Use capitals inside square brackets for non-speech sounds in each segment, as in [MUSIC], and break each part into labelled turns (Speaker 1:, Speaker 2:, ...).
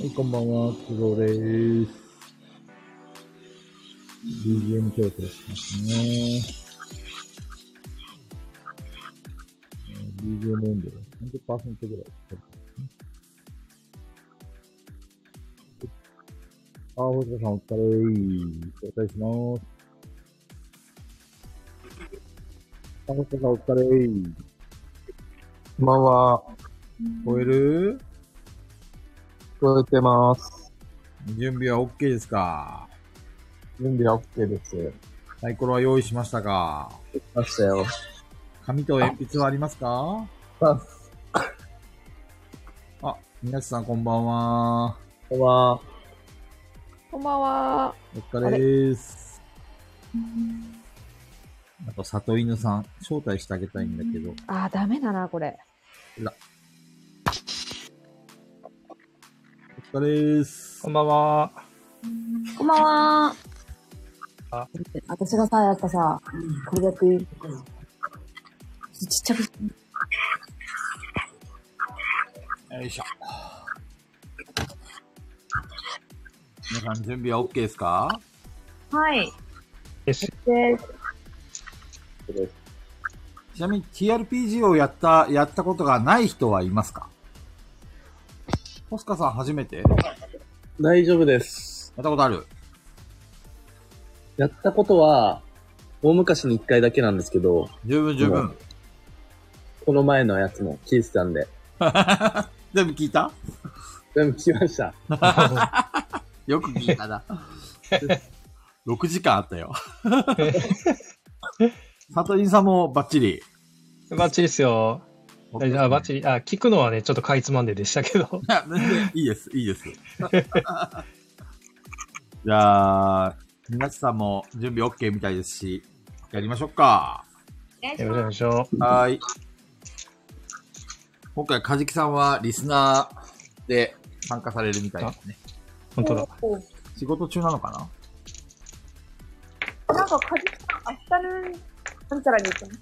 Speaker 1: はい、こんばんは、工藤です。BGM 調整しますね。えー BGM 温度が30%ぐらい。あ、星田さんお疲れ。お願いします。あ、星田さんお疲れ。
Speaker 2: こんばんは。
Speaker 1: 聞こえる
Speaker 2: 聞こえてます。
Speaker 1: 準備は OK ですか
Speaker 2: 準備は OK です。
Speaker 1: サイコロは用意しましたか
Speaker 2: ましたよ。
Speaker 1: 紙と鉛筆はありますか
Speaker 2: あ、
Speaker 1: あ、皆さんこんばんは。
Speaker 2: こんばんは。
Speaker 3: こんばんは。
Speaker 1: お疲れです。あと、里犬さん、招待してあげたいんだけど。
Speaker 3: あー、ダメだな、これ。
Speaker 1: お疲れです。
Speaker 2: んばんは。
Speaker 4: こんばんは。
Speaker 2: あ
Speaker 4: 私がさ、やっぱさ、これだけ、ちっちゃく、
Speaker 1: よいしょ。皆さん準備は OK ですか
Speaker 4: はい。
Speaker 2: です。
Speaker 1: ちなみに TRPG をやった、やったことがない人はいますかホスカさん初めてやっ
Speaker 5: 大丈夫です。
Speaker 1: たことある
Speaker 5: やったことは、大昔に一回だけなんですけど、
Speaker 1: 十分十
Speaker 5: う
Speaker 1: 分。
Speaker 5: この前のやつも聞いてたんで、
Speaker 1: 全部聞いた
Speaker 5: 全部聞きました。
Speaker 1: よく聞いた
Speaker 6: [LAUGHS]
Speaker 1: な。6時間あったよ。 [LAUGHS] 里犬さんもバッチリ。
Speaker 6: バッチリですよ。大丈夫あ、バッチリ。あ、聞くのはね、ちょっとかいつまんででしたけど。
Speaker 1: いや、全然 [LAUGHS] いいです、いいです。じゃあ、皆さんも準備 OK みたいですし、やりましょうか。
Speaker 6: やめましょう。
Speaker 1: はーい。今回、カジキさんはリスナーで参加されるみたいですね。
Speaker 4: [LAUGHS]
Speaker 6: 本当だ。
Speaker 1: 仕事中なのかな
Speaker 4: なんか、かじきさん、アフタヌーン、なんちゃらに行ってまし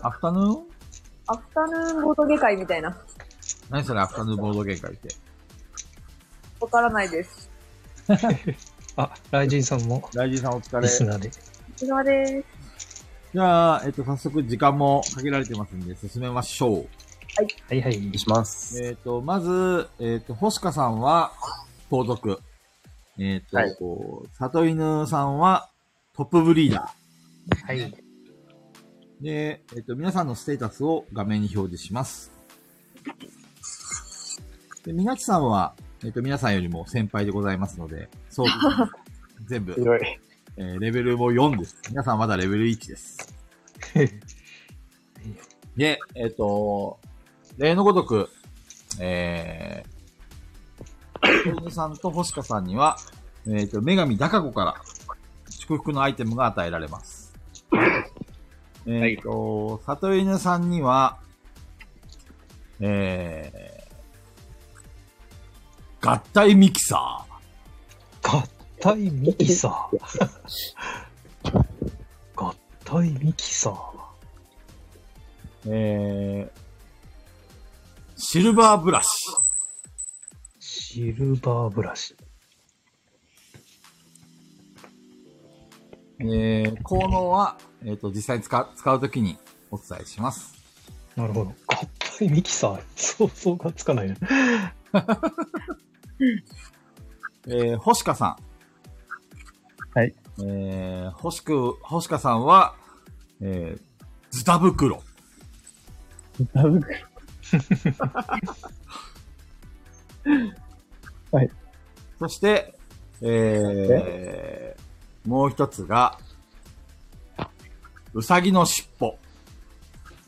Speaker 4: た。
Speaker 1: アフタヌーン
Speaker 4: アフタヌーンボトゲ会みたいな。
Speaker 1: 何それ、アフタヌーンボードゲーム会って。
Speaker 4: わからないです。
Speaker 6: あ、ライジンさんも
Speaker 1: ライジンさんお疲
Speaker 6: リ
Speaker 1: れ。
Speaker 6: [LAUGHS] スナーで。
Speaker 4: こちらで
Speaker 1: じゃあ、えっと、早速時間も限られてますんで、進めましょう。
Speaker 6: はいはい。
Speaker 5: お願いします。
Speaker 1: えっと、まず、えっと、星香さんは、盗賊。えっと、
Speaker 5: はい
Speaker 1: こう里犬さんは、トップブリーダ
Speaker 6: はい。
Speaker 1: ー。で、えっと、皆さんのステータスを画面に表示します。で、みなちさんは、えっと、皆さんよりも先輩でございますので、そう、
Speaker 5: [LAUGHS]
Speaker 1: 全部、
Speaker 2: 広い。
Speaker 1: えーレベルも4です。皆さんまだレベル1です。で、えっ、と、例のごとく、えー、小泉さんと星香さんには、えっ、と、女神高子から祝福のアイテムが与えられます。えっ、と、里犬さんには、えー、合体ミキサー。
Speaker 6: [LAUGHS] 合体ミキサー。合体ミキサー。
Speaker 1: えー、シルバーブラシ。
Speaker 6: シルバーブラシ。
Speaker 1: えー、効能は、えっ、と、実際に使う、使うときにお伝えします。
Speaker 6: なるほど。合体ミキサー。想像がつかないな。
Speaker 1: えー、星香さん。
Speaker 2: はい。
Speaker 1: えー、星く、星香さんは、えー、ズタ袋。
Speaker 2: ダブク。
Speaker 1: そして、えー、もう一つが、うさぎの尻尾。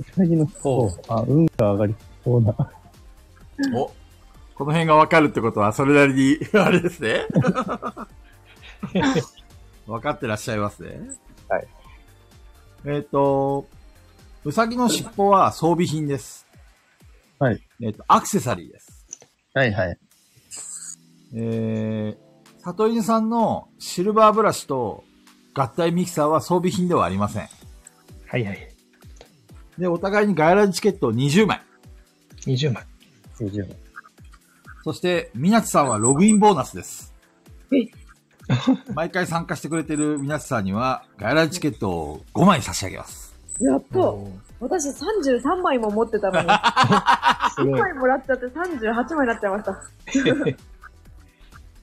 Speaker 2: うさぎの
Speaker 6: お
Speaker 2: 方。あ、運が上がりそうな。
Speaker 1: お、この辺がわかるってことは、それなりに、 [LAUGHS] あれで
Speaker 2: [LAUGHS]
Speaker 1: すね。わかってらっしゃいますね。
Speaker 2: はい。
Speaker 1: えっ、と、うさぎの尻尾は装備品です。
Speaker 2: はい。
Speaker 1: えっ、と、アクセサリーです。
Speaker 2: はいはい。
Speaker 1: えー、里犬さんのシルバーブラシと合体ミキサーは装備品ではありません。
Speaker 6: はいはい。
Speaker 1: で、お互いにガイラジチケットを20枚。
Speaker 6: 20枚。
Speaker 2: 20
Speaker 1: そして、みなちさんはログインボーナスです
Speaker 4: え。
Speaker 1: [LAUGHS] 毎回参加してくれてるみなちさんには、外来チケットを5枚差し上げます。
Speaker 4: やっと、
Speaker 6: おー
Speaker 4: 私33枚も持ってたのに、
Speaker 6: す
Speaker 4: 1
Speaker 6: ご [LAUGHS] い。
Speaker 4: 枚もらっちゃって38枚になっちゃいました。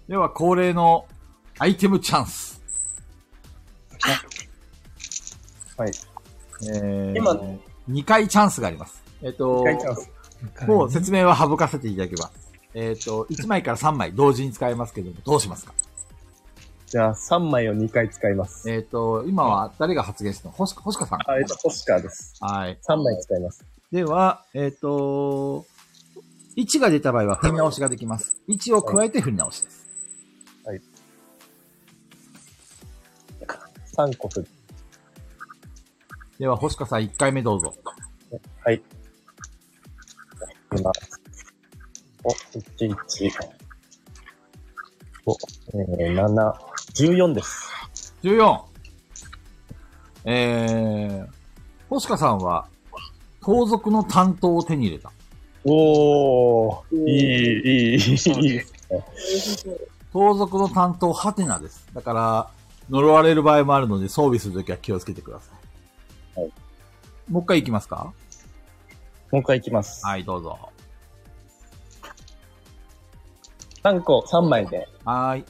Speaker 1: では、恒例のアイテムチャンス。
Speaker 2: はい。
Speaker 1: えー、
Speaker 2: 今
Speaker 1: 2回チャンスがあります。えっ、と、
Speaker 2: 書いてます。
Speaker 1: もう説明は省かせていただけば。えっ、と、1枚から3枚同時に使えますけども、どうしますか
Speaker 2: じゃあ、3枚を2回使います。
Speaker 1: えっ、と、今は誰が発言したの星か星香さん。
Speaker 2: あ、えっと、ポスカーです。
Speaker 1: はい。
Speaker 2: 3枚使います。
Speaker 1: では、えっ、と、1が出た場合は振り直しができます。1を加えて振り直しです。
Speaker 2: 3個振る。
Speaker 1: では、星香さん1回目どうぞ。
Speaker 2: はい。今。お、1、1。5、えー、7、14です。
Speaker 1: 14。えー、星香さんは、盗賊の担当を手に入れた。
Speaker 2: おー、いい、いい、いい、いい。
Speaker 1: 盗賊の担当、ハテナです。だから、呪われる場合もあるので、装備するときは気をつけてください。
Speaker 2: はい。
Speaker 1: もう一回行きますか
Speaker 2: もう一回いきます。
Speaker 1: はい、どうぞ。
Speaker 2: 3個、3枚で。
Speaker 1: はーい。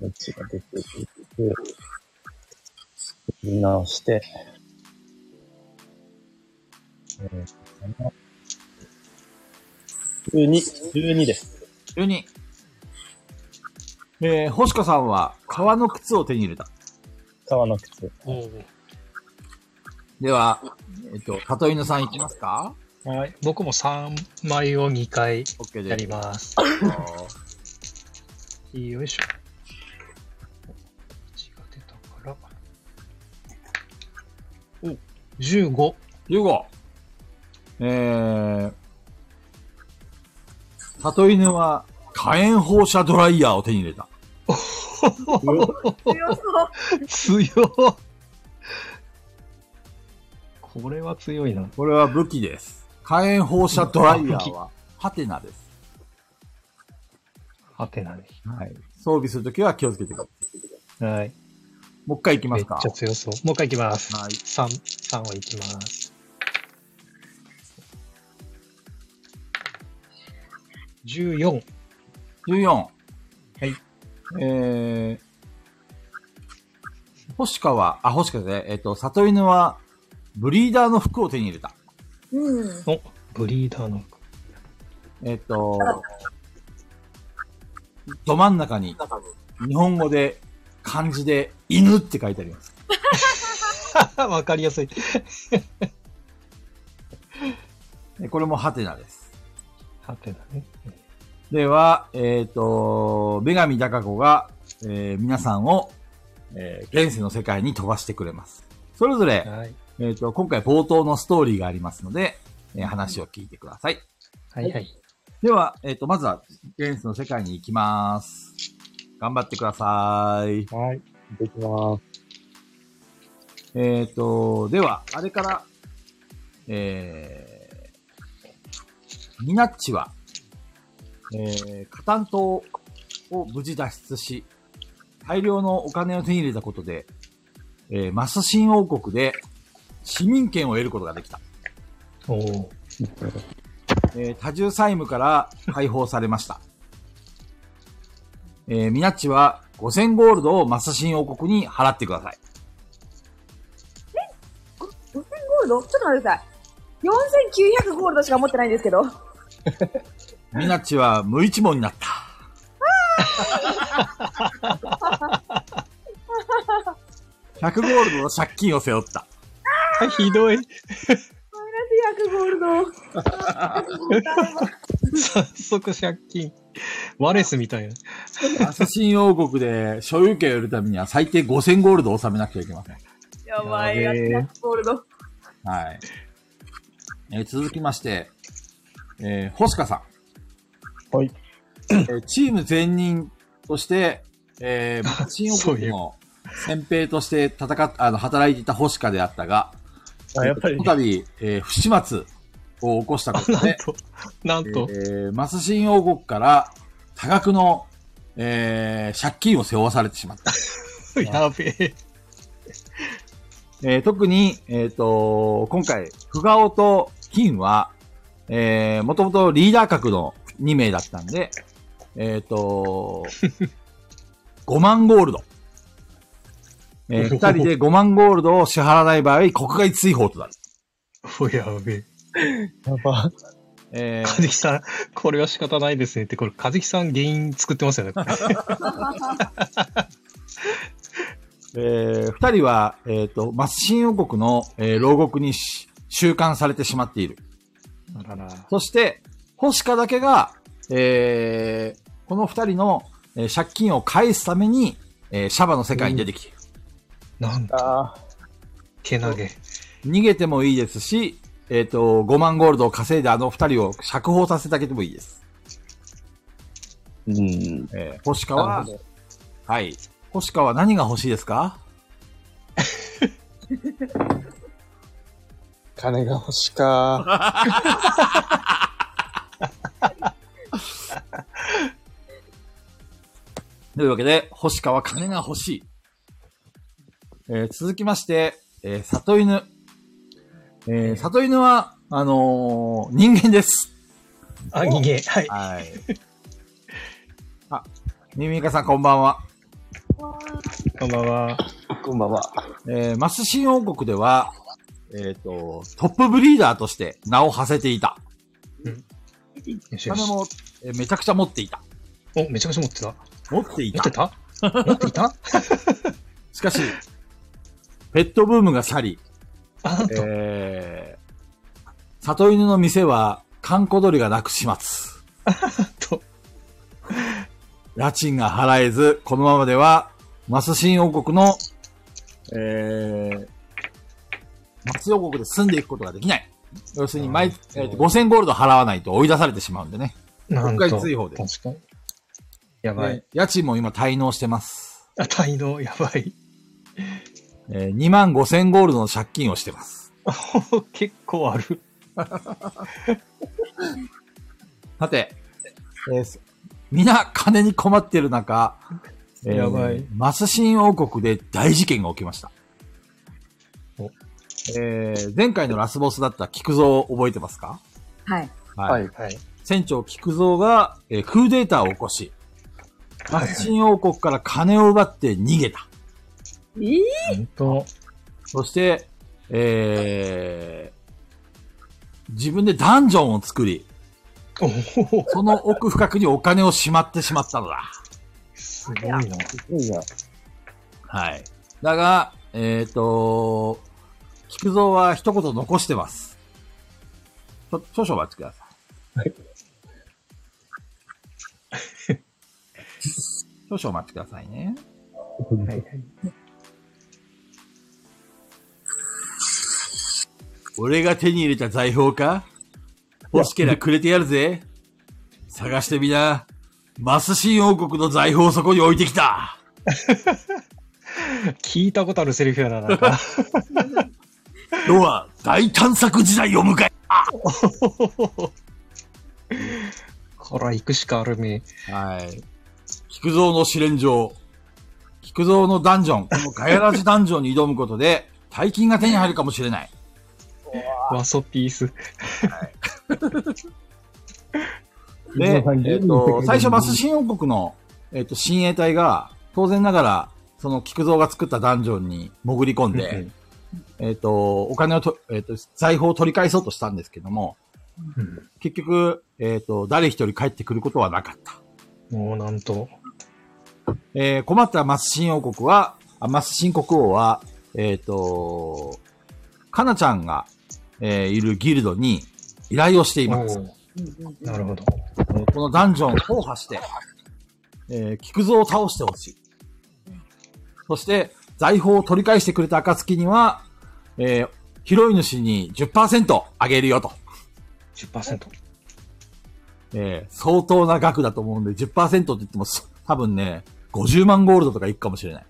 Speaker 2: こっちが出てくる。見直して。えー12、12です。
Speaker 1: 12。えー、星香さんは、革の靴を手に入れた。
Speaker 2: 革の靴。
Speaker 6: おー
Speaker 1: では、えっと、たといのさん行きますか
Speaker 6: はい。僕も3枚を2回
Speaker 1: ?OK
Speaker 6: やり
Speaker 1: です。
Speaker 6: ます。よいしょ。血が出たから。お、15。
Speaker 1: 15。えー、たといぬは、火炎放射ドライヤーを手に入れた。
Speaker 4: 強そう。
Speaker 6: 強っこれは強いな。
Speaker 1: これは武器です。火炎放射ドライヤーは、ハテナです。
Speaker 6: はてなね。
Speaker 1: はい。装備するときは気をつけてください。
Speaker 6: はい。
Speaker 1: もう一回行きま
Speaker 6: めっ
Speaker 1: すか。
Speaker 6: ちゃ強そう。もう一回いきます。
Speaker 1: はい。
Speaker 6: 3、三はいきます。14。。
Speaker 1: 14。はいえー、星川は、あ、星川で、えっ、と、里犬は、ブリーダーの服を手に入れた。
Speaker 4: うん。
Speaker 6: お、ブリーダーの服。
Speaker 1: えっ、と、ど真ん中に、日本語で、漢字で、犬って書いてあります。
Speaker 6: [LAUGHS] わかりやすい。
Speaker 1: でこれもハテナです。
Speaker 6: はてなね。
Speaker 1: では、えっ、と、女神高子が、えー皆さんを、えー現世の世界に飛ばしてくれます。それぞれ、
Speaker 6: はい。
Speaker 1: えっ、と、今回冒頭のストーリーがありますので、えー話を聞いてください。
Speaker 6: はいはい。
Speaker 1: では、えっ、と、まずは、現世の世界に行きます。頑張ってください。
Speaker 6: はい。
Speaker 2: できます。
Speaker 1: えっ、と、では、あれから、えー、ミナッチは、えー、カタン島を無事脱出し、大量のお金を手に入れたことで、えー、マス新王国で市民権を得ることができた。
Speaker 6: おー
Speaker 1: えー多重債務から解放されました。えー、ミナッチは5000ゴールドをマスシン王国に払ってください。
Speaker 4: 5000ゴールドちょっと待ってください。4900ゴールドしか持ってないんですけど。
Speaker 1: ミナッチは無一文になった。100ゴールドの借金を背負った。
Speaker 6: あひどい。 [LAUGHS]
Speaker 4: マイナス100ゴールド。
Speaker 6: 早速借金。ワレスみたいな。
Speaker 1: マスシン王国で所有権を得るためには最低5000ゴールドを納めなくちゃいけません。
Speaker 4: やばい、
Speaker 6: や
Speaker 4: マ
Speaker 6: べ
Speaker 4: イ
Speaker 6: え
Speaker 4: ナス100ゴールド。
Speaker 1: はい。えー続きまして、えー、星香さん。
Speaker 2: はい。
Speaker 1: えーチーム全人として、えー、新王
Speaker 6: そう
Speaker 1: 国
Speaker 6: いう
Speaker 1: の先兵として [LAUGHS] 戦っ、あの、働いていた星香であったが、
Speaker 2: あ、やっぱり
Speaker 1: この。度、えー、不始末、を起こしたことで、
Speaker 6: と、なんと、
Speaker 1: えーマス信用国から多額の、えー借金を背負わされてしまった。
Speaker 6: やべえ。
Speaker 1: えー特に、えっ、と、今回、フガオと金は、えー、もともとリーダー格の2名だったんで、えっ、と、5万ゴールド。えー、2人で5万ゴールドを支払わない場合、国外追放となる。
Speaker 6: おやべえ。
Speaker 2: やば。
Speaker 1: え
Speaker 6: か
Speaker 1: ー
Speaker 6: じきさん、これは仕方ないですねって、これ、かじきさん原因作ってますよね。これ
Speaker 1: えー、2人は、えっ、と、マス新王国の、えー牢獄にし収監されてしまっている。
Speaker 6: あらら。
Speaker 1: そして、星香だけが、えー、この二人の、えー借金を返すために、えーシャバの世界に出てきている。
Speaker 6: なんと、
Speaker 2: あ
Speaker 6: けなげ。
Speaker 1: 逃げてもいいですし、えっ、と、5万ゴールドを稼いであの二人を釈放させてあげてもいいです。
Speaker 5: うん。
Speaker 1: えー、星香
Speaker 5: な
Speaker 1: は
Speaker 5: るほ、ど。
Speaker 1: はい。星香は何が欲しいですか
Speaker 2: 金が欲しか。
Speaker 1: というわけで、星川金が欲しい。えー続きまして、えー里犬。えー里犬は、あのー人間です。
Speaker 6: あ、逃げ。はい。
Speaker 1: はい。 [LAUGHS] あ、ミミイカさんこんばんは。
Speaker 6: こんばんは。
Speaker 5: こんばんは。
Speaker 1: えーマス新王国では、えっ、と、トップブリーダーとして名を馳せていた。
Speaker 6: よしよ
Speaker 1: 金
Speaker 6: し。
Speaker 1: も、えーめちゃくちゃ持っていた。
Speaker 6: お、めちゃめちゃ持ってた。
Speaker 1: 持ってい
Speaker 6: 持
Speaker 1: た
Speaker 6: って。た持っていた
Speaker 1: しかし、ペットブームが去り、
Speaker 6: [LAUGHS] あ、なんと。
Speaker 1: えー、里犬の店は、閑古鳥がなく始末。
Speaker 6: [LAUGHS] と
Speaker 1: 家賃が払えず、このままでは、マス新王国の、えー、マス王国で住んでいくことができない。要するに毎、えーと5000ゴールド払わないと追い出されてしまうんでね。
Speaker 6: なん
Speaker 1: 国
Speaker 6: と。
Speaker 1: 会追放で
Speaker 6: 確かに。やばい
Speaker 1: で。家賃も今滞納してます。
Speaker 6: あ、滞納、やばい。 [LAUGHS]
Speaker 1: えー、2万5000ゴールドの借金をしてます。
Speaker 6: 結構ある。
Speaker 1: さて、えー、皆金に困ってる中、えー
Speaker 6: やばい
Speaker 1: マスシン王国で大事件が起きました
Speaker 6: お。
Speaker 1: えー、前回のラスボスだった菊蔵を覚えてますか
Speaker 3: はい。
Speaker 1: はい
Speaker 5: はい。
Speaker 6: はい。
Speaker 1: 船長菊蔵が、えークーデーターを起こし、マスシン王国から金を奪って逃げた。
Speaker 4: ええ
Speaker 6: 本当。
Speaker 1: そして、えー、自分でダンジョンを作り、
Speaker 6: おお、
Speaker 1: その奥深くにお金をしまってしまったのだ。
Speaker 6: すごいな。
Speaker 5: いいな。
Speaker 1: はい。だが、えっ、と、菊蔵は一言残してます。ちょ、少々お待ちください。 [LAUGHS] 少々お待ちくださいね。
Speaker 6: はいはい。
Speaker 1: 俺が手に入れた財宝か欲しけりゃくれてやるぜ。探してみな。マスシン王国の財宝をそこに置いてきた。
Speaker 6: 聞いたことあるセリフやな、なん [LAUGHS] か。
Speaker 1: 今日は大探索時代を迎え
Speaker 6: こら、行くしかあるめ。
Speaker 1: はい。菊蔵の試練場。菊蔵のダンジョン。このガヤラジダンジョンに挑むことで、大金が手に入るかもしれない。
Speaker 6: ワソピース。
Speaker 1: で、えっと、最初、マス新王国の、えっと、親衛隊が、当然ながら、その菊蔵が作ったダンジョンに潜り込んで、えっと、お金をと、えっと、財宝を取り返そうとしたんですけども、
Speaker 6: うん
Speaker 1: 結局、えっと、誰一人帰ってくることはなかった。
Speaker 6: もうなんと。
Speaker 1: えー困ったマス新王国は、あマス新国王は、えっ、と、かなちゃんが、えーいるギルドに依頼をしています。
Speaker 6: おうなるほど。
Speaker 1: えーこのダンジョンを踏破して、えー菊蔵を倒してほしい。そして、財宝を取り返してくれた暁には、えー、拾い主に10%あげるよと。
Speaker 6: 10%。
Speaker 1: えー相当な額だと思うんで、10%って言っても、そ多分ね、50万ゴールドとかいくかもしれない。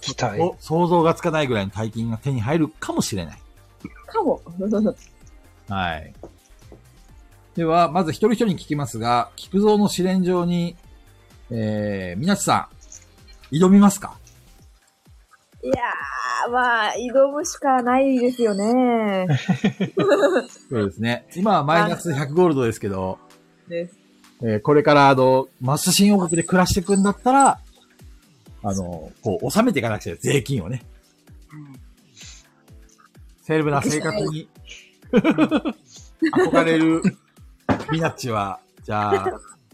Speaker 6: 期待。
Speaker 1: お想像がつかないぐらいの大金が手に入るかもしれない。
Speaker 4: かも。
Speaker 1: はい。では、まず一人一人に聞きますが、菊蔵の試練場に、えー、みなちさん、挑みますか
Speaker 4: いやー、まあ、挑むしかないですよね。
Speaker 1: そうですね。今はマイナス100ゴールドですけど、
Speaker 4: です。
Speaker 1: えーこれから、あの、マス新王国で暮らしていくんだったら、あの、こう、納めていかなくちゃ、税金をね。セレブな生活に、憧れる、ミナッチは、じゃあ、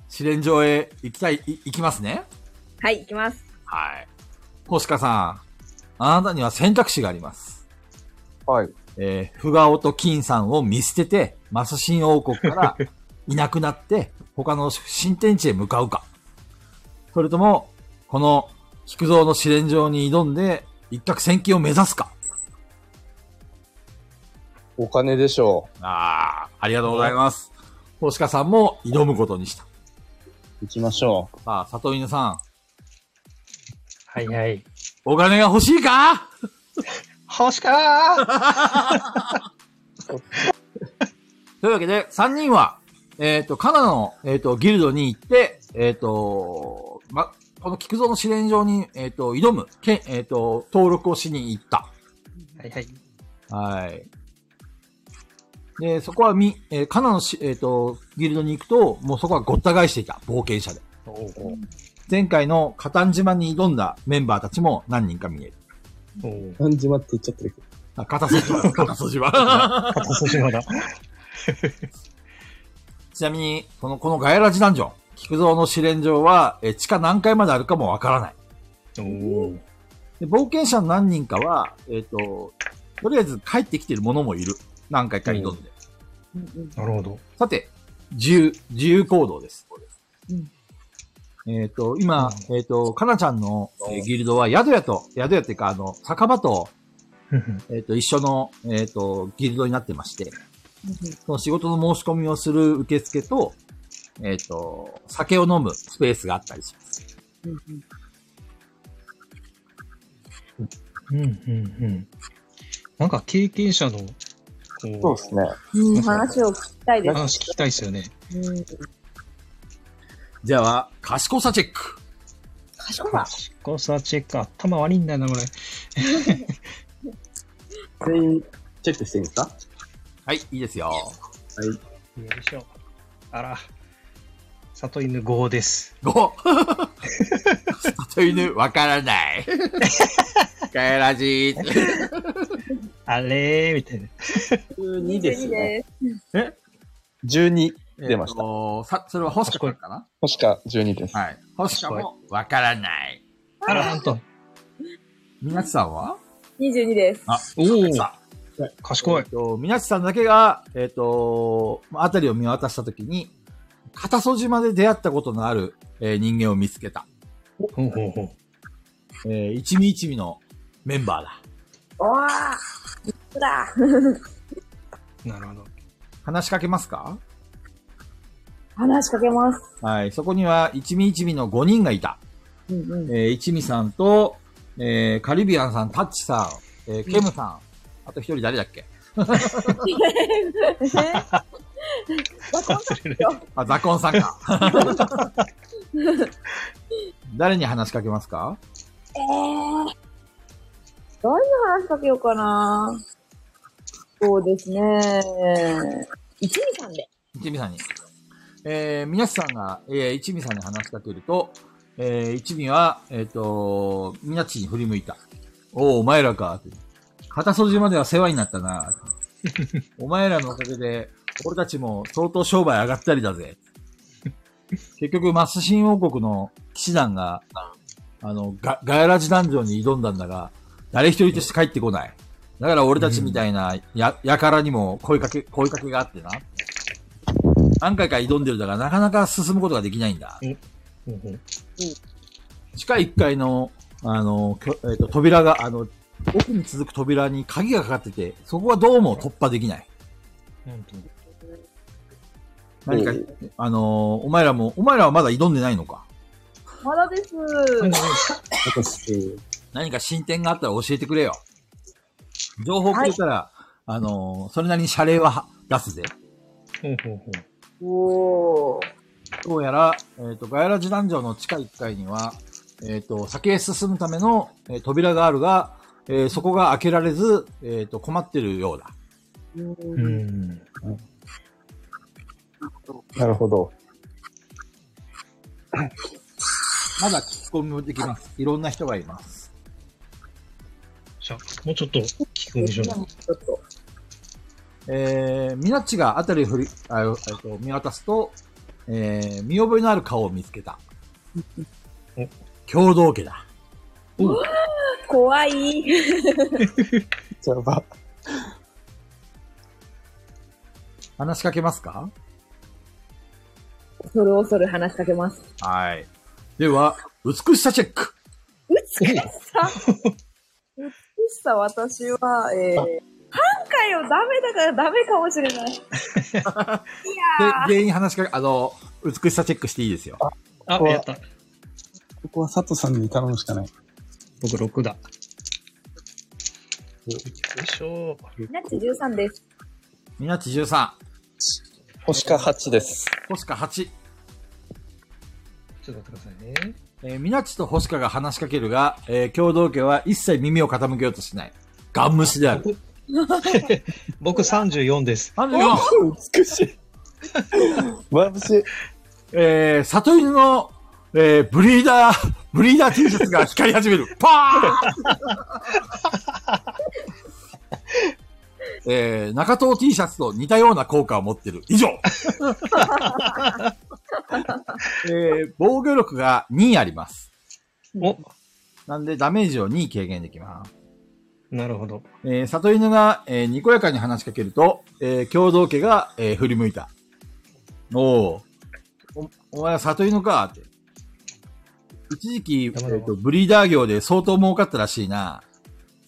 Speaker 1: 試練場へ行きたい、い行きますね。
Speaker 4: [LAUGHS] はい、行きます。
Speaker 1: はい。星香さん、あなたには選択肢があります。
Speaker 2: はい。
Speaker 1: えー、フガオと金さんを見捨てて、マス新王
Speaker 2: [LAUGHS]
Speaker 1: 国からいなくなって、他の新天地へ向かうか。それとも、この菊蔵の試練場に挑んで、一攫千金を目指すか。
Speaker 2: お金でしょ
Speaker 1: ああ、ありがとうございます。星香さんも挑むことにした。
Speaker 2: う。行きましょう。
Speaker 1: さあ、里犬さん、
Speaker 6: はいはい。
Speaker 1: お金が欲しいか
Speaker 6: 欲しかー
Speaker 1: というわけで、3人は、えっ、と、カナダの、えっ、と、ギルドに行って、えっ、と、ま、この菊蔵の試練場に、えっ、と、挑む、けえっ、と、登録をしに行った。
Speaker 6: はいはい。
Speaker 1: はい。で、そこはみ、えーカナのし、えっ、と、ギルドに行くと、もうそこはごった返していた、冒険者で。
Speaker 6: おうおう
Speaker 1: 前回のカタン島に挑んだメンバーたちも何人か見える。
Speaker 6: おう
Speaker 5: 何時待って言っちゃってるけど。
Speaker 1: あ、カタソジは、カタソジは。 [LAUGHS]
Speaker 6: 片筋まだ。
Speaker 1: ちなみに、この、このガヤラジダンジョン、菊蔵の試練場は、えー地下何階まであるかもわからない。
Speaker 6: おおう
Speaker 1: で、冒険者の何人かは、えっ、と、とりあえず帰ってきてる者もいる。何回か挑んで。
Speaker 6: なるほど。
Speaker 1: さて、自由、自由行動です。えっ、と、今、えっ、と、かなちゃんの、えーギルドは、宿屋と、宿屋っていうか、あの、酒場と、
Speaker 6: ふんふん
Speaker 1: えっ、と、一緒の、えっ、と、ギルドになってまして、その仕事の申し込みをする受付と、えっ、と、酒を飲むスペースがあったりします。
Speaker 6: うんうんうん。なんか経験者の、
Speaker 2: そ
Speaker 6: こ、
Speaker 2: うですね。
Speaker 4: うん、話を聞きたいうです。
Speaker 6: 話聞きたいですよね。
Speaker 4: うん、
Speaker 1: じゃあ、賢さチェック。
Speaker 4: 賢さ。
Speaker 6: 賢さチェック、頭悪いんだよな、これ。
Speaker 5: 全員チェックしていいんですか
Speaker 1: はい、いいですよ。
Speaker 6: よいしょ。あら。里犬5です。
Speaker 1: [LAUGHS] 5! 里犬、わからない。ガヤラジー。。
Speaker 6: あれーみたいな。
Speaker 5: ?12 です
Speaker 4: 22
Speaker 5: ね。
Speaker 4: です。
Speaker 2: 12。出ました
Speaker 1: さ、それは星香かな
Speaker 2: 星か12です。
Speaker 1: はい。星香もわからない。
Speaker 6: あら、なんと。
Speaker 1: みなちさんは
Speaker 4: 22です。
Speaker 6: おお
Speaker 1: さ
Speaker 6: 賢
Speaker 1: え
Speaker 6: い
Speaker 1: っ。と、みなちさんだけが、えっ、と、まあ辺りを見渡したときに、片素島で出会ったことのある、えー人間を見つけた。
Speaker 6: ほうほうほう。
Speaker 1: えー一味一味のメンバーだ。
Speaker 4: おーいくら
Speaker 6: なるほど。
Speaker 1: 話しかけますか
Speaker 4: [LAUGHS] 話しかけます。
Speaker 1: はい。そこには、一味一味の5人がいた。
Speaker 4: うん [LAUGHS] うん。
Speaker 1: えー、一味さんと、えー、カリビアンさん、タッチさん、えー、ケムさん、あと一人誰だっけ
Speaker 6: 忘れる。
Speaker 1: あ、ザコンさんか。誰に話しかけますか
Speaker 4: えー、どういう話しかけようかなそうですね。一味さんで。
Speaker 1: 一味さんに。えー、皆さんが、えー、一味さんに話しかけると、えー、一味は、えっ、と、みなちに振り向いた。おお、お前らか。片袖までは世話になったな。 [LAUGHS] お前らのおかげで、俺たちも相当商売上がったりだぜ。結局、マス新王国の騎士団が、あの、ガガヤラジダンジョンに挑んだんだが、誰一人として帰ってこない。だから俺たちみたいな、や、やからにも声かけ、声かけがあってな。何回か挑んでるだが、なかなか進むことができないんだ。
Speaker 6: ほうほう
Speaker 1: 地下1階の、あの、きょえっ、と、扉が、あの、奥に続く扉に鍵がかかってて、そこはどうも突破できない。
Speaker 6: なんと
Speaker 1: 何か
Speaker 5: おう、
Speaker 1: あの、お前らも、お前らはまだ挑んでないのか。
Speaker 4: まだです。
Speaker 6: なんか
Speaker 5: 私、
Speaker 1: 何か進展があったら教えてくれよ。情報くれたら、あの、それなりに謝礼はガスで。
Speaker 6: うんうんうん
Speaker 4: おー。
Speaker 1: どうやら、えっ、と、ガヤラジ壇上の地下1階には、えっ、と、先へ進むための、えー扉があるが、えーそこが開けられず、えっ、と、困ってるようだ。
Speaker 4: う。
Speaker 6: うんん。
Speaker 2: なるほど。
Speaker 1: まだ聞き込みもできます。いろんな人がいます。
Speaker 6: じゃあ、もうちょっと聞き込みしようかな。
Speaker 4: ちょっと。
Speaker 1: えー、ミナッチが辺りを振り、あえーと見渡すと、えー、見覚えのある顔を見つけた
Speaker 6: お。
Speaker 1: 共同家だ。
Speaker 4: 怖い。
Speaker 2: やば。
Speaker 1: 話しかけますか
Speaker 4: 恐る恐る話しかけます。
Speaker 1: はい。では、美しさチェック
Speaker 4: 美しさ美しさ、私は、えー、半回をダメだからダメかもしれ
Speaker 6: [LAUGHS]
Speaker 4: ない。い
Speaker 1: で
Speaker 4: や、ー
Speaker 1: 全員話しかけ、あの、美しさチェックしていいですよ。
Speaker 6: あ、やった。
Speaker 7: ここは佐藤さんに頼むしかない。
Speaker 6: 僕6だ。およいしょ。
Speaker 4: ナッチ13です。
Speaker 1: ミナッチ13、
Speaker 5: 星か8です。
Speaker 1: 星香8。
Speaker 6: ちょっと待ってくださいね。
Speaker 1: えー、ミナッチと星香が話しかけるが、えー共同家は一切耳を傾けようとしない。ガン虫である。
Speaker 6: 僕34です。
Speaker 1: 34!
Speaker 2: 美しい。眩しい。
Speaker 1: えー、里犬の、えー、ブリーダー、 [LAUGHS] ブリーダー T シャツが光り始める。パーン [LAUGHS] えー、中東 T シャツと似たような効果を持ってる。以上えー、防御力が2あります。
Speaker 6: お、
Speaker 1: なんでダメージを2軽減できます。
Speaker 6: なるほど。
Speaker 1: えー、里犬が、えー、にこやかに話しかけると、えー、共同家が、えー、振り向いた。おーお、お前は里犬かって。一時期、え
Speaker 6: 黙ろう
Speaker 1: ーと、ブリーダー業で相当儲かったらしいな。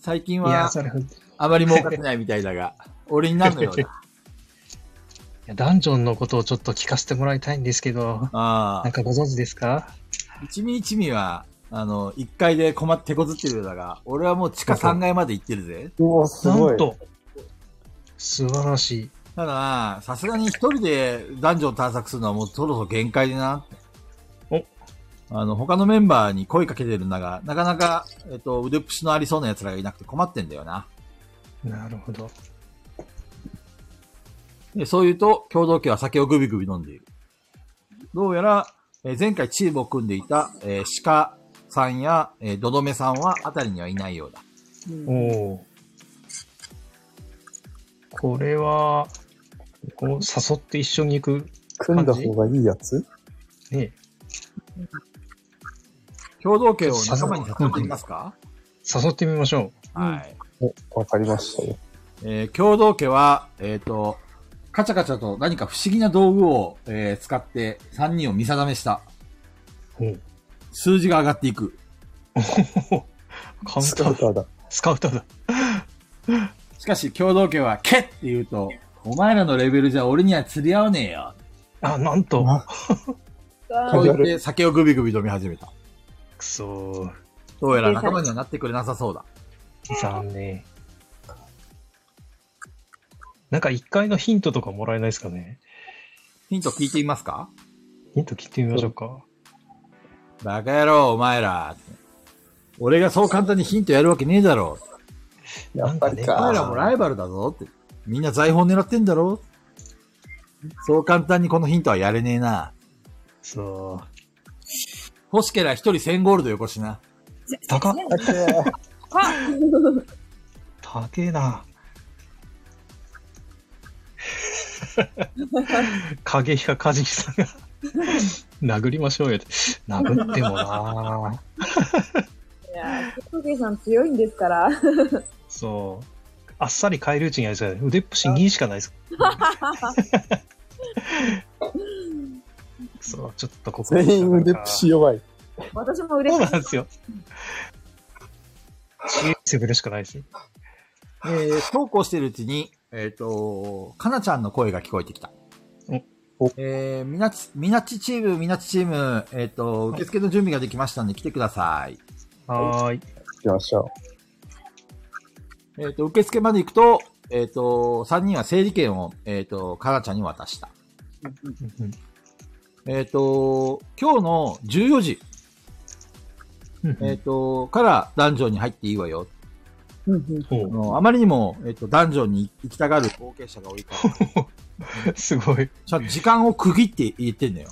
Speaker 1: 最近
Speaker 6: いや、
Speaker 1: は、
Speaker 6: それ、い
Speaker 1: あまり儲かってないみたいだ
Speaker 6: [LAUGHS]
Speaker 1: が、俺になんのようだ。
Speaker 6: やダンジョンのことをちょっと聞かせてもらいたいんですけど、
Speaker 1: あ
Speaker 6: なん [LAUGHS]
Speaker 1: あ、
Speaker 6: かご存知ですか
Speaker 1: 一味一味は、あの、一階で困って手こずってるようだが、俺はもう地下三階まで行ってるぜ。
Speaker 2: うお、す
Speaker 6: な
Speaker 2: ごい
Speaker 6: ん。と、素晴らしい。
Speaker 1: ただな、さすがに一人でダンジョン探索するのはもうそろそろ限界でな。
Speaker 6: お
Speaker 1: あの、他のメンバーに声かけてるんだが、なかなか、えっと、腕っぷしのありそうな奴らがいなくて困ってんだよな。
Speaker 6: なるほど。
Speaker 1: でそう言うと、共同家は酒をグビグビ飲んでいる。どうやら、えー前回チームを組んでいた、えー鹿さんや、えー、どどめさんはあたりにはいないようだ。
Speaker 6: おお。これは、こう誘って一緒に行く
Speaker 2: 組んだ方がいいやつ
Speaker 6: ね。
Speaker 1: 共同家を仲間に誘っていますか
Speaker 6: 誘ってみましょ
Speaker 1: はい。
Speaker 2: おわかりましたよ。
Speaker 1: えー共同家は、えっ、と、カチャカチャと何か不思議な道具を、えー使って3人を見定めした。
Speaker 6: う。おう
Speaker 1: 数字が上がっていく。
Speaker 6: カウン
Speaker 2: ス
Speaker 6: タ
Speaker 2: カウ
Speaker 6: ー、
Speaker 2: ターだ。
Speaker 6: スカウターだ。
Speaker 1: しかし共同家は、けって言うと、お前らのレベルじゃ俺には釣り合わねえよ。
Speaker 6: あ、なんと。
Speaker 4: あ
Speaker 1: と
Speaker 4: ー
Speaker 1: 言って酒をグビグビ飲み始めた。
Speaker 6: くそー。
Speaker 1: どうやら仲間にはなってくれなさそうだ。
Speaker 6: 残念。なんか一回のヒントとかもらえないですかね。
Speaker 1: ヒント聞いてみますか
Speaker 6: ヒント聞いてみましょうか。
Speaker 1: バカ野郎、お前ら。俺がそう簡単にヒントやるわけねえだろ。
Speaker 2: やっぱりか。
Speaker 1: お前らもライバルだぞって。みんな財宝狙ってんだろそう簡単にこのヒントはやれねえな。
Speaker 6: そ
Speaker 1: 欲しけりゃ一人1000ゴールドよこしな。
Speaker 6: う。高っ。
Speaker 4: あ [LAUGHS]
Speaker 6: 高え [LAUGHS] な。影ひかかじきさんが殴りましょうよって。殴ってもな。
Speaker 4: いやー、トゲさん強いんですから。
Speaker 6: そう。あっさり返り討ちにやりそうや腕っぷし2しかない [LAUGHS] です。そう、ちょっとここ。
Speaker 2: 全員腕っぷし弱い。
Speaker 4: 私も
Speaker 6: そ
Speaker 4: 嬉
Speaker 6: う
Speaker 4: しい
Speaker 6: な。んですよ。強い攻めるしかないですね。
Speaker 1: えー、そうこうしてるうちに、えっ、と、かなちゃんの声が聞こえてきた。えー、みなち、みなちチーム、みなちチーム、えっ、と、受付の準備ができましたんで来てください。
Speaker 6: はーい。
Speaker 2: 行きましょ
Speaker 1: えっ、と、受付まで行くと、えっ、と、3人は整理券を、えっ、と、かなちゃんに渡した。えっ、と、今日の14時、えっ、と、からダンジョンに入っていいわよ。あのあまりにも、えっ、と、ダンジョンに行きたがる後継者が多いから。
Speaker 6: すごい。
Speaker 1: ちゃんと時間を区切って言ってんのよ。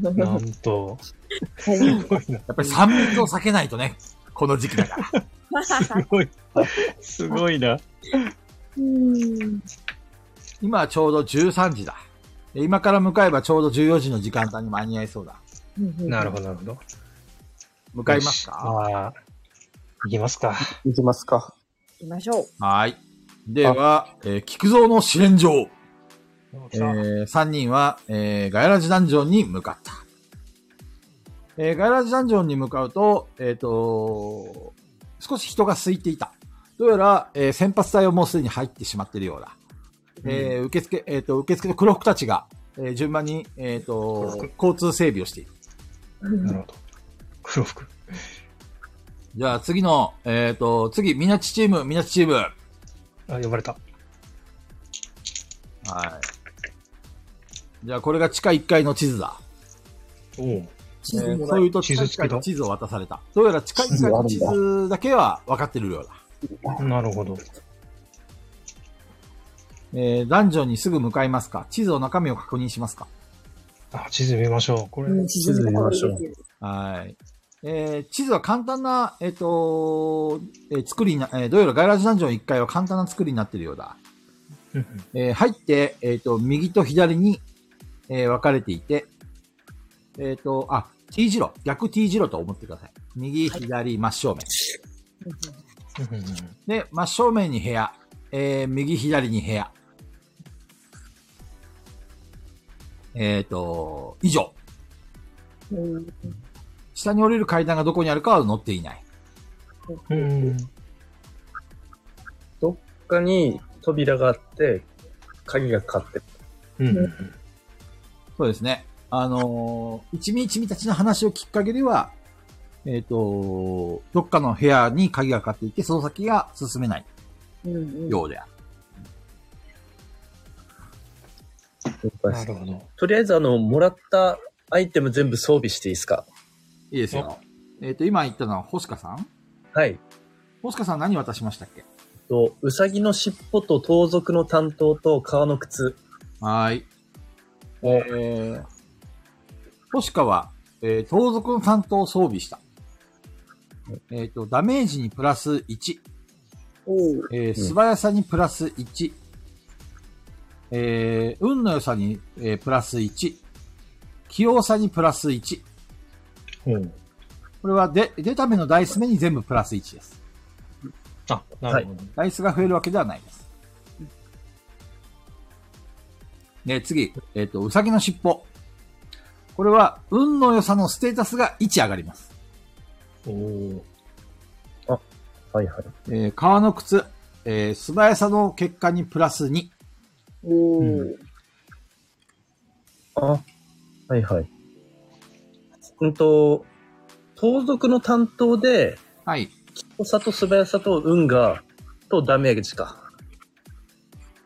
Speaker 6: なんと。
Speaker 1: やっぱり三密を避けないとね、この時期だから。
Speaker 6: すごい。すごいな。
Speaker 1: [LAUGHS] 今ちょうど13時だ。で今から向かえばちょうど14時の時間帯に間に合いそうだ。
Speaker 6: なるほど、なるほど。
Speaker 1: 向かいますか
Speaker 6: ああ。行きますか。
Speaker 2: 行きますか。
Speaker 3: 行きましょう。
Speaker 1: はい。では、えー、菊蔵の試練場。えー、3人は、えー、ガヤラジダンジョンに向かった。えー、ガヤラジダンジョンに向かうと、えっ、と少し人が空いていた。どうやら、えー、先発隊はもうすでに入ってしまっているようだ。えー受付、えっ、と、受付の黒服たちが、えー順番に、えっ、と、交通整備をしている。
Speaker 6: なるほど。黒服。
Speaker 1: じゃあ次の、えっ、と、次、みなちチーム、みなちチーム。は
Speaker 6: あ、呼ばれた。
Speaker 1: い。じゃあこれが地下1階の地図だ。
Speaker 6: おう。
Speaker 1: えーそういうと地
Speaker 6: 地図付きだ
Speaker 1: 下地図を渡された。どうやら地下1階の地図だけは分かってるようだ。
Speaker 6: なるほど。
Speaker 1: えー、ダンジョンにすぐ向かいますか地図の中身を確認しますか
Speaker 6: あ、地図見ましょう。これ。
Speaker 5: 地図見ましょう。
Speaker 1: はい。えー、地図は簡単な、えっ、とえー作りにな、えーどうやらガイラジダンジョン1階は簡単な作りになってるようだ。えー入って、えっ、と、右と左に、えー分かれていて、えっ、と、あ、T 字路、逆 T 字路と思ってください。右、左、真正面。で、真正面に部屋、えー右、左に部屋。えっ、と、以上。下に降りる階段がどこにあるかは載っていない。
Speaker 6: うん。
Speaker 5: どっかに扉があって、鍵がかかってる。
Speaker 6: うん。
Speaker 1: そうですね。あのー一味一味たちの話をきっかけでは、えっ、と、どっかの部屋に鍵がかかっていて、その先が進めないようである。
Speaker 6: なるほど。
Speaker 5: とりあえず、あの、もらったアイテム全部装備していいですか
Speaker 1: いいですよ。えっ、と、今言ったのは、星香さん
Speaker 5: はい。
Speaker 1: 星香さん何渡しましたっけ
Speaker 5: と、うさぎの尻尾と盗賊の担当と革の靴。
Speaker 1: はーい。えー、星香は、えー盗賊の担当を装備した。えっ、と、ダメージにプラス1。えー素早さにプラス1。えー運の良さに、えープラス1。器用さにプラス1。
Speaker 6: うん。
Speaker 1: これはで、出た目のダイス目に全部プラス1です。
Speaker 6: あ、なるほど。
Speaker 1: ダイスが増えるわけではないです。で、次、えっ、と、うさぎの尻尾。これは、運の良さのステータスが1上がります。
Speaker 6: おお。
Speaker 5: はいはい。
Speaker 1: えー革の靴、えー素早さの結果にプラス2。
Speaker 5: あ、はいはい。うんと、盗賊の担当で、
Speaker 1: はい。
Speaker 5: おさと素早さと運が、とダメージか。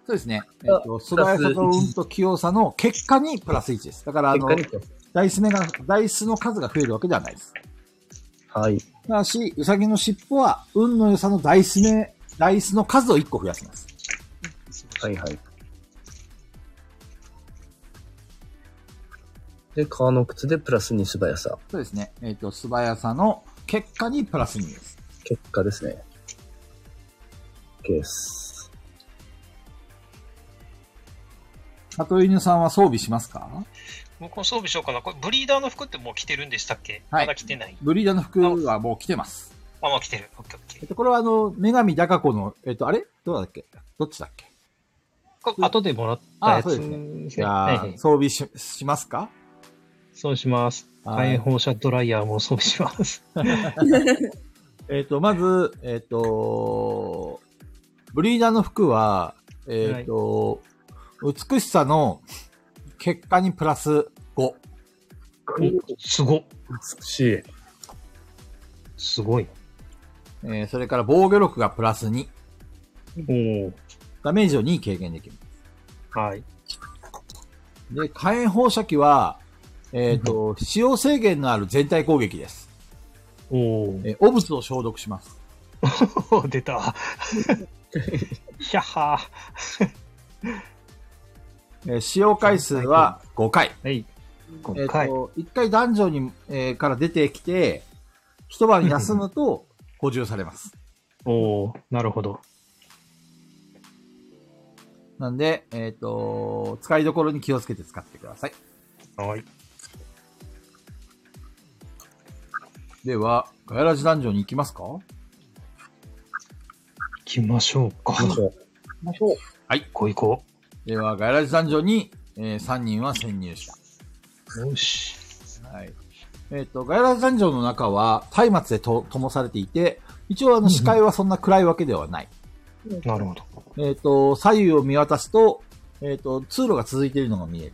Speaker 1: そうですね。えっ、と、素早さと運と器用さの結果にプラス1です。だから、あ
Speaker 5: 結
Speaker 1: の
Speaker 5: 果、にと。
Speaker 1: ダイス目が、ダイスの数が増えるわけではないです。
Speaker 5: はい。
Speaker 1: ただし、ウサギの尻尾は、運の良さのダイス目、ダイスの数を1個増やします。
Speaker 5: はいはい。で、革の靴でプラス2素早さ。
Speaker 1: そうですね。えっ、と、素早さの結果にプラス2です。
Speaker 5: 結果ですね。ケース。
Speaker 1: 里犬さんは装備しますか
Speaker 8: 僕も装備しようかな。これ、ブリーダーの服ってもう着てるんでしたっけ、
Speaker 1: はい
Speaker 8: まだ着てない。
Speaker 1: ブリーダーの服はもう着てます。
Speaker 8: あ、もう着てる。オッケーオッケ
Speaker 1: えっ、と、これはあの、女神高子の、えっ、と、あれどうだっけどっちだっけ
Speaker 8: ー。こ
Speaker 6: 後でもらったやつ。
Speaker 1: あそうですじ
Speaker 6: は
Speaker 1: ゃ
Speaker 6: い
Speaker 1: あ
Speaker 6: は、い
Speaker 1: 装備ししますか
Speaker 6: そうします。
Speaker 1: はい
Speaker 6: 解放射ドライヤーも装備します。
Speaker 1: えっ、と、まず、えっ、と、ブリーダーの服は、えっ、と、美しさの結果にプラス5。
Speaker 6: おすご。
Speaker 5: 美しい。
Speaker 6: すごい。
Speaker 1: えーそれから防御力がプラス2。
Speaker 6: おお。
Speaker 1: ダメージを2軽減できる。
Speaker 6: はい。
Speaker 1: で、火炎放射器は、えっ、と、使用制限のある全体攻撃です。
Speaker 6: おお。
Speaker 1: えー汚物を消毒します。
Speaker 6: 出た。ひゃっは
Speaker 1: えー使用回数は5回。
Speaker 6: ー。はい。
Speaker 1: えっ、
Speaker 6: 今回。
Speaker 1: と、1回ダンジョンに、えーから出てきて、一晩休むと補充されます。
Speaker 6: おおーなるほど。
Speaker 1: なんで、えっ、と、使いどころに気をつけて使ってください。
Speaker 6: はい。
Speaker 1: では、ガヤラジダンジョンに行きますか
Speaker 6: 行きましょうか。
Speaker 5: どうしよう
Speaker 6: 行こう行こ
Speaker 1: では、ガヤラジダンジョンに、え3人は潜入した。
Speaker 6: う。よし。
Speaker 1: はい。えっ、と、ガヤラジダンジョンの中は、松明でと灯されていて、一応あの視界はそんな暗いわけではない。
Speaker 6: なるほど。
Speaker 1: えっ、と、左右を見渡すと、えっ、と、通路が続いているのが見える。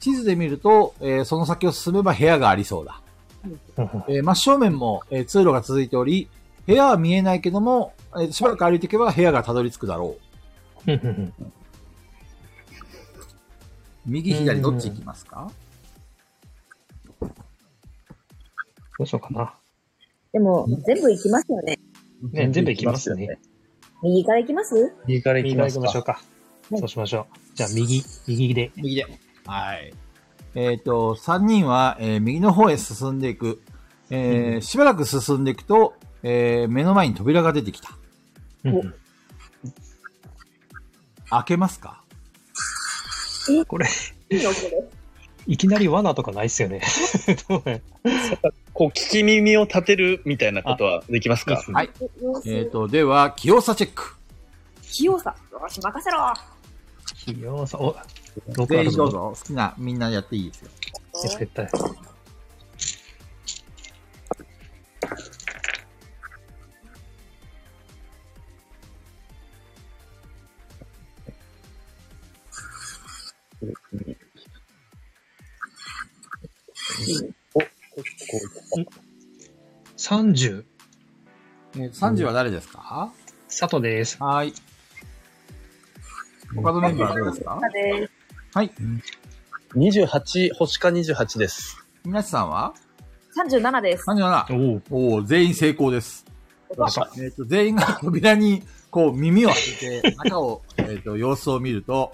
Speaker 1: 地図で見ると、えーその先を進めば部屋がありそうだ。えー真正面も、えー通路が続いており、部屋は見えないけども、えーしばらく歩いていけば部屋がたどり着くだろう。右、左、どっち行きますか
Speaker 6: どうしようかな。
Speaker 4: でも、全部行きますよね。
Speaker 6: [LAUGHS] ね、全部行きますね。
Speaker 4: 右から行きます
Speaker 5: 右から行
Speaker 6: 右
Speaker 5: き
Speaker 6: から行
Speaker 5: ます
Speaker 6: きましょう
Speaker 5: か。
Speaker 6: か。そうしましょう。じゃあ、右、右で。
Speaker 1: 右で。はい。えっ、と、3人は、えー右の方へ進んでいく。えーしばらく進んでいくと、えー目の前に扉が出てきた。開けますか
Speaker 6: これ、
Speaker 4: いいのこれ。
Speaker 6: いきなり罠とかないっすよね。どうね
Speaker 5: こう、聞き耳を立てるみたいなことはできますか
Speaker 1: はい。
Speaker 4: 様子
Speaker 1: えっ、と、では、器用さチェック。
Speaker 4: 器用さ。よし、任せろ。
Speaker 6: 器用さ、お、ど
Speaker 1: 全員どうぞ。好きな、みんなやっていいですよ。
Speaker 6: 絶対。30、
Speaker 1: 30は誰ですか、
Speaker 6: 佐藤です。
Speaker 1: はーい。他のメンバーはどうですか
Speaker 4: で
Speaker 5: 28、星か28です。
Speaker 1: みなしさんは
Speaker 4: 37です。
Speaker 1: ?37。
Speaker 6: おお、
Speaker 1: おお全員成功です。えっ、と、全員が扉に、こう、耳を当てて、中を、えっ、と、様子を見ると、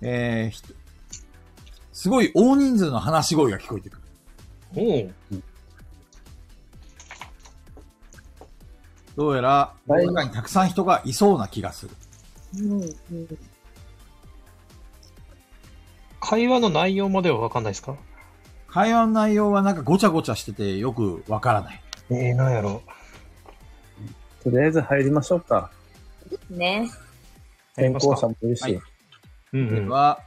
Speaker 1: えーひと、すごい大人数の話し声が聞こえてくる。
Speaker 6: おう
Speaker 1: どうやら、この中にたくさん人がいそうな気がする。
Speaker 4: うんうん
Speaker 6: 会話の内容までは分かんないですか
Speaker 1: 会話の内容はなんかごちゃごちゃしててよくわからない。
Speaker 6: ええなんやろ
Speaker 7: とりあえず入りましょうか。
Speaker 4: ね。
Speaker 6: 入
Speaker 7: 転
Speaker 6: りますか
Speaker 7: 校者もいるし。
Speaker 1: はい
Speaker 6: うんう
Speaker 1: で
Speaker 6: ん。
Speaker 1: は、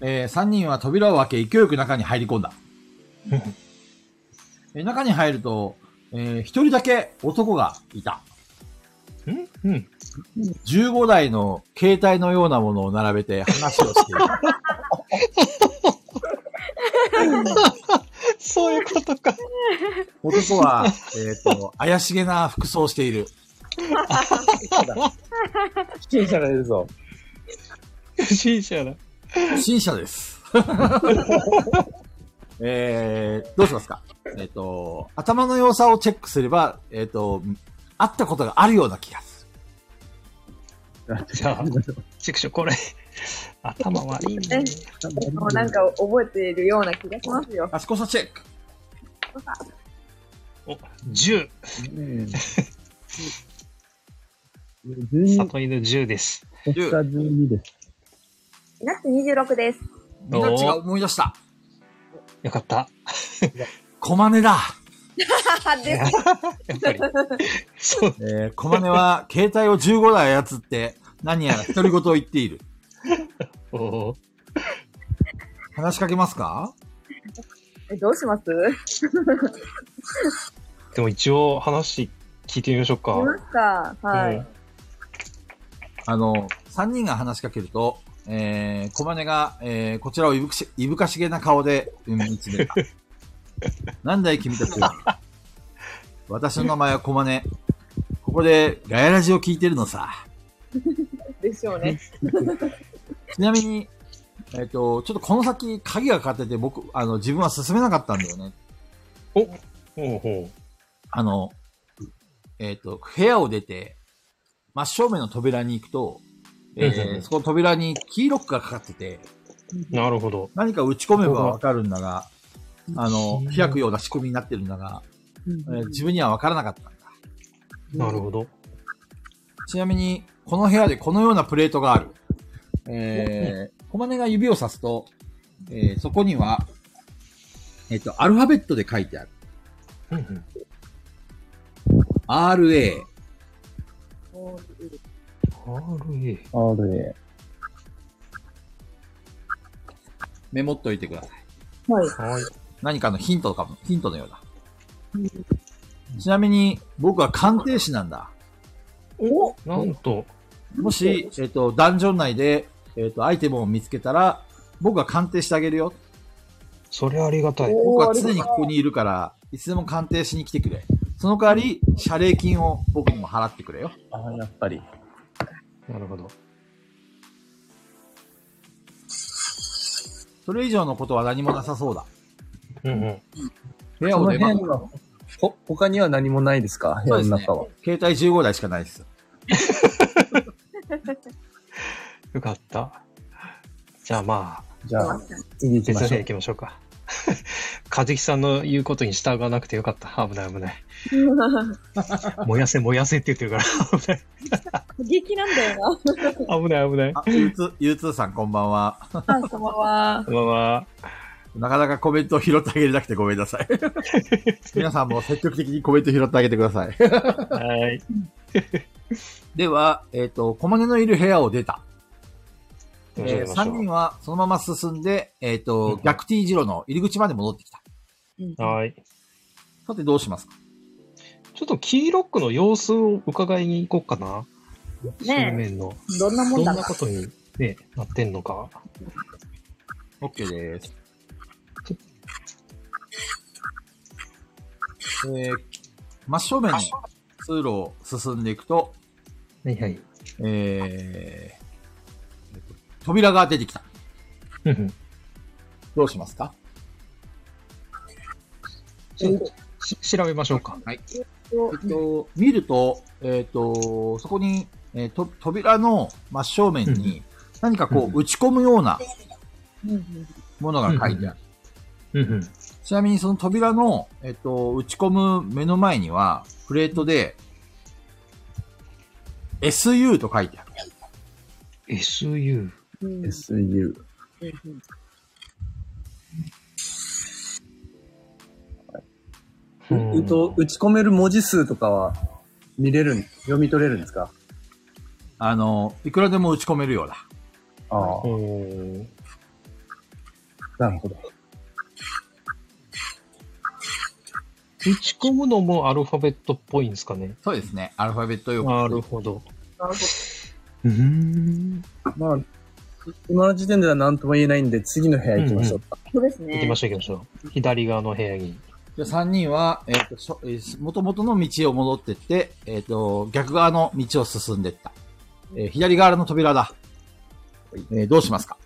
Speaker 1: え3人は扉を開け、勢いよく中に入り込ん
Speaker 6: [LAUGHS]
Speaker 1: だ。え中に入ると、え1人だけ男がいた。
Speaker 6: うんうん。
Speaker 1: 15台の携帯のようなものを並べて話をしていた。
Speaker 6: [LAUGHS] そういうことか。
Speaker 1: 男
Speaker 6: [LAUGHS]
Speaker 1: は、えっ、と、怪しげな服装をしている。
Speaker 7: 不審者がいるぞ。
Speaker 6: 不審者だ。
Speaker 1: 新車です。 [LAUGHS] えー、どうしますかえっ、と、頭の良さをチェックすれば、えっ、と、会ったことがあるような気がする。
Speaker 6: じ
Speaker 7: [LAUGHS]
Speaker 6: ゃあ、チクショー、これ、 [LAUGHS] 頭悪いね
Speaker 4: ね。もうなんか覚えているような気がしますよ。
Speaker 1: あそこさチェック。
Speaker 6: お、10。
Speaker 7: うん。
Speaker 6: 里犬10です。
Speaker 7: 星か12です。
Speaker 4: なって26です。
Speaker 1: みんな違う思い出した。
Speaker 6: よかった。
Speaker 1: コマネだ。
Speaker 4: あ、で、
Speaker 6: やっぱり。そう。
Speaker 1: えー、コマネは携帯を15台操って、何やら独り言を言っている。
Speaker 6: おー
Speaker 1: 話しかけますか
Speaker 4: えどうします
Speaker 6: でも一応話聞いてみましょうか
Speaker 4: い。ますかはい。
Speaker 6: うん
Speaker 1: あの、3人が話しかけると、えー、コマネが、えー、こちらをいぶくし、いぶかしげな顔で、うん、見つ
Speaker 6: [LAUGHS]
Speaker 1: めた。なんだい君たちは。私の名前はコマネ。ここで、ガヤラジを聞いてるのさ。
Speaker 4: でしょうね。
Speaker 1: ちなみに、えっ、と、ちょっとこの先鍵がかかってて、僕、あの、自分は進めなかったんだよね。
Speaker 6: ほうほ
Speaker 1: あの、えっ、と、部屋を出て、真正面の扉に行くと、え
Speaker 6: うんう
Speaker 1: ー、
Speaker 6: ん
Speaker 1: そこの扉にキーロックがかかってて、
Speaker 6: う。なるほど。
Speaker 1: 何か打ち込めばわかるんだが、あの
Speaker 6: う、ん
Speaker 1: 開くような仕組みになってるんだが、えー自分にはわからなかったんだ。
Speaker 6: なるほど。
Speaker 1: ちなみに、この部屋でこのようなプレートがある。えー、小金が指をさすと、えー、そこには、えっ、と、アルファベットで書いてある。
Speaker 6: うんうん。
Speaker 1: RA、
Speaker 6: RA。
Speaker 7: あれ。
Speaker 1: メモっといてください。
Speaker 4: はい。
Speaker 6: はい。
Speaker 1: 何かのヒントかも、ヒントのようだ。ちなみに、僕は鑑定士なんだ。
Speaker 6: おなんと、
Speaker 1: もし、えっ、と、ダンジョン内で、えっ、と、アイテムを見つけたら、僕は鑑定してあげるよ。
Speaker 6: それありがたい。
Speaker 1: 僕は常にここにいるから、いつでも鑑定しに来てくれ。その代わり、謝礼金を僕にも払ってくれよ。
Speaker 5: ああ、やっぱり。
Speaker 6: なるほど。
Speaker 1: それ以上のことは何もなさそうだ。
Speaker 6: うんうん。
Speaker 1: 部屋
Speaker 5: こ
Speaker 1: を
Speaker 5: の
Speaker 1: 出ます
Speaker 5: 辺。は、ほ、他には何もないですか部
Speaker 1: そう
Speaker 5: 屋
Speaker 1: で
Speaker 5: の
Speaker 1: すね
Speaker 5: 中は。
Speaker 1: 携帯15台しかないです。
Speaker 4: [LAUGHS]
Speaker 6: よかった。じゃあまあ、
Speaker 7: じゃあ、次行き
Speaker 6: 別
Speaker 7: ま
Speaker 6: の
Speaker 7: し
Speaker 6: 部
Speaker 7: ょ
Speaker 6: 屋行きましょうか。 [LAUGHS] かじきさんの言うことに従わなくてよかった。危ない危ない。燃やせ燃やせって言ってるから、危ない。
Speaker 4: 過激なんだよ
Speaker 6: [LAUGHS] 危ない危ない。
Speaker 1: あ、U2、U2 さんこんばんは。
Speaker 4: な。あ、こんばん [LAUGHS] は。
Speaker 6: まあま
Speaker 1: なかなかコメントを拾ってあげれなくてごめんな
Speaker 5: [LAUGHS]
Speaker 1: さい。皆さんも積極的にコメント拾ってあげてください。
Speaker 6: あ、はい。
Speaker 1: では、えっ、と、小金のいる部屋を出た。
Speaker 6: どうし
Speaker 1: え
Speaker 6: ま
Speaker 1: ー、
Speaker 6: しょ
Speaker 1: 3人はそのまま進んで、えっ、と、
Speaker 6: うん
Speaker 1: 逆 T 字路の入り口まで戻ってきた。
Speaker 6: う。はい。
Speaker 1: さてどうしますか
Speaker 6: ちょっとキーロックの様子を伺いに行こうかな。正
Speaker 4: ね
Speaker 6: 面の。
Speaker 4: え、どんなも
Speaker 6: ど
Speaker 4: ん
Speaker 6: ん
Speaker 4: だ
Speaker 6: な
Speaker 4: か。
Speaker 6: ことに、ね、なってんのか。
Speaker 1: ?OK です。えー、真正面の通路を進んでいくと、
Speaker 6: はいはい。
Speaker 1: えー、扉が出てきた。
Speaker 6: うんうん
Speaker 1: どうしますか
Speaker 6: ちょっとし調べましょうか。
Speaker 1: えっと、見ると、えっ、と、そこに、えーと、扉の真正面に、何かこ
Speaker 6: うん
Speaker 1: う、打ち込むような
Speaker 4: うんうん
Speaker 1: ものが書いてある。
Speaker 6: うんうん。
Speaker 1: ちなみにその扉の、えっ、と、打ち込む目の前には、プレートで、SU と書いてある。
Speaker 6: SU。
Speaker 4: うん
Speaker 7: う。SU。
Speaker 6: うん
Speaker 5: えっと、打ち込める文字数とかは見れるん、読み取れるんですか
Speaker 1: あの、いくらでも打ち込めるようだ。
Speaker 7: ああ、
Speaker 6: お
Speaker 7: なるほど。
Speaker 6: 打ち込むのもアルファベットっぽいんですかね。
Speaker 1: そうですね。アルファベット用
Speaker 6: なるほど。
Speaker 4: なるほ
Speaker 6: うーん。
Speaker 5: まあ、今の時点では何とも言えないんで、次の部屋行きましょうか。
Speaker 4: ど。そうです
Speaker 6: 行きま
Speaker 4: ね。
Speaker 6: しょう行きましょう。左側の部屋に。
Speaker 1: じゃあ3人は、えっ、としょえー、元々の道を戻ってって、えっ、と、逆側の道を進んでった。えー左側の扉だ。えーどうしますか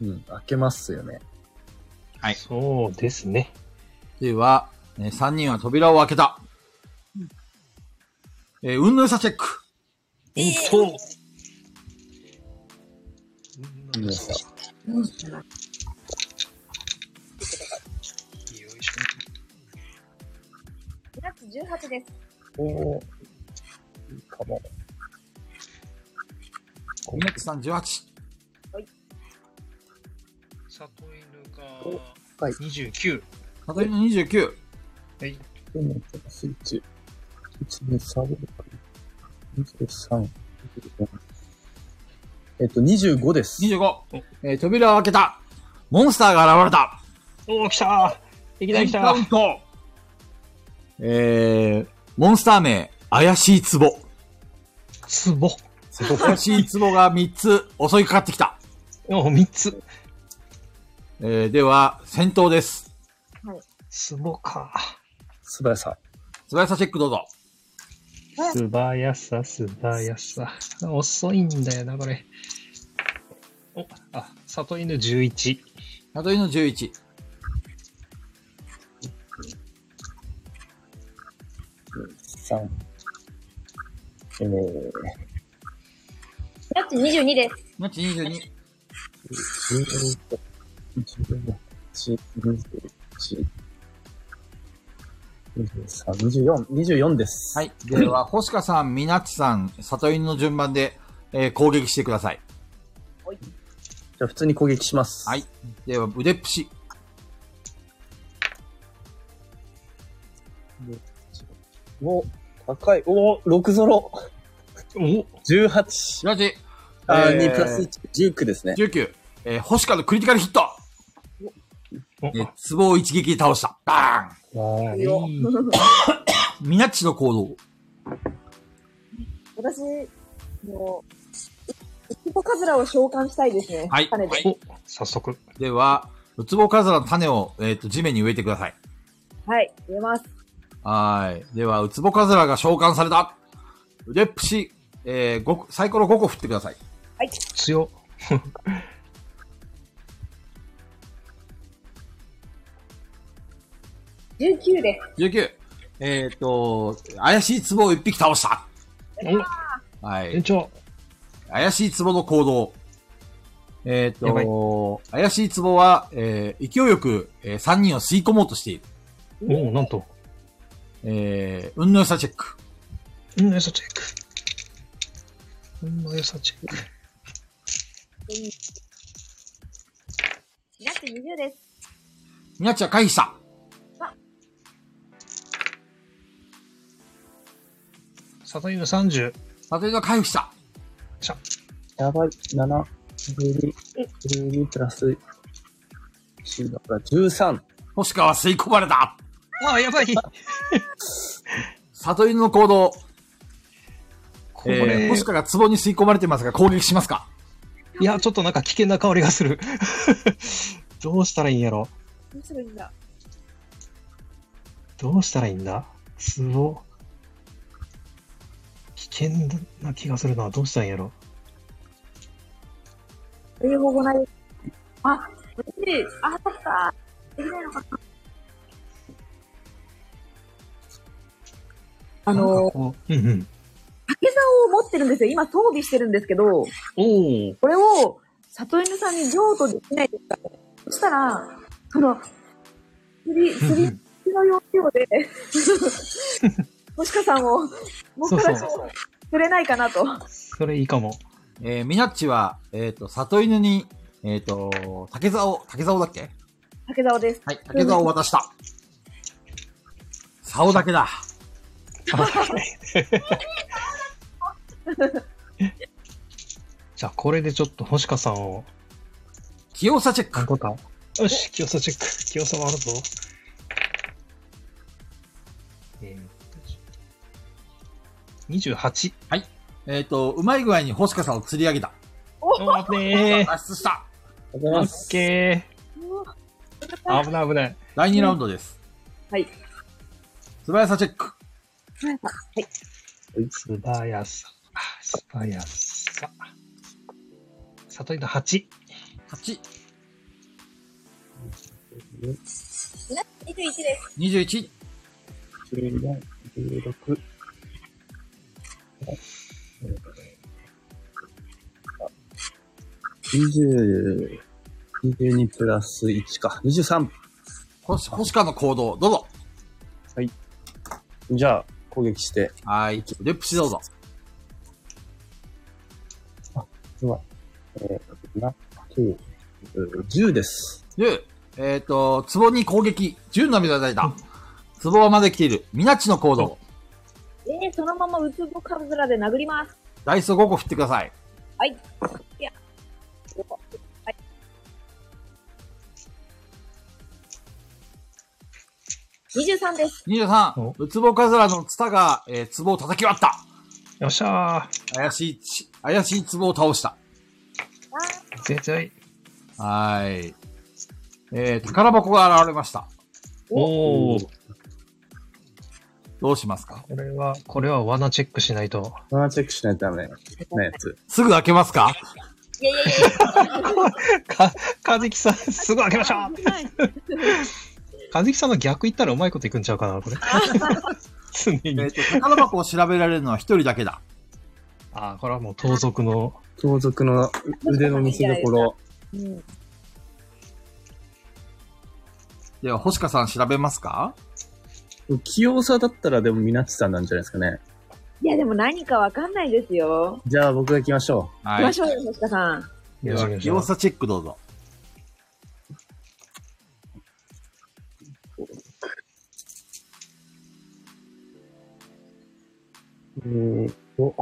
Speaker 6: うん
Speaker 5: うん、開けますよね。
Speaker 1: はい
Speaker 6: そうですね。
Speaker 1: では、え3人は扉を開けた。えー運の良さチェック。
Speaker 6: うんと。
Speaker 7: いいですか
Speaker 4: 2月18です。
Speaker 7: おお、いいかも。
Speaker 1: 238。
Speaker 8: 里犬
Speaker 7: は
Speaker 8: が
Speaker 7: い
Speaker 8: 29。
Speaker 1: たとえの29。
Speaker 7: でも、スイッチ。1、2、3、23、25。
Speaker 5: えっと、25です。
Speaker 1: 25。えー扉を開けた。モンスターが現れた。
Speaker 6: おお、来たーいきなり来
Speaker 1: エンカ
Speaker 6: た
Speaker 1: ウント。えー、モンスター名、怪しい壺。
Speaker 6: ツボ。
Speaker 1: 怪しい壺が3つ襲いかかってきた。
Speaker 6: お三つ。
Speaker 1: えー、では、戦闘です。
Speaker 6: ツボか。
Speaker 5: 素早さ。
Speaker 1: 素早さチェックどうぞ。
Speaker 6: 素早さ、素早さ。遅いんだよな、これ。お、あ、里犬11。
Speaker 1: 里犬11。
Speaker 7: 三。えー、
Speaker 4: ナッチ22です。
Speaker 1: ナッチ22。
Speaker 7: 十一、21、23、24、24です。
Speaker 1: はい。では、星香さん、みなっちさん、里犬の順番で、えー攻撃してください。
Speaker 5: じゃあ普通に攻撃します。
Speaker 1: はい。では、腕っぷし。
Speaker 5: お、高い。お、6ゾロ。
Speaker 6: お
Speaker 5: 18。
Speaker 1: ナッチ、
Speaker 5: あー、
Speaker 2: えー
Speaker 5: 2プラス1、19ですね。
Speaker 1: 19。えー星香のクリティカルヒット
Speaker 6: お
Speaker 1: えー、ツボを一撃で倒した。バ
Speaker 6: わあ、いい。
Speaker 1: ーンみなっちの行動。
Speaker 4: 私、もう、ウツボカズラを召喚したいですね。
Speaker 1: はい
Speaker 4: 種で。
Speaker 6: お、早速。
Speaker 1: では、ウツボカズラの種を、えーと、地面に植えてください。
Speaker 4: はい、入れます。
Speaker 1: はーい。では、ウツボカズラが召喚された。腕っぷし、えー、ごサイコロ5個振ってください。
Speaker 6: 強。
Speaker 4: 19で
Speaker 1: 19。えっ、と、怪しいツボを1匹倒した。は
Speaker 6: お、延
Speaker 1: い。
Speaker 6: 長。
Speaker 1: 怪しいツボの行動。えっ、
Speaker 6: やばい
Speaker 1: と、怪しいツボは、えー勢いよく、え3人を吸い込もうとしている。
Speaker 6: お、なんと。
Speaker 1: えー運の良さチェック。
Speaker 6: 運の良さチェック。運の良さチェック。
Speaker 4: す。ナッチ20です。
Speaker 1: みなっちは回避した。
Speaker 6: 里犬30。
Speaker 1: サトリは回避した。
Speaker 7: やばい、7、12、12プラス1だから13。
Speaker 1: 星川は吸い込まれた。
Speaker 6: あ、やばい。
Speaker 1: サトリの行動。
Speaker 6: こ
Speaker 1: えー、
Speaker 6: れ、
Speaker 1: 星川が壺に吸い込まれてますが攻撃しますか
Speaker 6: いや、ちょっとなんか危険な香りがする。 [LAUGHS] どうしたらいいんやろ。
Speaker 4: どうするんだ。
Speaker 6: どうしたらいいんだツボ。危険な気がするな。どうしたらいいんやろ。
Speaker 4: という方法ない。あ、嬉しい。あ、そっか。できないのかな。あ
Speaker 6: なん
Speaker 4: の
Speaker 6: か、こう、うんうん。
Speaker 4: 竹竿を持ってるんですよ。今装備してるんですけど、
Speaker 6: おお。
Speaker 4: これを里犬さんに譲渡できないですかね。そしたら、その、釣
Speaker 6: [LAUGHS]
Speaker 4: り、釣りの要領で、もしかさんを、僕から
Speaker 6: そう
Speaker 4: 釣れないかなと。
Speaker 6: それいいかも。
Speaker 1: えー、ミナッチは、えっ、と、里犬に、えっ、と、竹竿、竹竿だっけ
Speaker 4: 竹竿です。
Speaker 1: はい、竹竿を渡した。竿だけだ。
Speaker 6: じゃあ、これでちょっと星香さんを、
Speaker 1: 器用さチェック。
Speaker 6: こか。よし、清さチェック。 [LAUGHS] 清さもあるぞ。えー、28。
Speaker 1: えっ、と、うまい具合に星香さんを釣り上げた。
Speaker 6: おー、ね
Speaker 1: 脱出した。
Speaker 7: ありがとうござい
Speaker 6: ー。オ
Speaker 7: ます。
Speaker 6: ッケー。危ない危ない。
Speaker 1: 第2ラウンドです。
Speaker 4: はい。
Speaker 1: 素早さチェック。
Speaker 6: 素早さ。素早さ。里井の8。
Speaker 1: 8、
Speaker 4: 21です。
Speaker 1: 21、
Speaker 7: 14、16。
Speaker 5: 20、22プラス1か。23。
Speaker 1: 星星香の行動、どうぞ。
Speaker 5: じゃあ、攻撃して。
Speaker 1: はい、レプシどうぞ。
Speaker 7: えー、な、
Speaker 5: 10です。
Speaker 1: 10、えっ、と、壺に攻撃、10の水をいただいた。壺はまで来ている。ミナッチの行動。
Speaker 4: えー、そのままウツボカズラで殴ります。
Speaker 1: ダイスを5個振ってください。
Speaker 4: 23です。
Speaker 1: 23、ウツボカズラのツタが、えー、壺を叩き割った。
Speaker 6: よっしゃ
Speaker 1: 怪しいち、怪しい壺を倒した。
Speaker 6: ー。絶対。
Speaker 1: はーい。えー、宝箱が現れました。
Speaker 6: おお。
Speaker 1: どうしますか
Speaker 6: これは、これは罠チェックしないと。
Speaker 5: そのチェックしないとダメなやつ。
Speaker 1: すぐ開けますか
Speaker 4: いやいやいや、
Speaker 6: か、かずきさん、すぐ開けましょう
Speaker 4: 危 [LAUGHS] ない。
Speaker 6: かずきさんの逆言ったらうまいこといくんちゃうかな、こ [LAUGHS] れ。常
Speaker 1: え
Speaker 6: に。
Speaker 1: っと、宝箱を調べられるのは一人だけだ。
Speaker 6: ああ、これはもう盗賊の、
Speaker 5: 盗賊の腕の見せ所。
Speaker 3: うん。
Speaker 1: では、星香さん調べますか
Speaker 5: 器用さだったらでもみなちさんなんじゃないですかね。
Speaker 4: いやでも何かわかんないですよ。
Speaker 5: じゃあ僕が行きましょ
Speaker 1: は
Speaker 4: 行きましょうよ、星香さん。
Speaker 1: では、器用さチェックどうぞ。
Speaker 7: えーっと、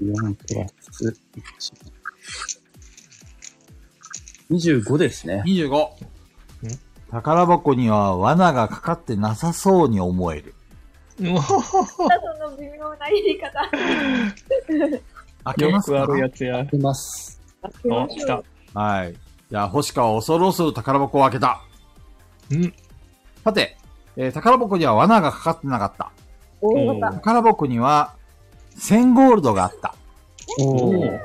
Speaker 5: う。4プラス1。25ですね。
Speaker 1: 25。宝箱には罠がかかってなさそうに思える。
Speaker 6: も
Speaker 4: その微妙な入り方。
Speaker 1: 開
Speaker 2: よ
Speaker 1: けます
Speaker 2: くあ
Speaker 1: か
Speaker 2: るやつや。
Speaker 7: 出ます。
Speaker 6: お、来た。
Speaker 1: はい。じゃあ、星川は恐る恐る宝箱を開けた。
Speaker 6: うん。
Speaker 1: さて、えー宝箱には罠がかかってなかった。
Speaker 3: 大
Speaker 6: お
Speaker 3: 型。
Speaker 1: 宝箱には1000ゴールドがあった。
Speaker 6: おー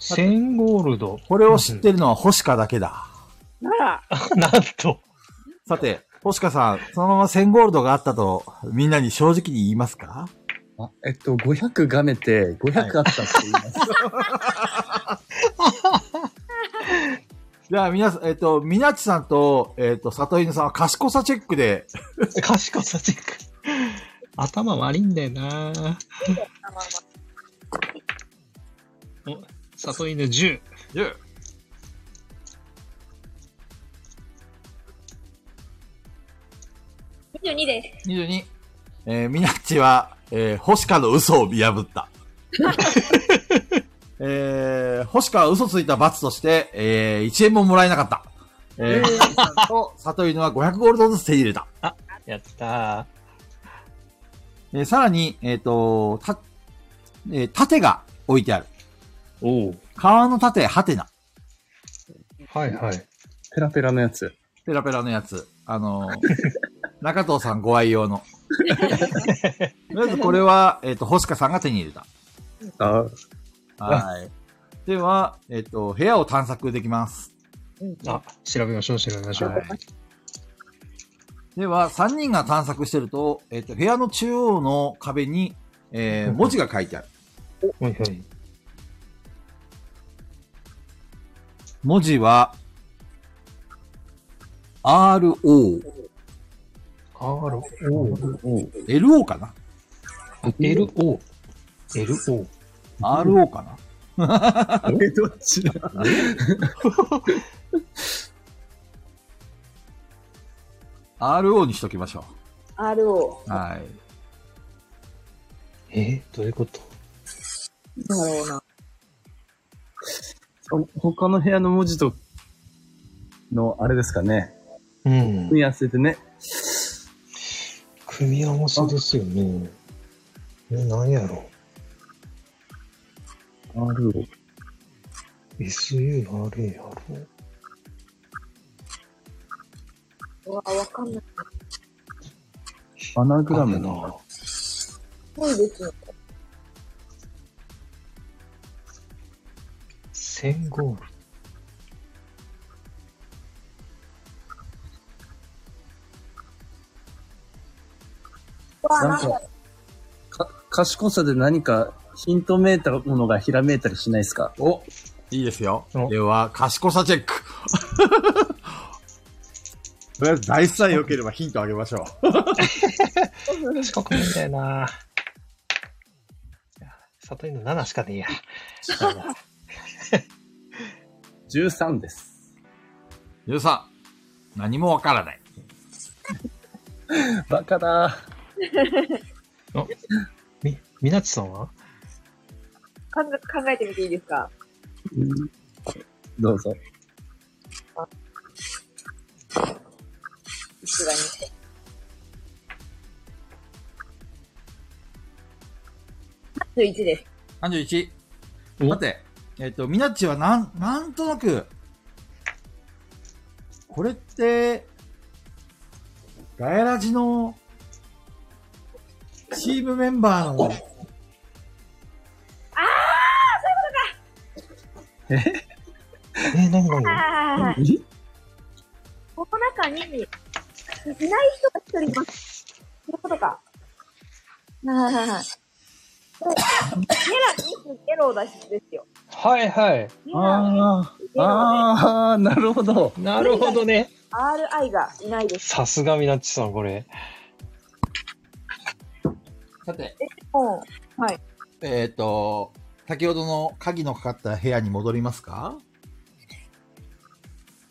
Speaker 6: 1000ゴールド。
Speaker 1: これを知ってるのは星川だけだ。
Speaker 4: なら、
Speaker 6: なんと。
Speaker 1: さて、星川さん、そのまま1000ゴールドがあったと、みんなに正直に言いますか
Speaker 5: あえっと、500がめて、500あったって言います。
Speaker 1: じゃあ、皆さん、えっ、と、みなちさんと、えっ、と、里犬さんは賢さチェックで、
Speaker 6: 賢さチェック。頭悪いんだよなお、里犬10。
Speaker 1: 10。
Speaker 4: 22です。
Speaker 1: 22。えー、みなっちは、えー、星川の嘘を見破 [LAUGHS] った。えー、星川は嘘ついた罰として、えー、1円ももらえなかった。えー、みなっちさんと里犬は500ゴールドずつ手に入れた。
Speaker 6: やった
Speaker 1: えーさらに、えっ、と、た、えー盾が置いてある。
Speaker 6: ー。おお。
Speaker 1: 革の盾、ハテナ。
Speaker 6: はい [LAUGHS] はい。
Speaker 5: ペラペラのやつ。
Speaker 1: ペラペラのやつ。あ [LAUGHS] のー中藤さんご愛用の。とりあえずこれは、えっ、と、星香さんが手に入れた。
Speaker 5: あ
Speaker 1: はい。では、えっ、と、部屋を探索できます。
Speaker 6: あ、調べましょう、調べましょう。
Speaker 1: では、3人が探索してると、えっ、と、部屋の中央の壁に、えー文字が書いてある。
Speaker 6: はいはい。
Speaker 1: 文字は、RO、
Speaker 6: R、
Speaker 1: LO かな
Speaker 6: L、O。L、O。
Speaker 1: ?RO かな
Speaker 5: え、どっちだ
Speaker 1: ？RO にしときましょ
Speaker 4: RO。
Speaker 1: う。はい。
Speaker 6: えー、どういうこと
Speaker 4: だろうな。
Speaker 5: 他の部屋の文字と、の、あれですかね。
Speaker 6: うん。
Speaker 5: 組み合わせてね。
Speaker 6: 組み合わせですよね。え、何やろ
Speaker 5: R を。
Speaker 6: う ?SU、RA、RO。
Speaker 4: うわ、わかんない。
Speaker 5: アナグラ
Speaker 6: あ
Speaker 5: ム
Speaker 6: る
Speaker 5: の。
Speaker 6: な。
Speaker 4: そうですよ。
Speaker 6: 1000ゴール。
Speaker 4: うわ、
Speaker 5: な
Speaker 4: なんんか
Speaker 5: か、か、賢さで何かヒントめいたものがひらめいたりしないですか
Speaker 1: おいいですよ
Speaker 6: お。
Speaker 1: では、賢さチェック。とりあえず、ダイスさえ良ければヒントあげましょう。
Speaker 6: 近くないんだよな。里犬7しかねえや。
Speaker 5: ?13 です。
Speaker 1: ゆうさん、何もわからない。
Speaker 5: バカだ
Speaker 6: み、みなちさんは
Speaker 4: 考え考えてみていいですか
Speaker 5: どうぞ。
Speaker 4: 一概に。31です。
Speaker 1: 31。
Speaker 6: お
Speaker 1: 待て、えっ、と、ミナッチはなん、なんとなく、これって、ガヤラジの、チームメンバーの、
Speaker 6: え、何何何
Speaker 4: あー
Speaker 5: え
Speaker 4: この中に、いない人が一人います。そういうことか。はいはいはい。でメラニスゲロを出しですよ。
Speaker 6: はいはい。
Speaker 4: メラ
Speaker 5: あ
Speaker 4: ゲロ
Speaker 5: あ、ああ、なるほど。
Speaker 6: なるほどね。
Speaker 4: で RI がいないです。
Speaker 6: さすがみなっちさん、これ。
Speaker 1: さて、
Speaker 4: も
Speaker 1: えっ、と、先ほどの鍵のかかった部屋に戻りますか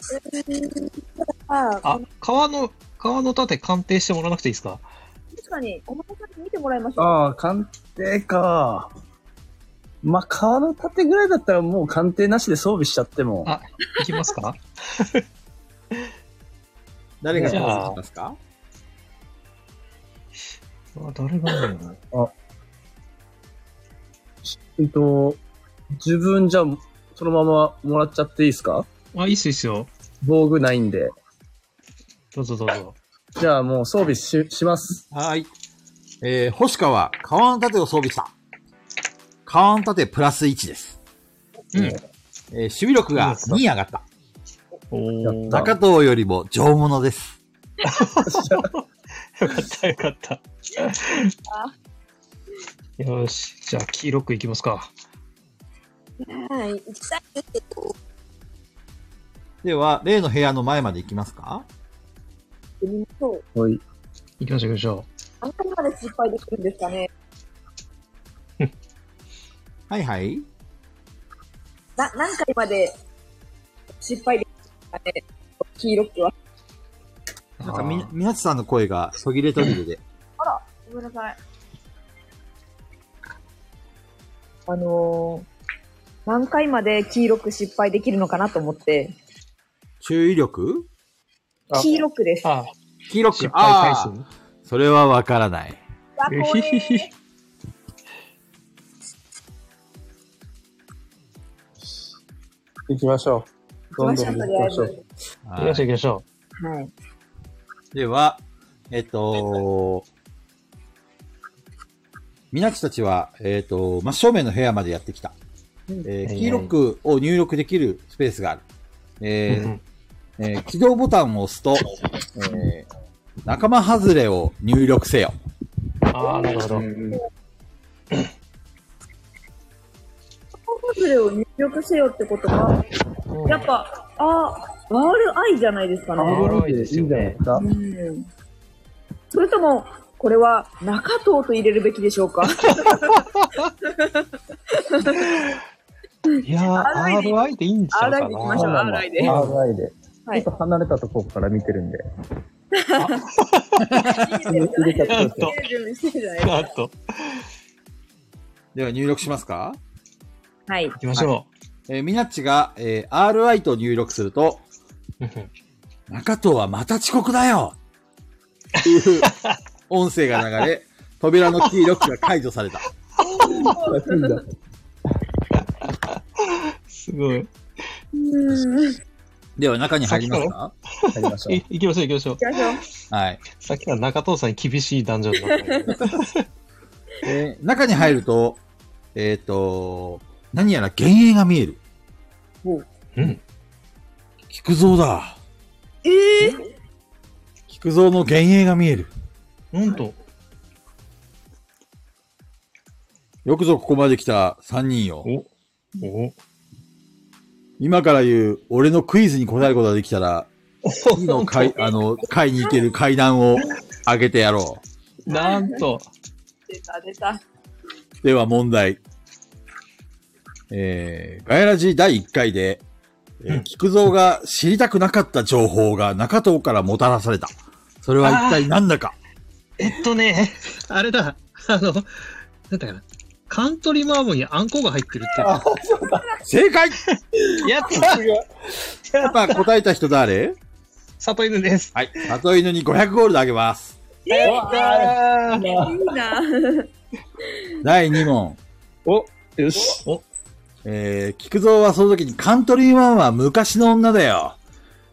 Speaker 4: う、ああ、
Speaker 6: あ、川の、川の盾鑑定してもらわなくていいですか
Speaker 4: 確かに、お前さんに見てもらいましょう。
Speaker 5: ああ、鑑定か。まあ、川の盾ぐらいだったらもう鑑定なしで装備しちゃっても。
Speaker 6: あいきます [LAUGHS] か
Speaker 1: 誰が
Speaker 6: じゃあ
Speaker 1: どうですか
Speaker 6: あ誰がいるの
Speaker 5: えっと、自分じゃ、そのままもらっちゃっていいですか
Speaker 6: あ、いいっすよいいっすよ。
Speaker 5: 防具ないんで。
Speaker 6: どうぞどうぞ。
Speaker 5: じゃあもう装備し、します。
Speaker 1: はい。えー、星川、川の盾を装備した。川の盾プラス1です。
Speaker 6: うん
Speaker 1: えー守備力が2上がった。
Speaker 6: おー。
Speaker 5: やっ
Speaker 1: 中藤よりも上物です。
Speaker 6: よかったよかった。よし。じゃあ、黄色くいきますか。
Speaker 4: はい、行きたいですけど、
Speaker 1: では、例の部屋の前まで行きますか
Speaker 4: 行きましょう。
Speaker 5: はい。
Speaker 6: いきましょう行きましょ
Speaker 4: 何回まで失敗できるんですかね。
Speaker 1: はいはい。
Speaker 4: な、何回まで失敗できるんですかね。黄色くは。
Speaker 6: う。
Speaker 1: なんかみ
Speaker 6: あー、
Speaker 1: みなちさんの声が途切れ途切れで。
Speaker 4: ごめんなさい。
Speaker 3: あのー、何回まで黄色く失敗できるのかなと思って、
Speaker 1: 注意力
Speaker 6: あ
Speaker 3: 黄色くです。
Speaker 6: あ、
Speaker 1: 黄色く
Speaker 6: 失敗回
Speaker 1: あー
Speaker 6: 数
Speaker 1: それはわからない。
Speaker 4: あ、
Speaker 6: え
Speaker 4: こ
Speaker 6: ひ
Speaker 4: [LAUGHS]
Speaker 6: ひひ。
Speaker 2: 行きましょ
Speaker 4: 行きましょう、とりあえず。
Speaker 6: 行きましょう行きましょ
Speaker 3: はい。
Speaker 1: では、えっと、みなちたちは、えっと、真正面の部屋までやってきた。えー
Speaker 6: はい
Speaker 1: 黄色くを入力できるスペースがある。
Speaker 6: う。
Speaker 1: えー
Speaker 6: うん
Speaker 1: えー起動ボタンを押すと、えー仲間外れを入力せよ。
Speaker 6: ああ、なるほど。
Speaker 4: パズルを入力せよってことは、やっぱ、あー、ワールアイじゃないですかね。
Speaker 6: おもろいですよね。
Speaker 4: うん。それとも、これは中藤と入れるべきでしょうか
Speaker 6: いやー、
Speaker 4: RI で
Speaker 6: RI でいいんちゃう
Speaker 4: ?RI
Speaker 6: か
Speaker 4: で
Speaker 6: な。
Speaker 4: いきましょう、RI で。
Speaker 6: あ
Speaker 7: 長いで。
Speaker 4: は
Speaker 7: ちょ
Speaker 4: い
Speaker 7: っと離れたところから見てるんで。
Speaker 4: 入れちゃって
Speaker 6: やっと、
Speaker 4: 準備してるじゃない
Speaker 6: やっと。
Speaker 1: では入力しますか
Speaker 3: はい。
Speaker 6: 行きましょ
Speaker 1: えー、みなっちが、えー RI と入力すると、
Speaker 6: う。
Speaker 1: 中藤はまた遅刻だよという音声が流れ、扉のキーロックが解除された。
Speaker 6: すごい。
Speaker 1: では中に入りますか
Speaker 7: 入りま
Speaker 5: [LAUGHS]
Speaker 7: しょ
Speaker 6: い行きましょう行きましょう。
Speaker 1: はい。
Speaker 6: さっきから中藤さんに厳しいダンジョンだった [LAUGHS] んで。
Speaker 1: えー中に入ると、えっ、と、何やら幻影が見える。
Speaker 6: うん。
Speaker 1: 菊蔵だ。
Speaker 4: えー、
Speaker 1: 菊蔵の幻影が見える。
Speaker 6: なんと、
Speaker 1: よくぞここまで来た3人よ。
Speaker 6: お
Speaker 1: 今から言う、俺のクイズに答えることができたら、次の階、あの、階に行ける階段を上げてやろ
Speaker 6: なんと、
Speaker 4: 出た出た。
Speaker 1: う。では問題。えー、ガヤラジ第1回で、えー菊蔵が知りたくなかった情報が中藤からもたらされた。それは一体何だか
Speaker 6: えっとね、あれだ、あの、なんだっけな、カントリーマーモンにあんこが入ってるって。
Speaker 1: 正解
Speaker 6: やった
Speaker 1: やっぱ答えた人誰
Speaker 6: 里犬です。
Speaker 1: [LAUGHS] はい。里犬に500ゴールドあげます。
Speaker 6: やったー
Speaker 4: いいな。
Speaker 1: 第2問。
Speaker 6: お
Speaker 9: よし。
Speaker 1: えー、菊蔵はその時にカントリーマンは昔の女だよ。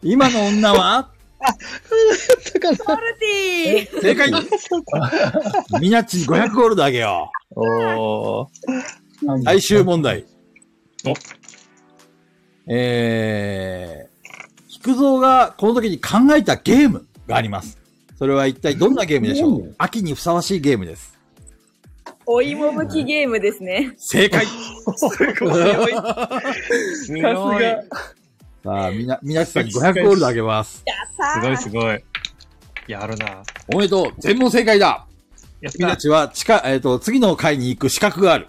Speaker 1: 今の女 [LAUGHS] は
Speaker 4: パルティー
Speaker 1: 正解みなっちに500ゴールドあげよ
Speaker 9: おー。
Speaker 1: う。最終問題。えー、菊蔵がこの時に考えたゲームがあります。それは一体どんなゲームでしょう秋にふさわしいゲームです。
Speaker 4: お芋向きゲームですね。
Speaker 1: 正解
Speaker 6: すごい。す
Speaker 1: さあ、みな、みなっちさんに500ゴールドあげます。
Speaker 6: ごいすごい。やるな。
Speaker 1: おめでとう全問正解だ
Speaker 6: やっ
Speaker 1: 君た
Speaker 6: た。
Speaker 1: ちは近、えっ、と、次の回に行く資格がある。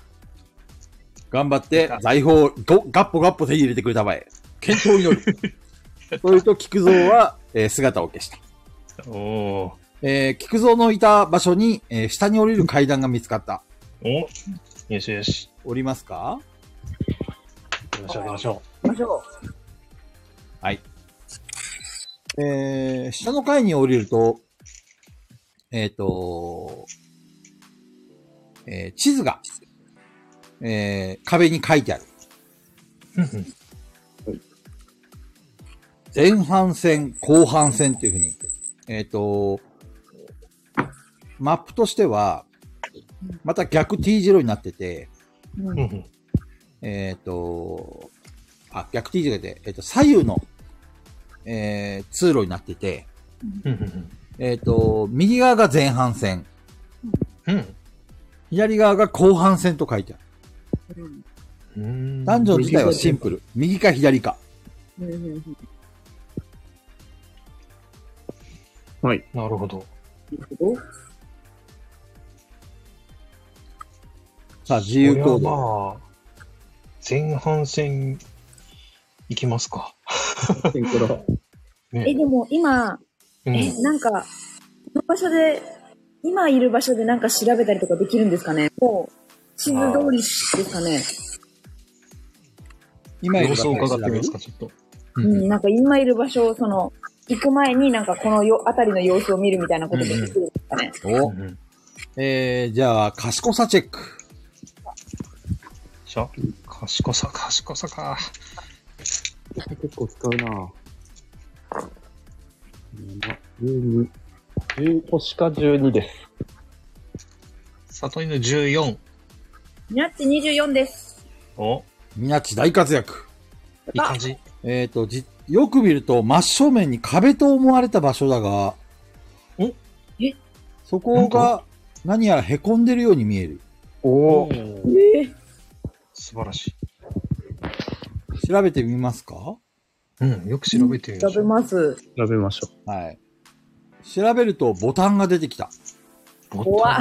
Speaker 1: 頑張って財宝をごガッポガッポ手に入れてくれた [LAUGHS] まえ。健闘を祈 [LAUGHS] る。それと菊蔵は、えー姿を消した。
Speaker 6: おお
Speaker 1: えー菊蔵のいた場所に、えー下に降りる階段が見つかった。
Speaker 6: ー。およしよし。
Speaker 1: 降りますか
Speaker 6: やりましょうやりましょ
Speaker 4: 行きましょ
Speaker 1: えー下の階に降りると、えっ、と、えー地図が、えー壁に書いてある。前半戦、後半戦っていうふうに、えっ、と、マップとしては、また逆 T 字路になってて、
Speaker 6: う。うん
Speaker 1: えっ、と、あ、逆 T 字路で、えっ、と、左右の、えー通路になってて、
Speaker 6: うんうん
Speaker 1: えっ、と、右側が前半戦、
Speaker 6: うん
Speaker 1: 左側が後半戦と書いてある。
Speaker 6: うん。
Speaker 1: ダンジョン自体はシンプル。右か左か。
Speaker 4: う。うんうんうん
Speaker 6: なるほど。
Speaker 1: さあ、自由行動。
Speaker 6: これはまあ、前半戦、行きますか。
Speaker 4: え、でも今、
Speaker 6: う
Speaker 4: え、
Speaker 6: ん、
Speaker 4: なんか、この場所で、今いる場所でなんか調べたりとかできるんですかねもう、地図通りですかね
Speaker 1: 今いる
Speaker 6: 様
Speaker 1: 場
Speaker 6: 子を
Speaker 1: 所
Speaker 6: 伺ってみ
Speaker 1: で
Speaker 6: ます
Speaker 1: す
Speaker 6: か、ちょっと。
Speaker 4: うん、なんか今いる場所を、その、行く前になんかこのよ辺りの様子を見るみたいなことできるんですかね、
Speaker 1: お
Speaker 6: うんうん
Speaker 1: えー、じゃあ、賢さチェック。
Speaker 6: しゃ賢さ、賢さか。
Speaker 10: 結構使うなぁ。12。
Speaker 9: 10星か12です。
Speaker 6: 里犬14。
Speaker 4: ニャッチ24です。
Speaker 6: お
Speaker 1: みなっち大活躍。
Speaker 6: いい感じ。
Speaker 1: えっ、と、じ、よく見ると真正面に壁と思われた場所だが、
Speaker 6: お
Speaker 4: え
Speaker 1: そこが何やら凹んでるように見える。
Speaker 9: おお。
Speaker 4: ええ
Speaker 6: 素晴らしい。
Speaker 1: 調べてみますか
Speaker 6: うん、よく調べてみまし
Speaker 4: 食べ
Speaker 6: ょう。
Speaker 4: ます。
Speaker 5: 調べましょ
Speaker 1: はい。調べるとボタンが出てきた。
Speaker 4: 怖っ。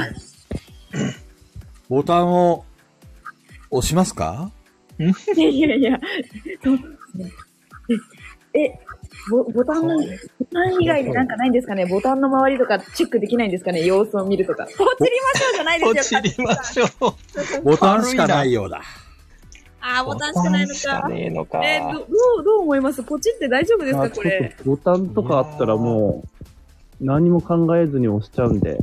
Speaker 1: ボタンを押しますか
Speaker 4: いやいやいや。そうえ、ボボタンの、ボタン以外になんかないんですかねボタンの周りとかチェックできないんですかね様子を見るとか。ポチりましょうじゃない
Speaker 6: 落
Speaker 4: ですよ。
Speaker 6: ちりましょう。
Speaker 1: ボタンしかないようだ。
Speaker 4: あー、ボタンしかないの
Speaker 9: ボタンしか
Speaker 4: か。
Speaker 9: ねえのか。
Speaker 4: えーど、どう、どう思いますポチって大丈夫ですかこれ。
Speaker 5: う。ボタンとかあったらもう、何も考えずに押しちゃうんで。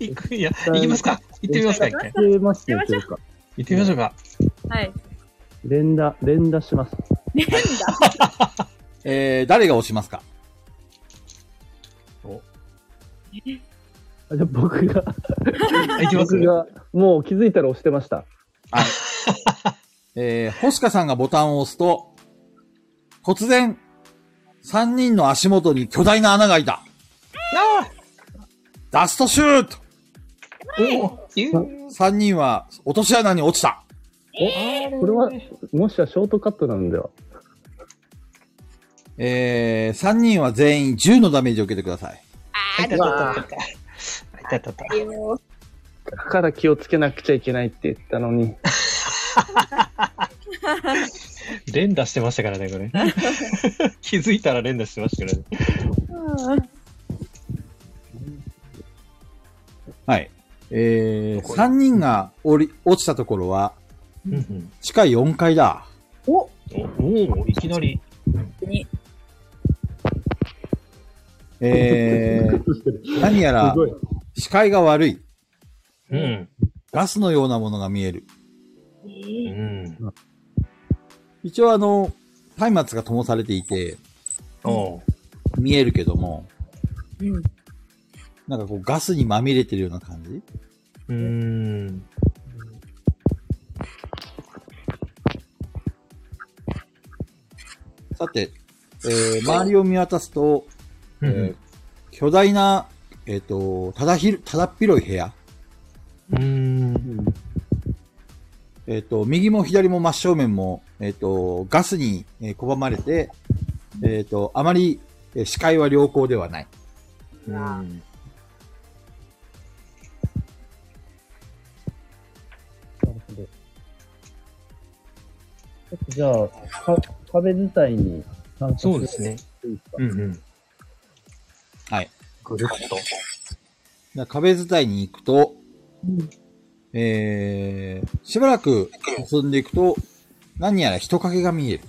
Speaker 6: 行くいや、行きますか。行ってみますか、一回。
Speaker 5: 消えますよ、というか。
Speaker 6: 行ってみましょうか。
Speaker 4: はい。
Speaker 5: 連打、連打します。
Speaker 4: 連打。
Speaker 1: えー、誰が押しますか
Speaker 5: あじゃあ僕が、
Speaker 6: あ行きます
Speaker 5: 僕が、もう気づいたら押してました。
Speaker 1: えー、星香さんがボタンを押すと、突然、3人の足元に巨大な穴が開いた。ダストシュート
Speaker 6: おおゆう
Speaker 1: !3 人は落とし穴に落ちた。
Speaker 5: これは、もしやショートカットなのでは。
Speaker 1: えー、3人は全員10のダメージを受けてください。
Speaker 4: あー、ちょっと
Speaker 6: あいたいたいた。
Speaker 4: 待ってよ。
Speaker 5: だから気をつけなくちゃいけないって言ったのに。
Speaker 6: 連打してましたからね、これ。気づいたら連打してましたからね。
Speaker 1: はい。えー、3人が降り、落ちたところは、
Speaker 6: うんうん
Speaker 1: 地下4階だ。
Speaker 6: おおいきなり。
Speaker 1: え
Speaker 6: [LAUGHS]
Speaker 1: ー、何やら、視界が悪い。
Speaker 6: うん。
Speaker 1: ガスのようなものが見える。
Speaker 6: うん。
Speaker 1: 一応あの、松明が灯されていて、
Speaker 6: おう
Speaker 1: 見えるけども、
Speaker 3: うん。
Speaker 1: なんかこうガスにまみれてるような感じ
Speaker 6: うーん。
Speaker 1: さて、えー周りを見渡すと、
Speaker 6: うん
Speaker 1: えー巨大な、えっ、と、ただひる、ただっ広い部屋。
Speaker 6: うーん。
Speaker 1: えっ、と、右も左も真正面も、えっ、と、ガスに、えー拒まれて、えっ、と、あまり、えー視界は良好ではない。
Speaker 6: うん
Speaker 5: なるほど。じゃあ、か壁自体に参加
Speaker 6: そうですね。うんうん。
Speaker 1: はい。
Speaker 6: グルッと。
Speaker 1: だ壁伝いに行くと、えー、しばらく進んでいくと、何やら人影が見える。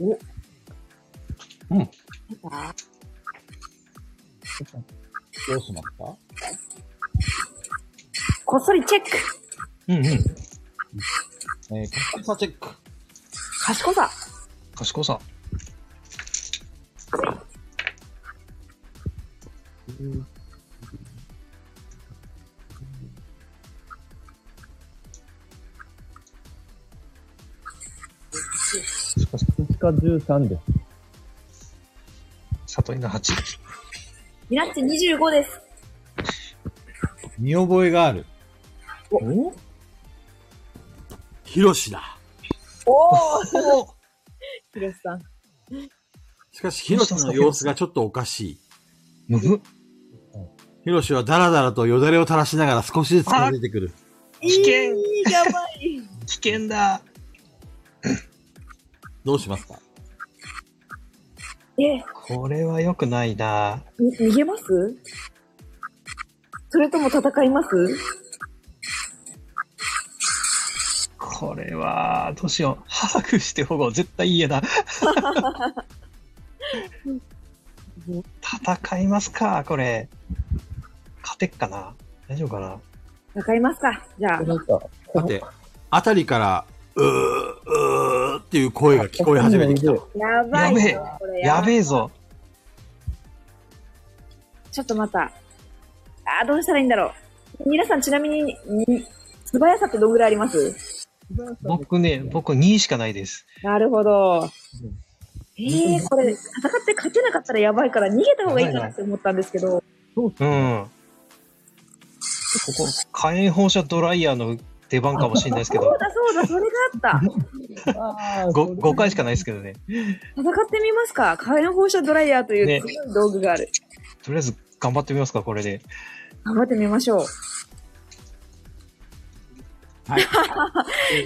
Speaker 1: おうん。どうしました
Speaker 4: こっそりチェック
Speaker 6: うんうん。
Speaker 1: えー、カッサチェック。
Speaker 4: 賢さ
Speaker 6: 賢さ。
Speaker 5: 1か13です。
Speaker 6: 里犬八。
Speaker 4: ミラッチ25です
Speaker 1: 見覚えがある。
Speaker 6: お
Speaker 1: ヒロシだ。
Speaker 6: お
Speaker 3: ヒロシさん。
Speaker 1: しかし、ヒロシの様子がちょっとおかしい。
Speaker 6: むむ。
Speaker 1: ヒロシはダラダラとよだれを垂らしながら少しずつ近づいてくる。
Speaker 6: 危険
Speaker 3: やばい。
Speaker 6: 危険だ
Speaker 1: どうしますか
Speaker 4: [LAUGHS] え
Speaker 6: これは良くないな
Speaker 4: に逃げますそれとも戦います
Speaker 6: これは、どうしよう。把握して保護。絶対 [LAUGHS] 嫌だ。戦いますか、これ。勝てっかな大丈夫かな
Speaker 4: 戦いますかじゃあ
Speaker 5: なんか、
Speaker 1: さて、あたりから、うー、うーっていう声が聞こえ始めてきた。
Speaker 4: やばい
Speaker 6: やべえ
Speaker 4: よこれ
Speaker 6: やべえぞ。
Speaker 4: ちょっとまた。あー、どうしたらいいんだろう。皆さんちなみに、に素早さってどんぐらいあります
Speaker 6: 僕ね、僕2位しかないです。
Speaker 4: なるほど。えー、これ、戦って勝てなかったらやばいから逃げた方がいいかなって思ったんですけど、
Speaker 6: うん。ここ、火炎放射ドライヤーの出番かもしれないですけ
Speaker 4: そ
Speaker 6: ど [LAUGHS]
Speaker 4: う、だそうだ、それがあった。
Speaker 5: あー
Speaker 6: 5, 5回しかないですけどね。
Speaker 4: 戦ってみますか。火炎放射ドライヤーという
Speaker 6: ね
Speaker 4: 強い道具がある。
Speaker 6: とりあえず頑張ってみますか、これで。
Speaker 4: 頑張ってみましょう。
Speaker 1: はい。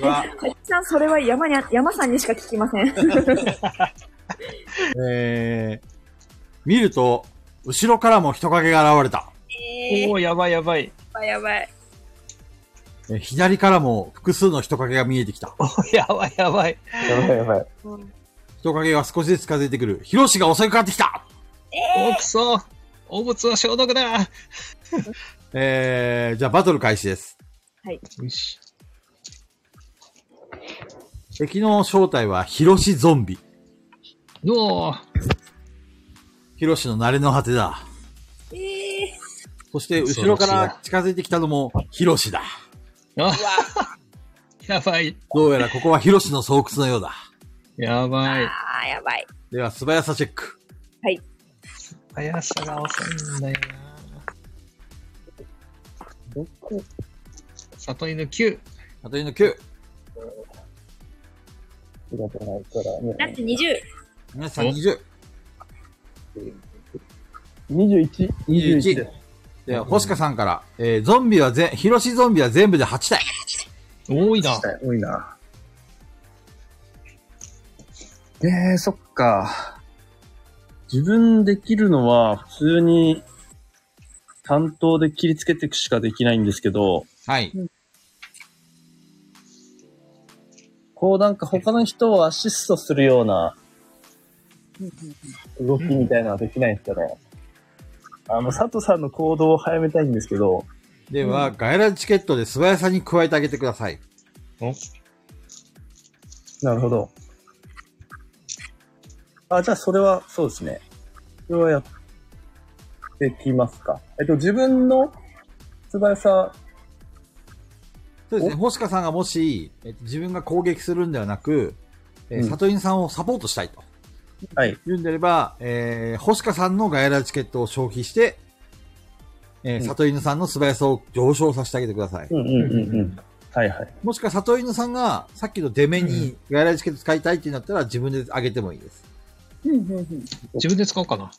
Speaker 1: では、
Speaker 4: かじきさん、それは山に、山さんにしか聞きません。
Speaker 1: えー、見ると、後ろからも人影が現れた。
Speaker 4: え
Speaker 6: おお、やばいやばい。 [LAUGHS]
Speaker 4: ばいやばい。
Speaker 1: えー左からも複数の人影が見えてきた。
Speaker 6: おーやばいやばい。
Speaker 2: やばいやばい。
Speaker 1: 人影が少しずつ近づいてくる。ヒロシが襲いかかってきた
Speaker 6: おーくそ汚物は消毒だ
Speaker 1: えー、じゃあバトル開始です。
Speaker 6: よし。
Speaker 1: 敵の正体はヒロシゾンビ。
Speaker 6: おー
Speaker 1: ヒロシの慣れの果てだ。
Speaker 4: え
Speaker 1: そして後ろから近づいてきたのもヒロシだ。
Speaker 6: あ [LAUGHS] やばい。
Speaker 1: どうやらここはヒロシの巣窟のようだ。
Speaker 6: やばい
Speaker 4: ー、。あー、やばい。
Speaker 1: では素早さチェック。
Speaker 6: 速さが遅いんだよ
Speaker 5: どこ
Speaker 6: な。里犬9。
Speaker 1: 当たりの9。
Speaker 5: が出ないから、も
Speaker 4: ラッチ20。
Speaker 1: 皆さん20。
Speaker 5: う21、21です。
Speaker 1: では、星香さんから、えー、ゾンビはぜ、ヒロシゾンビは全部で8体。
Speaker 6: 多いな。
Speaker 7: 多いな。えー、そっか。
Speaker 5: 自分できるのは、普通に、担当で切りつけていくしかできないんですけど、
Speaker 1: はい。
Speaker 5: こうなんか他の人をアシストするような動きみたいなのはできないんですかね。あの、佐藤さんの行動を早めたいんですけど、
Speaker 1: では、ガイラチケットで素早さに加えてあげてください。
Speaker 6: お
Speaker 5: なるほど。あ、じゃあそれは、そうですね。それはやってきますか。えっと、自分の素早さ、
Speaker 1: そうですね。星香さんがもし、えっと自分が攻撃するんではなく、えー、
Speaker 5: うん
Speaker 1: 里犬さんをサポートしたいと。
Speaker 5: はい。
Speaker 1: 言うんであれば、えー、星香さんのガイラチケットを消費して、えー、
Speaker 5: ん
Speaker 1: 里犬さんの素早さを上昇させてあげてください。
Speaker 5: うんうんうんうん。はいはい。
Speaker 1: もしくは里犬さんが、さっきの出目にガイラチケット使いたいってなったら自分であげてもいいです。
Speaker 3: うんうんうん。
Speaker 6: 自分で使おうかな。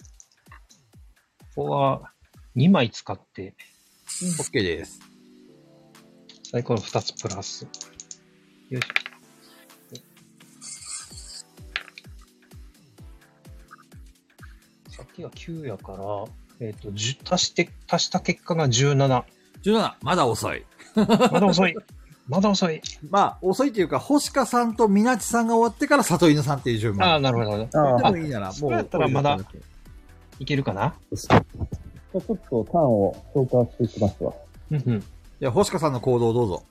Speaker 6: ここは2枚使って、
Speaker 1: OK です。
Speaker 6: サイコロ2つプラス。よいしょ。さっきが9やから、えっ、と、10足して、足した結果が17。
Speaker 1: 17、まだ遅い。
Speaker 6: まだ遅い。まだ遅い。
Speaker 1: まあ、遅いというか、星香さんとみなちさんが終わってから里犬さんっていう順
Speaker 6: あ
Speaker 1: 番。
Speaker 6: あ、なるほどなるほど。
Speaker 5: あ
Speaker 1: で
Speaker 5: あ、
Speaker 1: もいいなら、も。
Speaker 6: そううやったらまだいけるかな
Speaker 5: ちょっとターンを消化していきますわ。
Speaker 6: うんうん。
Speaker 1: じゃあ、星香さんの行動をどうぞ。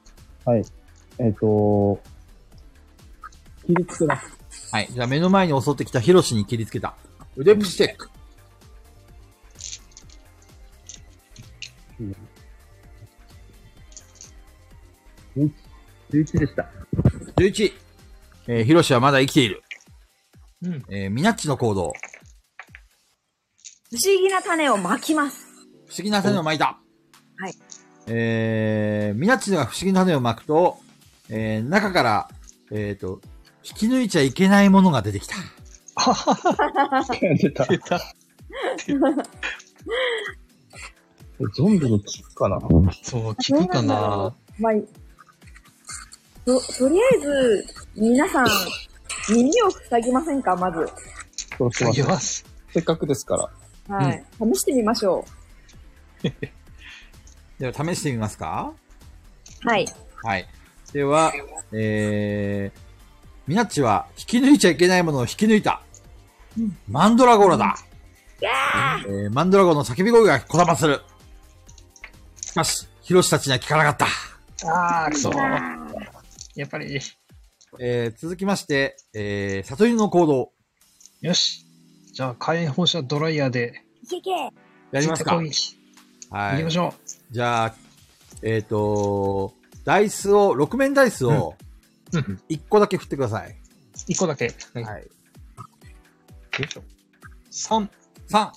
Speaker 5: えっ、と、切りつけます。
Speaker 1: はい。じゃあ、目の前に襲ってきたヒロシに切りつけた。腕プシチェック。
Speaker 5: 11でした。
Speaker 1: 11。えー、ヒロシはまだ生きている。
Speaker 6: うん。
Speaker 1: えー、ミナッチの行動。
Speaker 3: 不思議な種をまきます。
Speaker 1: 不思議な種を巻いた。
Speaker 3: はい。
Speaker 1: えー、ミナッチが不思議な種を巻くと、えー、中から、えっ、と、引き抜いちゃいけないものが出てきた。
Speaker 5: 出た。
Speaker 6: 出た。
Speaker 5: ゾンビの効くかな
Speaker 6: そう、聞くかな。
Speaker 3: まあ、と、とりあえず、皆さん、耳を塞ぎませんかまず。
Speaker 5: そうしてま
Speaker 6: い
Speaker 5: す。
Speaker 6: ます。
Speaker 5: せっかくですから。
Speaker 3: はい。試してみましょ
Speaker 1: では、試してみますか
Speaker 3: う。はい。
Speaker 1: はい。では、えー、ミナッチは引き抜いちゃいけないものを引き抜いた。マンドラゴラだ。えーマンドラゴの叫び声がこだまする。しかし、ヒロシたちには聞かなかった。
Speaker 6: ああ、くそ。やっぱり。
Speaker 1: えー、続きまして、えー、悟りの行動、
Speaker 6: よし。じゃあ、火炎放射ドライヤーで、
Speaker 3: いけいけ
Speaker 1: やりますか
Speaker 6: 追加攻。撃
Speaker 1: は
Speaker 6: 行きま
Speaker 1: い
Speaker 6: し。ょ
Speaker 1: じゃあ、えっ、とダイスを、6面ダイスを
Speaker 6: う。うん。
Speaker 1: 1個だけ振ってください。
Speaker 6: 一個だけ。はい。
Speaker 1: はい。
Speaker 6: よいしょ。三。
Speaker 1: 3、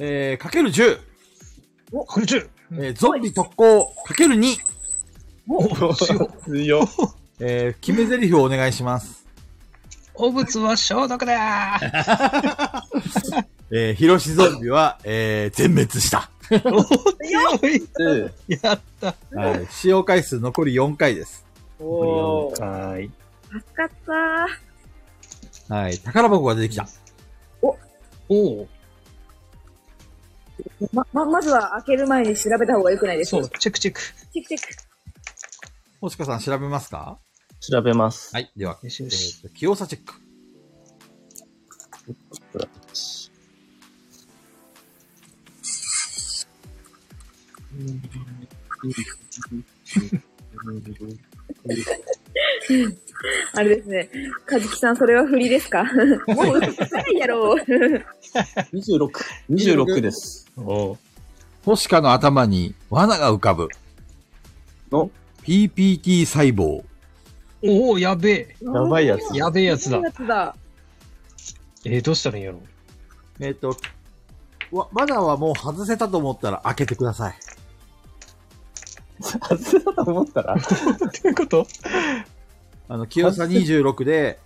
Speaker 1: えー、かける10、
Speaker 6: これ十。
Speaker 1: えー、ゾンビ特攻、かける2、
Speaker 5: 強
Speaker 1: えー、決め台詞をお願いします。
Speaker 6: 汚物は消毒だー
Speaker 1: えー、ヒロシゾンビは、えー、全滅した。
Speaker 6: 強い
Speaker 5: で、
Speaker 6: やった
Speaker 1: はい。使用回数残り4回です。
Speaker 3: おー。
Speaker 6: はい。
Speaker 3: 助かった
Speaker 1: はい。宝箱が出てきた。
Speaker 6: おお。
Speaker 3: ま、ま、まずは開ける前に調べた方が良くないです
Speaker 6: そ
Speaker 3: か
Speaker 6: う、チェックチェック。
Speaker 3: チェックチェック。
Speaker 1: 星香さん調べますか
Speaker 5: 調べます。
Speaker 1: はい。では、え
Speaker 6: よしよし。
Speaker 1: ー、器用さチェック。
Speaker 3: あれですね。かじきさん、それは振りですかもう映さないやろう。
Speaker 5: 26。26です。 [LAUGHS]
Speaker 6: お
Speaker 1: 星香の頭に罠が浮かぶ。
Speaker 5: の
Speaker 1: ?PPT 細胞。
Speaker 6: おおやべえ。
Speaker 5: やばいやつ。
Speaker 6: やべえやつだ
Speaker 3: や。つだ。
Speaker 6: えー、どうしたらいいんやろ
Speaker 1: えっ、と、わ、罠はもう外せたと思ったら開けてください。
Speaker 5: 外せたと思ったら。
Speaker 6: ということ
Speaker 1: あの、器用さ26で、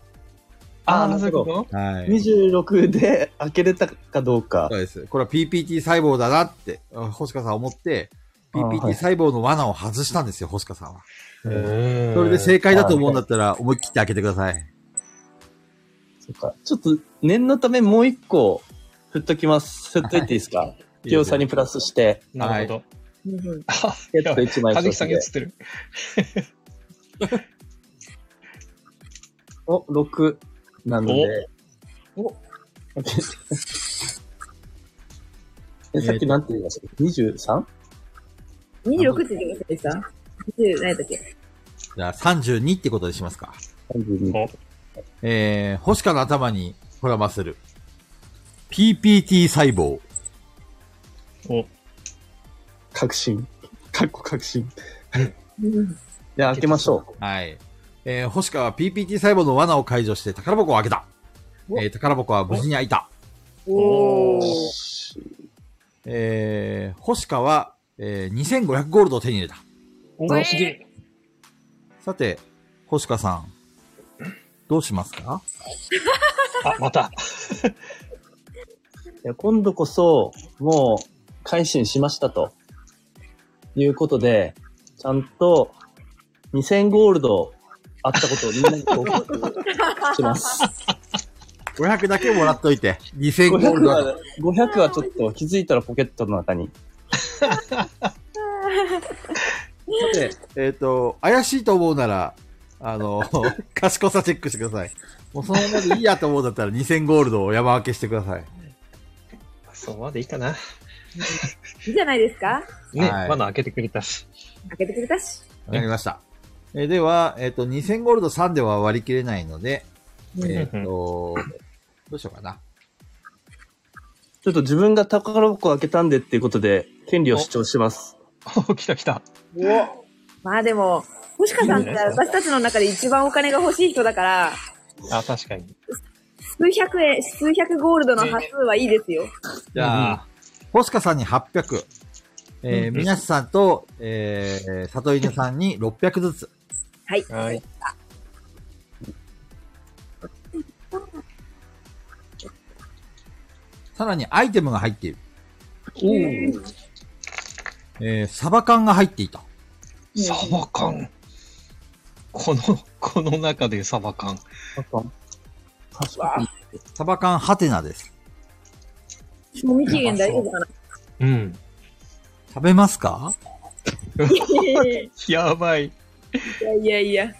Speaker 5: あー
Speaker 6: ああ、そういうこ
Speaker 5: な
Speaker 6: と
Speaker 1: はい。
Speaker 5: 26で開けれたかどうか
Speaker 1: そう。です。これは PPT 細胞だなって、あ星香さん思って、
Speaker 5: あーはい
Speaker 1: PPT 細胞の罠を外したんですよ、星香さんは。そ
Speaker 6: そ
Speaker 1: れ
Speaker 6: れ
Speaker 1: で正解だと思うんだったら、思い切って開けてください。
Speaker 5: そっか。ちょっと、念のためもう一個、振っときます。振っといていいですか清さにプラスして、
Speaker 6: なるほど。あ、
Speaker 5: えっと一枚
Speaker 6: かず
Speaker 5: 消
Speaker 6: きさ
Speaker 5: し
Speaker 6: んが映
Speaker 5: で
Speaker 6: っ。てる。
Speaker 5: お、6なので。
Speaker 6: お
Speaker 5: え、さっきなんて言いました ?23?
Speaker 3: 26って言ってませんでした ?20、何だっけ
Speaker 1: じゃあ32ってことにしますか。
Speaker 5: 32
Speaker 6: お
Speaker 1: えー、星川の頭に絡ませる。PPT 細胞。
Speaker 11: 確信。かっこ確信。で、開けましょう。
Speaker 1: はい。えー、星川は PPT 細胞の罠を解除して宝箱を開けた。えー、宝箱は無事に開いた。
Speaker 4: おー。
Speaker 1: えー、星川は、えー、2500ゴールドを手に入れた。
Speaker 6: おー、すげえ。
Speaker 1: さて、星川さん、どうしますか
Speaker 6: あ、また。
Speaker 5: いや今度こそ、もう、改心しましたと。いうことで、ちゃんと、2000ゴールドあったことをみんなに報告します。
Speaker 1: ?500 だけもらっといて。2000ゴール
Speaker 5: 500
Speaker 1: ドだと
Speaker 5: は、500はちょっと気づいたらポケットの中に。
Speaker 1: で、えっ、と、怪しいと思うなら、あ [LAUGHS] の、賢さチェックしてください。もうそのままでいいやと思うんだったら2000ゴールドを山分けしてください。
Speaker 6: そうまでいいかな。
Speaker 4: いいじゃないですか
Speaker 6: ね、
Speaker 1: はい
Speaker 6: 罠開けてくれたし。
Speaker 4: 開けてくれたし。
Speaker 1: わかりました。えーでは、えっ、と、2000ゴールド3では割り切れないので、えっ、と、どうしようかな。
Speaker 5: ちょっと自分が宝箱を開けたんでっていうことで、権利を主張します。
Speaker 6: [LAUGHS] お、来た来た。
Speaker 4: まあでも、星川さんって私たちの中で一番お金が欲しい人だから、
Speaker 6: あ、確かに。
Speaker 4: 数百円、数百ゴールドの端数はいいですよ。
Speaker 1: じゃあ、星香さんに800、えー、みなしさんと、えー、里犬さんに600ずつ。
Speaker 4: はい。
Speaker 6: はい。
Speaker 1: さらにアイテムが入っている。えー、サバ缶が入っていた。
Speaker 6: サバ缶。この、この中でサバ缶。
Speaker 1: サバ缶ハテナです。
Speaker 4: 賞味期限大丈夫かな
Speaker 6: うん。
Speaker 1: 食べますか
Speaker 6: やばい。
Speaker 4: いやいやいや。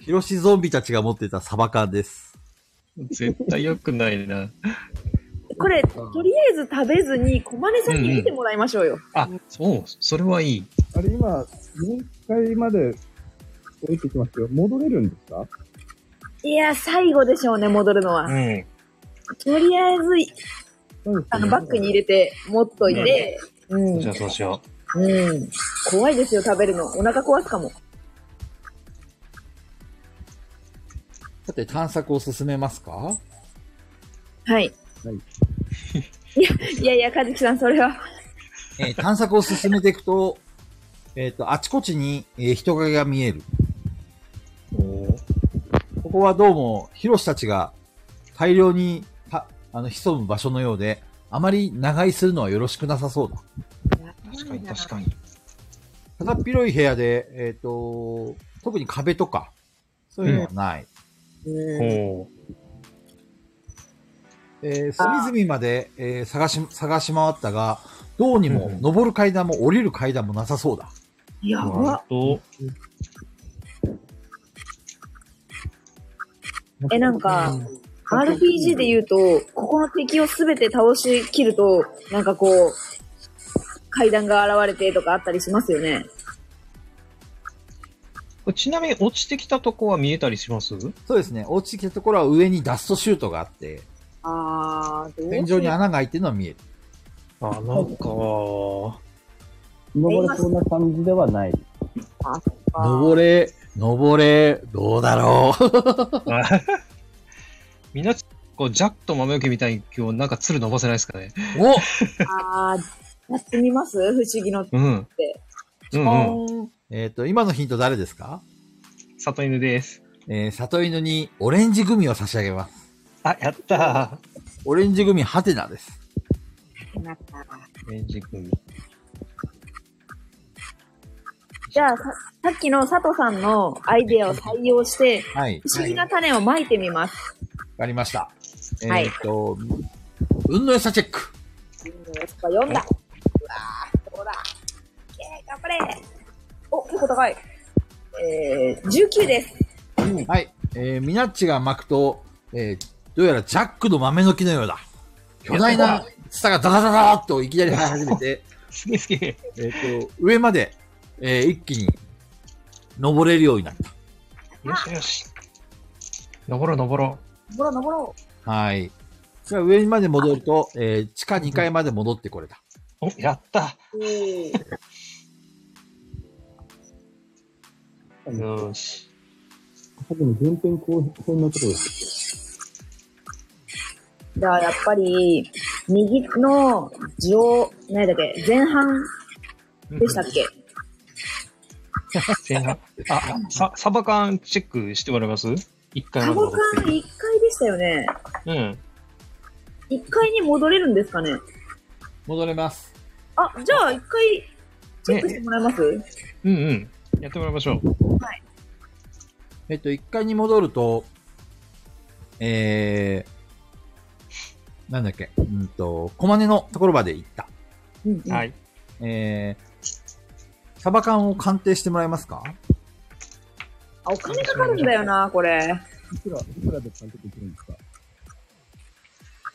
Speaker 1: ヒロシゾンビたちが持っていたサバ缶です。
Speaker 6: 絶対良くないな。
Speaker 4: これ、とりあえず食べずに、小金さんに見てもらいましょうよ。
Speaker 6: [LAUGHS] あ、そう、それはいい。
Speaker 12: あれ、今、4階まで降りてきますけど、戻れるんですか
Speaker 4: いや、最後でしょうね、戻るのは。
Speaker 6: ん。
Speaker 4: とりあえず、あの、バッグに入れて、持っといて、うん。う
Speaker 6: じゃあそうしよう。
Speaker 4: ん。怖いですよ、食べるの。お腹壊すかも。
Speaker 1: さて、探索を進めますか
Speaker 4: はい。いや、いやいや、かずきさん、それは。
Speaker 1: えー探索を進めていくと、えっ、と、あちこちに、えー人影が見える。ここはどうも、ヒロシたちが大量にたあの潜む場所のようで、あまり長居するのはよろしくなさそうだ。
Speaker 6: 確かに確かに。
Speaker 1: ただ広い部屋で、えっ、と、特に壁とか、そういうのはない。
Speaker 6: おお。
Speaker 1: えー隅々まで、えー探し、探し回ったが、どうにも、登る階段も降りる階段もなさそうだ。
Speaker 4: やば。
Speaker 6: と、
Speaker 4: え、なんか、RPG で言うと、ここの敵をすべて倒しきると、なんかこう、階段が現れてとかあったりしますよね。
Speaker 6: ちなみに落ちてきたとこは見えたりします
Speaker 1: そうですね。落ちてきたところは上にダストシュートがあって、
Speaker 4: あー、どう
Speaker 1: 天井に穴が開いてるのは見える。
Speaker 6: あ、なんか、
Speaker 11: 登れそうな感じではない。
Speaker 1: 登れ、登れ、どうだろう。
Speaker 6: みんな、こう、ジャックと豆よけみたいに今日なんか鶴伸ばせないですかね。
Speaker 1: [LAUGHS] お
Speaker 4: あー、やってみます不思議の。
Speaker 6: うん。うんうん。
Speaker 1: えっ、と、今のヒント誰ですか
Speaker 6: 里犬です。
Speaker 1: えー、里犬にオレンジグミを差し上げます。
Speaker 6: あ、やった
Speaker 1: オレンジグミハテナです。
Speaker 6: ー。レンジ君。
Speaker 4: じゃあ、ささっきの佐藤さんのアイデアを採用して、
Speaker 1: はい。
Speaker 4: 不思議な種をまいてみます。
Speaker 1: わかりました。えっ、
Speaker 4: はい
Speaker 1: と、運の良さチェック。
Speaker 4: 読んだ。うわー、どうだ。えー、頑張れ。お、結構高い。えー、19です。
Speaker 1: はい。えー、ミナッチが巻くと、えー、どうやらジャックの豆の木のようだ。巨大なツタがダダダダーっといきなり生え始めて、 [LAUGHS]
Speaker 6: すげえすげえ。
Speaker 1: えっと、上まで、えー、一気に登れるようになった。
Speaker 6: よしよし。登ろう登ろ
Speaker 4: 登ろう登ろ
Speaker 1: はい。じゃあ上まで戻ると、えー地下2階まで戻ってこれた。
Speaker 6: う。お、やった。
Speaker 4: う。えー
Speaker 6: よーし。
Speaker 2: 多分前編後編のところです。
Speaker 4: じゃあ、やっぱり、右の上、何だっけ、前半でしたっけ
Speaker 6: 前半。あ、さ、サバ缶チェックしてもらいます一回
Speaker 4: タ
Speaker 6: まで
Speaker 4: ボ
Speaker 6: 戻
Speaker 4: カン1
Speaker 6: っ
Speaker 4: 階でしたよね。
Speaker 6: て。うん。
Speaker 4: 1階に戻れるんですかね
Speaker 1: 戻れます。
Speaker 4: あ、じゃあ1回チェックしてもらえます、
Speaker 6: うんうん。やってもらいましょう。
Speaker 1: えっと、1階に戻ると、えー、なんだっけ、うんと、小金のところまで行った。
Speaker 4: うんうん
Speaker 6: はい。
Speaker 1: えー、サバ缶を鑑定してもらえますか
Speaker 4: あ、お金かかるんだよな、これ。
Speaker 2: いくら、いくらで監督できるんですか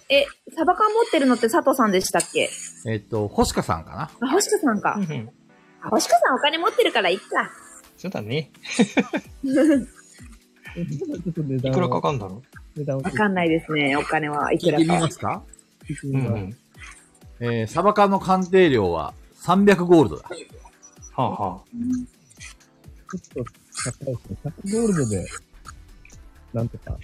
Speaker 4: え、サバ缶持ってるのって佐藤さんでしたっけ
Speaker 1: えっと、星香さんかな
Speaker 4: あ、星香さん
Speaker 6: う
Speaker 4: か
Speaker 6: ん。うん。
Speaker 4: あ星香さんお金持ってるからいっか。
Speaker 6: そうだね。
Speaker 2: ちょっと値
Speaker 6: い
Speaker 2: 段
Speaker 6: くらか
Speaker 2: を、
Speaker 6: かんだろ
Speaker 2: 値段を
Speaker 4: わかんないですね、お金はいく
Speaker 1: 聞い
Speaker 4: ら
Speaker 1: てみ
Speaker 4: か
Speaker 1: ま。すか
Speaker 2: 聞いて
Speaker 6: う。う
Speaker 2: み
Speaker 6: んう
Speaker 2: ます
Speaker 6: ん。
Speaker 1: えー、サバ缶の鑑定量は300ゴールドだ。
Speaker 6: はあはあ。
Speaker 2: ちょっと高いですね。100ゴールドで、なんとか。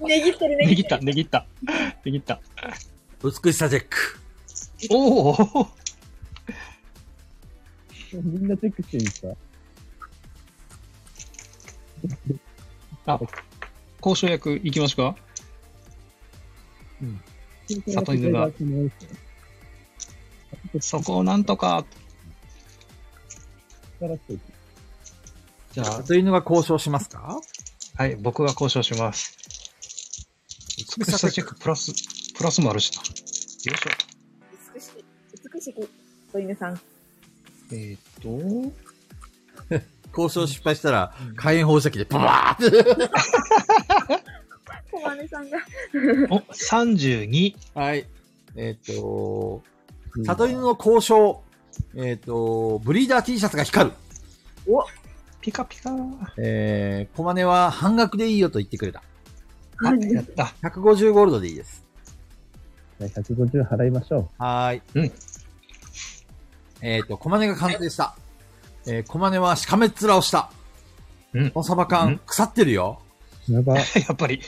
Speaker 4: ねぎってるね
Speaker 6: で
Speaker 4: ぎ
Speaker 6: き
Speaker 4: って
Speaker 6: た、できた。
Speaker 4: [LAUGHS]
Speaker 6: できた。
Speaker 1: 美しさチェック。
Speaker 6: おお
Speaker 2: みんなチェックしていいですか
Speaker 6: 交渉役行きますか里犬がそこをなんとか。じゃあ、
Speaker 1: 里犬が交渉しますか
Speaker 6: はい、僕が交渉します。美しさチェックプラス、プラスもあるしな。よいしょ。
Speaker 4: 美しい。美しい。小犬さん。
Speaker 6: えーっと、
Speaker 1: 交渉失敗したら、火炎放射器でババーって。
Speaker 4: 小金さんが。
Speaker 6: お、32。
Speaker 1: はい。えっ、と、里犬の交渉、えっ、と、ブリーダー T シャツが光る。
Speaker 6: ピカピカ。
Speaker 1: えー、小金は半額でいいよと言ってくれた。
Speaker 6: あ、やった。
Speaker 1: 150ゴールドでいいです。
Speaker 2: じゃあ150払いましょ
Speaker 1: はーい。
Speaker 6: うん。
Speaker 1: えっ、と、小金が鑑定した。えー、小金はしかめっ面をした。
Speaker 6: うん
Speaker 1: このサバ缶、
Speaker 6: うん
Speaker 1: 腐ってるよ。
Speaker 2: う。やば。
Speaker 6: やっぱり、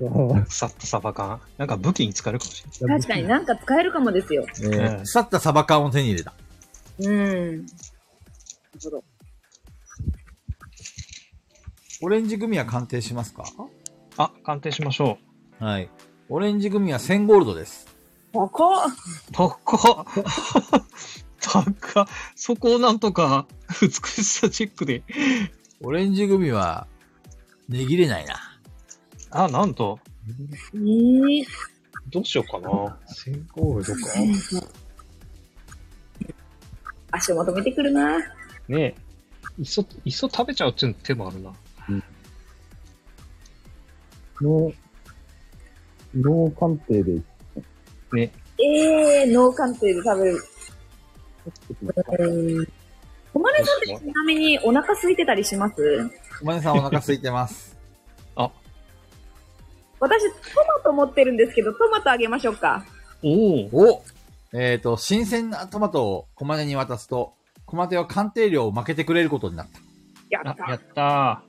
Speaker 2: そう
Speaker 6: 腐ったサバ缶。なんか武器に使えるかもしれない。
Speaker 4: 確かになんか使えるかもですよ。
Speaker 1: えー
Speaker 6: うん
Speaker 1: 腐ったサバ缶を手に入れた。
Speaker 4: うん。
Speaker 1: オレンジ組は鑑定しますか
Speaker 6: あ、鑑定しましょ
Speaker 1: はい。オレンジ組は1000ゴールドです。
Speaker 4: ここ
Speaker 6: う。 [LAUGHS] 高っ。高っ。そこをなんとか、美しさチェックで。
Speaker 1: オレンジ組は、値切れないな。
Speaker 6: あ、なんと、
Speaker 4: えー、
Speaker 6: どうしようかな。先行部とか。
Speaker 4: 足元見てくるな。
Speaker 6: ねえ。いっそ、いっそ食べちゃうっていう手もあるな。
Speaker 2: 脳、脳鑑定で、
Speaker 4: えー、脳鑑定で食べる。小金さんってちなみにお腹空いてたりします
Speaker 1: 小金さんお腹空いてます。
Speaker 4: 私、トマト持ってるんですけど、トマトあげましょうか。
Speaker 6: お [LAUGHS] お。
Speaker 1: おえっ、と、新鮮なトマトを小金に渡すと、小金は鑑定量を負けてくれることになった。
Speaker 4: やっ
Speaker 6: あ、や
Speaker 4: た。
Speaker 6: った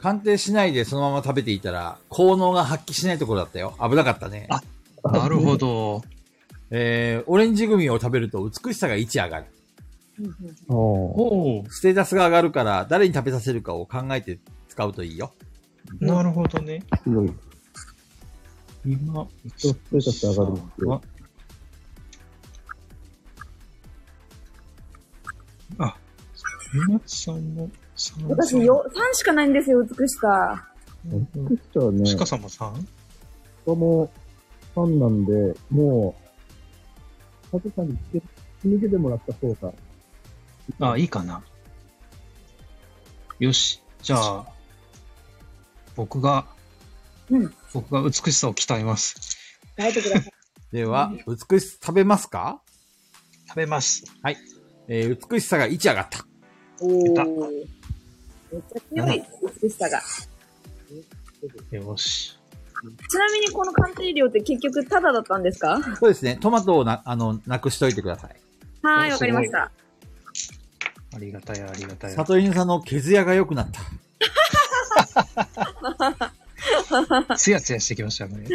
Speaker 1: 鑑定しないでそのまま食べていたら、効能が発揮しないところだったよ。危なかったね。
Speaker 6: あー。なるほど。
Speaker 1: えー、オレンジ組を食べると美しさが1上がる。
Speaker 2: おー
Speaker 6: おお。
Speaker 1: ステータスが上がるから、誰に食べさせるかを考えて使うといいよ。
Speaker 6: なるほどね。
Speaker 2: すごい。
Speaker 6: 今、
Speaker 2: そうステータス上がるんですよ。
Speaker 6: あ、皆さんも3。
Speaker 4: 私、よ、3しかないんですよ、美しさ。
Speaker 2: ピッチャーね、
Speaker 6: シカ
Speaker 2: し
Speaker 6: さんも 3?
Speaker 2: かもファンなんで、もう、佐藤さんに引き抜けてもらった方が、
Speaker 6: あ、いいかな。よし。じゃあ、僕が、
Speaker 4: うん
Speaker 6: 僕が美しさを鍛えます。
Speaker 4: 抱いてください。
Speaker 1: では、美しさ食べますか
Speaker 6: 食べます。
Speaker 1: えー、美しさが1上がった。
Speaker 4: お
Speaker 6: た
Speaker 4: ー。
Speaker 3: めっちゃ強い美しさが。
Speaker 6: よし。
Speaker 3: ちなみにこの鑑定料って結局タダだったんですか
Speaker 1: そうですね。トマトをな、あの、なくしといてください。
Speaker 3: はーい、わかりました。
Speaker 6: ありがたや、ありがたや。
Speaker 1: 里犬さんの毛艶が良くなった。
Speaker 6: ツヤツヤしてきましたね。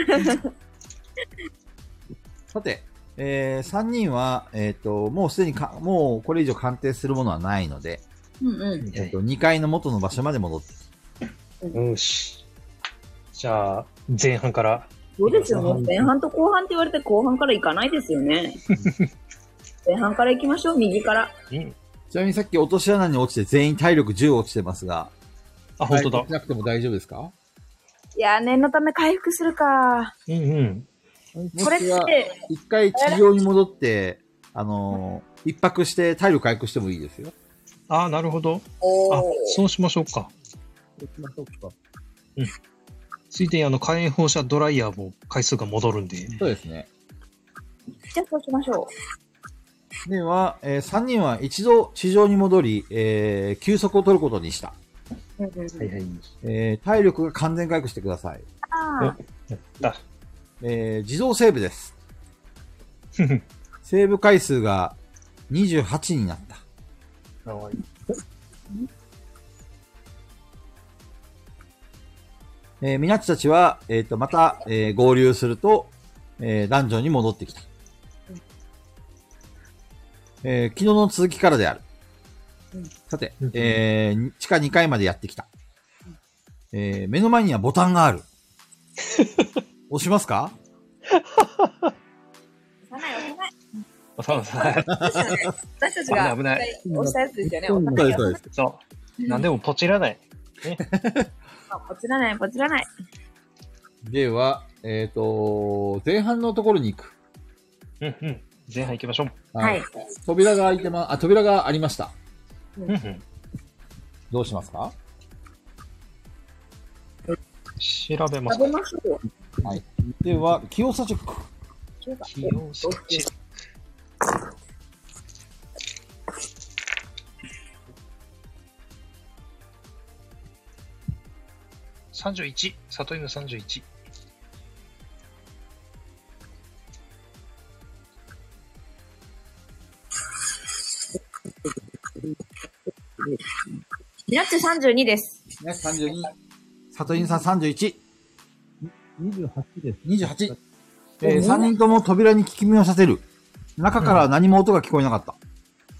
Speaker 1: さて、えー、3人は、えっ、と、もうすでにか、もうこれ以上鑑定するものはないので、
Speaker 3: うんうん。
Speaker 1: えっ、と、2階の元の場所まで戻って、
Speaker 6: [LAUGHS] よし。じゃあ、前半から。
Speaker 3: そうですよね。前半と後半って言われて後半から行かないです
Speaker 6: [LAUGHS]
Speaker 3: よね。前半から行きましょう、右から。
Speaker 6: うん。
Speaker 1: ちなみにさっき落とし穴に落ちて全員体力10落ちてますが、
Speaker 6: あ、本当だ
Speaker 1: 落ち。なくても大丈夫ですか
Speaker 4: いやー、念のため回復するか。
Speaker 6: うんうん。
Speaker 4: これっ
Speaker 1: もしくは
Speaker 4: て、
Speaker 1: 一回地上に戻って、あのー一泊して体力回復してもいいですよ。
Speaker 6: あなるほど。
Speaker 3: お
Speaker 6: あ
Speaker 3: ー。、
Speaker 6: そうしましょうか。うん。ついでに、あの、火炎放射ドライヤーも回数が戻るんで。
Speaker 1: そうですね。
Speaker 4: じゃあそうしましょ
Speaker 1: では、え3人は一度地上に戻り、えー休息を取ることにした。
Speaker 4: う。うんうん
Speaker 6: はいはい。
Speaker 1: えー体力が完全回復してください。
Speaker 4: あ
Speaker 6: やった。
Speaker 1: えー自動セーブ
Speaker 6: [LAUGHS]
Speaker 1: です。
Speaker 6: ふふ。
Speaker 1: セーブ回数が28になった。
Speaker 6: かわいい。
Speaker 1: えー、みなちたちは、えっ、と、また、えー合流すると、えー、ダンジョンに戻ってきた。えー昨日の続きからである。さて
Speaker 6: うん、
Speaker 1: えー地下2階までやってきた。えー目の前にはボタンがある。押しますか
Speaker 3: 押さない、押さない。
Speaker 6: そう [LAUGHS] そう
Speaker 3: 私たちが
Speaker 6: 危ない危
Speaker 3: 押したやつですよね。
Speaker 2: そう
Speaker 3: 押さない。
Speaker 1: そうです。
Speaker 6: そう。なんでもポチらない。
Speaker 3: ポチらない、ポチらない。
Speaker 1: では、えっ、と、前半のところに行く。
Speaker 6: うんうん。前半行きましょう。
Speaker 3: はい。。
Speaker 1: 扉が開いてま、あ、扉がありました。
Speaker 6: うんうん。
Speaker 1: どうしますか
Speaker 6: 調べます
Speaker 3: 食。べましょうよ。
Speaker 1: では、清さ塾。
Speaker 6: 器用さチェック31、里犬31。
Speaker 3: ミナッチ32です。
Speaker 1: ね、32。里犬さん31。
Speaker 2: 28です。
Speaker 1: 28。えー、3人とも扉に聞き目をさせる。中から何も音が聞こえなかった。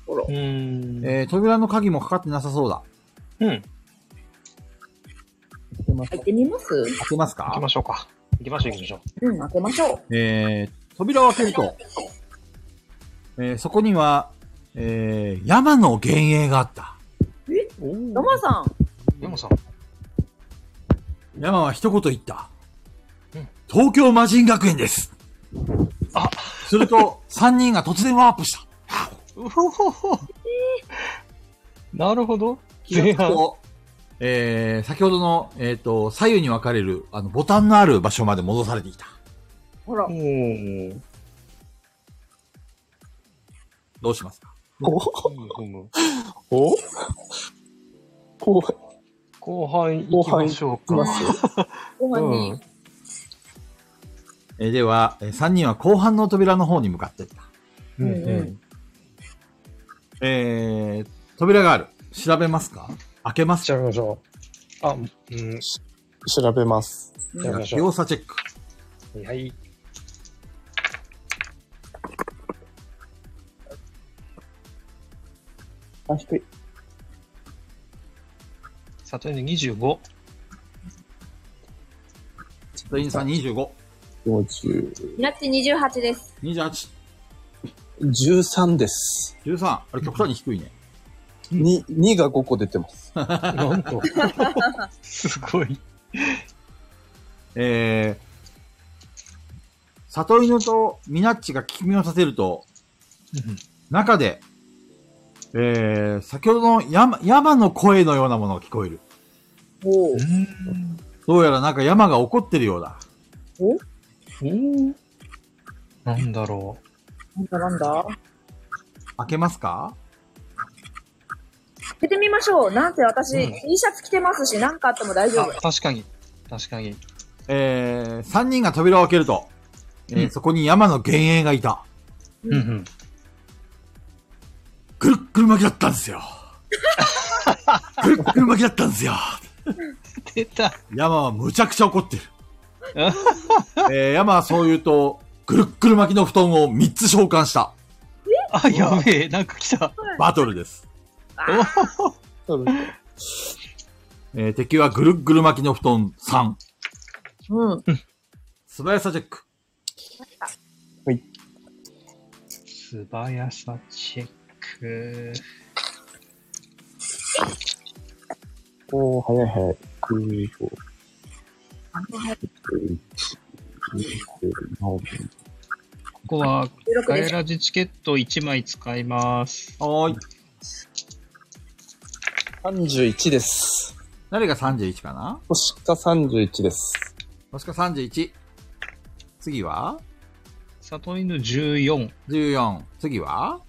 Speaker 6: うーん。
Speaker 1: えー、扉の鍵もかかってなさそうだ。
Speaker 6: うん。
Speaker 3: 開けてみます
Speaker 1: 開けます
Speaker 6: 行き
Speaker 1: か
Speaker 6: ましょうか。行きましょう、行きましょ
Speaker 3: うん、開けましょう。
Speaker 1: えー、扉を開けると、えー、そこには、えー、山の幻影があった。
Speaker 3: ロマさん、
Speaker 6: う。でもさ、
Speaker 1: 山は一言言った
Speaker 6: うん。
Speaker 1: 東京魔人学園です。
Speaker 6: あ
Speaker 1: すると、3人
Speaker 6: [LAUGHS]
Speaker 1: が突然ワープした。
Speaker 6: うほほほ。なるほど。前半。
Speaker 1: と、えー、先ほどの、えっ、と、左右に分かれる、あの、ボタンのある場所まで戻されてきた。
Speaker 3: ほら
Speaker 6: お、ー
Speaker 1: どうしますか
Speaker 6: ふむふむ
Speaker 5: おこう、
Speaker 6: 後半行きましょうか。
Speaker 5: います
Speaker 3: ご飯に。
Speaker 6: うん
Speaker 1: えーでは、え3人は後半の扉の方に向かっていった。
Speaker 6: うん
Speaker 3: うんうん
Speaker 1: えー、扉がある。調べますか開けます
Speaker 6: 調べましょう。あ、うん。
Speaker 5: 調べます。
Speaker 6: 調べましょ
Speaker 1: 強さチェック。
Speaker 6: う。はいはい。
Speaker 5: あ、低い。
Speaker 6: 里犬25。
Speaker 1: 店員さん25、
Speaker 5: 50。
Speaker 3: ミナッチ28です。
Speaker 1: 28、
Speaker 5: 13です。
Speaker 1: 13。あれ、極端に低いね。
Speaker 5: 2、2が5個出てます。
Speaker 6: なんと。すごい。
Speaker 1: えー、里犬とミナッチが聞き身を立てると、中で、えー、先ほどの山、山の声のようなものが聞こえる。
Speaker 3: おう
Speaker 1: どうやらなんか山が怒ってるようだ。
Speaker 6: なんだろ
Speaker 3: なんだなんだ
Speaker 1: 開けますか
Speaker 4: 着てみましょう。なんせ私、T シャツ着てますし、なんかあっても大丈夫。
Speaker 6: あ、確かに。確かに。
Speaker 1: えー、3人が扉を開けると、えー
Speaker 6: うん
Speaker 1: そこに山の幻影がいた。
Speaker 6: うんうん。
Speaker 1: くるっくる巻きだったんですよ。くるっくる巻きだったんですよ。
Speaker 6: 出た。
Speaker 1: 山はむちゃくちゃ怒ってる。えー、山はそう言うと、くるっくる巻きの布団を3つ召喚した
Speaker 6: あ、やべえ。なんか来た。
Speaker 1: バトルです。
Speaker 13: そう
Speaker 1: えー、敵はぐるっぐる巻きの布団3。
Speaker 4: うん。
Speaker 1: 素早さチェック。
Speaker 6: 素早さチェック。
Speaker 13: おー、早い早い。空港。
Speaker 6: ここは、
Speaker 4: 16
Speaker 6: ガ
Speaker 4: で
Speaker 6: エ
Speaker 4: す。
Speaker 6: ラジチケット1枚使います。
Speaker 1: おーい。
Speaker 5: 31です。
Speaker 1: 誰が31かな
Speaker 5: 星か31です。
Speaker 1: もしか31。次は
Speaker 6: 里犬14。
Speaker 1: ?14。次は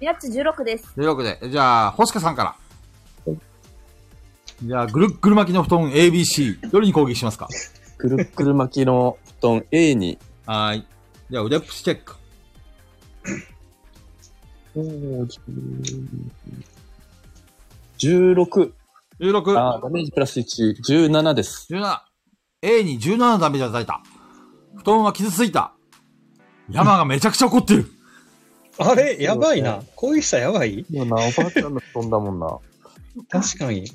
Speaker 4: やっち16です。
Speaker 1: ?16 で。じゃあ、星香さんから。じゃあ、ぐるっぐる巻きの布団 ABC。どれに攻撃しますか
Speaker 5: くるっくる巻きの布団 A に、
Speaker 1: はーい。じゃあ、腕っぷしチェック。
Speaker 5: おー10 16。
Speaker 1: 16
Speaker 5: あ、ダメージプラス1、17です。
Speaker 1: 17。A に17のダメージを与えた。布団は傷ついた。山がめちゃくちゃ怒ってる。
Speaker 6: あれやばいな。こういう人はやばい
Speaker 13: でもな、おばあちゃんの布団だもんな。
Speaker 6: 確かに。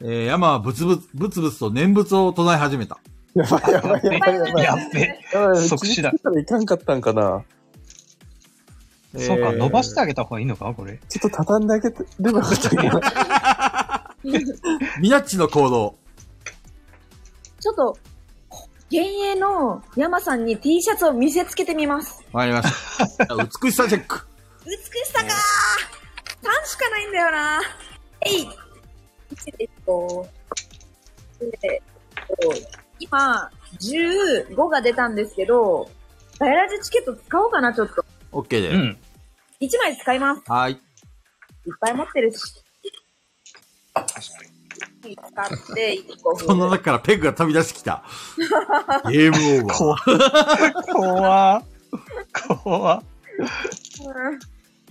Speaker 1: えー、山はぶつぶつ、ぶつぶつと念仏を唱え始めた。
Speaker 13: やばいやばいやばいやばい。
Speaker 6: やっべ。
Speaker 13: やばい
Speaker 6: 即死だ
Speaker 13: うちに来たらいかんかったんかな。
Speaker 6: [LAUGHS] そう
Speaker 1: え
Speaker 6: か、
Speaker 1: ー
Speaker 6: 伸ばしてあげた方がいいのかこれ。
Speaker 13: ちょっと畳んであげてればよかったけど。
Speaker 1: ミナッチの行動。
Speaker 4: ちょっと、幻影の山さんに T シャツを見せつけてみます。
Speaker 1: わかりま
Speaker 6: [LAUGHS]
Speaker 1: した。じゃあ美しさチェック。
Speaker 4: 美しさかー !3 しかないんだよなえいえっと、えっと、今、15が出たんですけど、ガヤラジチケット使おうかな、ちょっと。
Speaker 1: OK で。
Speaker 6: うん。
Speaker 4: 1枚使います。
Speaker 1: はーい。
Speaker 4: いっぱい持ってるし。使って、1個
Speaker 1: そんな
Speaker 4: 増え
Speaker 1: 中からペグが飛び出してきた。ゲームオーバー。
Speaker 6: 怖怖
Speaker 4: る。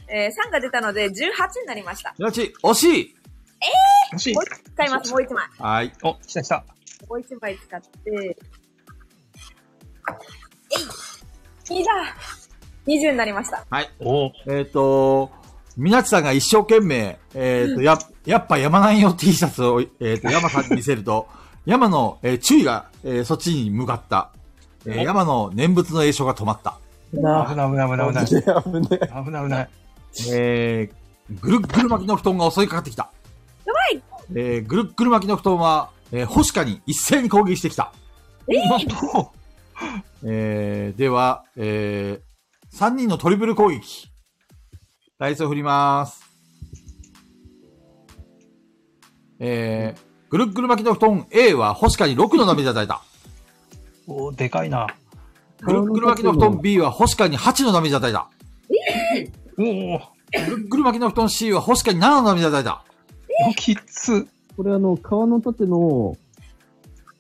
Speaker 4: えー、3が出たので18になりました。
Speaker 1: ミナッチ、惜しい
Speaker 6: 欲しい
Speaker 4: もう。一使います、もう1枚。
Speaker 1: はーい。
Speaker 6: お、来た来た。
Speaker 4: もう1枚使って。えい !2 だ !20 になりました。
Speaker 6: おー
Speaker 1: えっ、ー、と、ミナッチさんが一生懸命、えっ、と、や、やっぱやまないよ T シャツを、えっ、と、山さんに見せると、山の、えー注意が、えーそっちに向かった。えー山の念仏の栄唱が止まった。
Speaker 6: 危ない危ない危ない危ない。
Speaker 13: 危ね
Speaker 6: 危ない危ない。
Speaker 1: えー、ぐるっぐる巻きの布団が襲いかかってきた。
Speaker 4: やばい
Speaker 1: えー、ぐるっぐる巻きの布団は、えー、星かに一斉に攻撃してきた。
Speaker 6: なんと
Speaker 1: えー、では、えー、3人のトリプル攻撃。ダイスを振ります。えー、ぐるっぐる巻きの布団 A は星かに6のダメージを与えた。
Speaker 6: おーでかいな。
Speaker 1: ぐるっぐる巻きの布団 B は星かに8のダメージを与えた。
Speaker 6: おー
Speaker 1: ぐるっぐる巻きの布団 C は星かに7のダメージを与えた。
Speaker 6: おきつ。
Speaker 14: [LAUGHS] これあの、川の盾の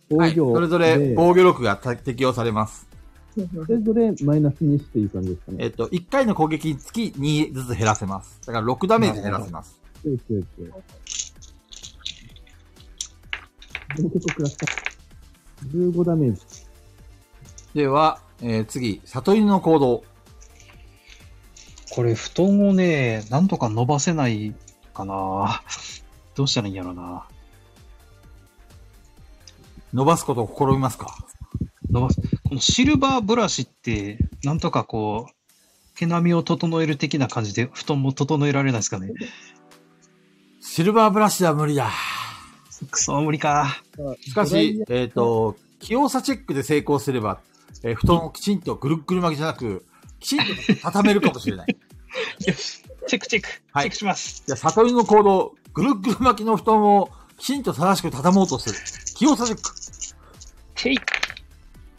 Speaker 14: 防御で、
Speaker 1: はい。それぞれ防御力が適用されます。
Speaker 14: それぞれマイナスにしていい感じですかね。
Speaker 1: えっと、1回の攻撃につき2ずつ減らせます。だから6ダメージ減らせます。
Speaker 14: そうそうそう。でも結構食らった。15ダメージ。
Speaker 1: では、えー、次、里犬の行動。
Speaker 6: これ、布団をね、なんとか伸ばせないかな。 [LAUGHS] どうしたらいいんやろな。
Speaker 1: 伸ばすことを試みますか
Speaker 6: 伸ばす。このシルバーブラシって、なんとかこう、毛並みを整える的な感じで、布団も整えられないですかね。
Speaker 1: シルバーブラシでは無理だ。
Speaker 6: くそ、無理か。
Speaker 1: しかし、えっ、と、器用さチェックで成功すれば、えー布団をきちんとぐるっぐる巻きじゃなく、きちんと畳めるかもし
Speaker 15: [LAUGHS]
Speaker 1: れない。
Speaker 6: よし、チェックチェック。
Speaker 1: はい
Speaker 6: チェックします。
Speaker 1: じゃあ、里犬の行動、ぐるっぐる巻きの布団をきちんと正しく畳もうとする。器用さチェック。
Speaker 6: チェイ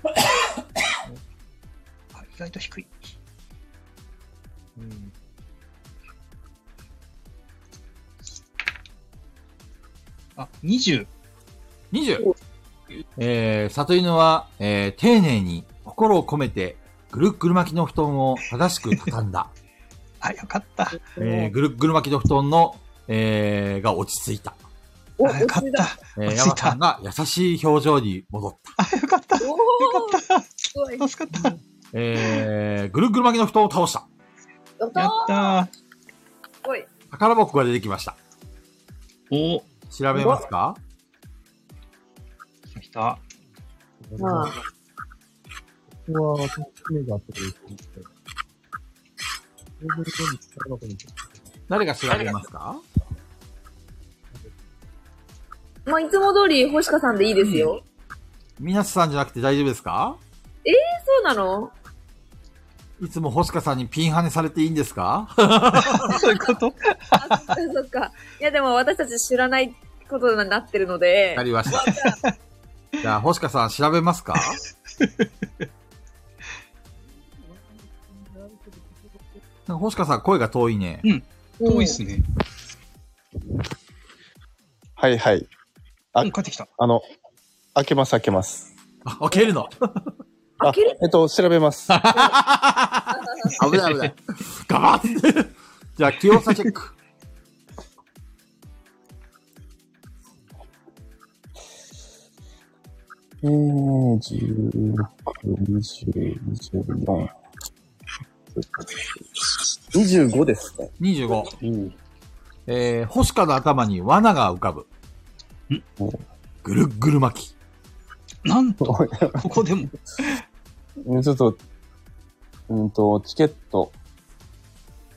Speaker 6: あ意外と低い。うん
Speaker 15: あ、20。
Speaker 1: 20。えー、里犬は、えー、丁寧に心を込めて、ぐるっぐる巻きの布団を正しく畳
Speaker 15: [LAUGHS]
Speaker 1: んだ。
Speaker 15: あ、よかった。
Speaker 1: えー、ぐるっぐる巻きの布団の、えー、が落ち着いた。
Speaker 4: お、
Speaker 15: あ、よかっ
Speaker 4: 落ち着い
Speaker 15: た。
Speaker 4: た
Speaker 1: え
Speaker 15: 落
Speaker 1: ー、
Speaker 15: ち着いた
Speaker 1: 山さんが優しい表情に戻った。
Speaker 15: あ、よかった。よ
Speaker 4: お
Speaker 15: かった。
Speaker 4: すごい。
Speaker 15: 助かっ。
Speaker 1: えー、ぐるっぐる巻きの布団を倒した。
Speaker 4: やった
Speaker 15: やった
Speaker 1: 宝箱が出てきました。
Speaker 15: ー。お
Speaker 1: 調べますか
Speaker 15: 来た来た。
Speaker 4: まあ、
Speaker 13: ここは、目があったから行ってきて。それで全部力箱に
Speaker 1: 誰が調べますか
Speaker 4: まあ、いつも通り、星香さんでいいですよ。
Speaker 1: 皆さんじゃなくて大丈夫ですか
Speaker 4: え、そうなの [LAUGHS]
Speaker 1: いつも星香さんにピンハネされていいんですか
Speaker 15: そういうこと
Speaker 4: あ、そっかそっか。いや、でも私たち知らないことになってるので
Speaker 1: わか、りました。 [LAUGHS] じゃあ、星香さん調べますかなんか星香さん声が遠いね。
Speaker 15: 遠いっすね。
Speaker 5: はいはい。あ
Speaker 15: うん、帰ってきた。
Speaker 5: あの、開けます開けます。
Speaker 1: あ、開けるの
Speaker 5: あ、えっと、調べま
Speaker 1: [LAUGHS]
Speaker 5: す。
Speaker 1: 危ない危ない。 [LAUGHS] ガバッて。じゃあ、器用さチェック。
Speaker 5: えー、16、20、24。25ですね。
Speaker 1: 25。
Speaker 5: うん。
Speaker 1: えー、星香の頭に罠が浮かぶ。
Speaker 15: ん
Speaker 1: ぐるっぐる巻き。
Speaker 15: なんと、ここでも。
Speaker 5: ちょっと、うんと、チケット、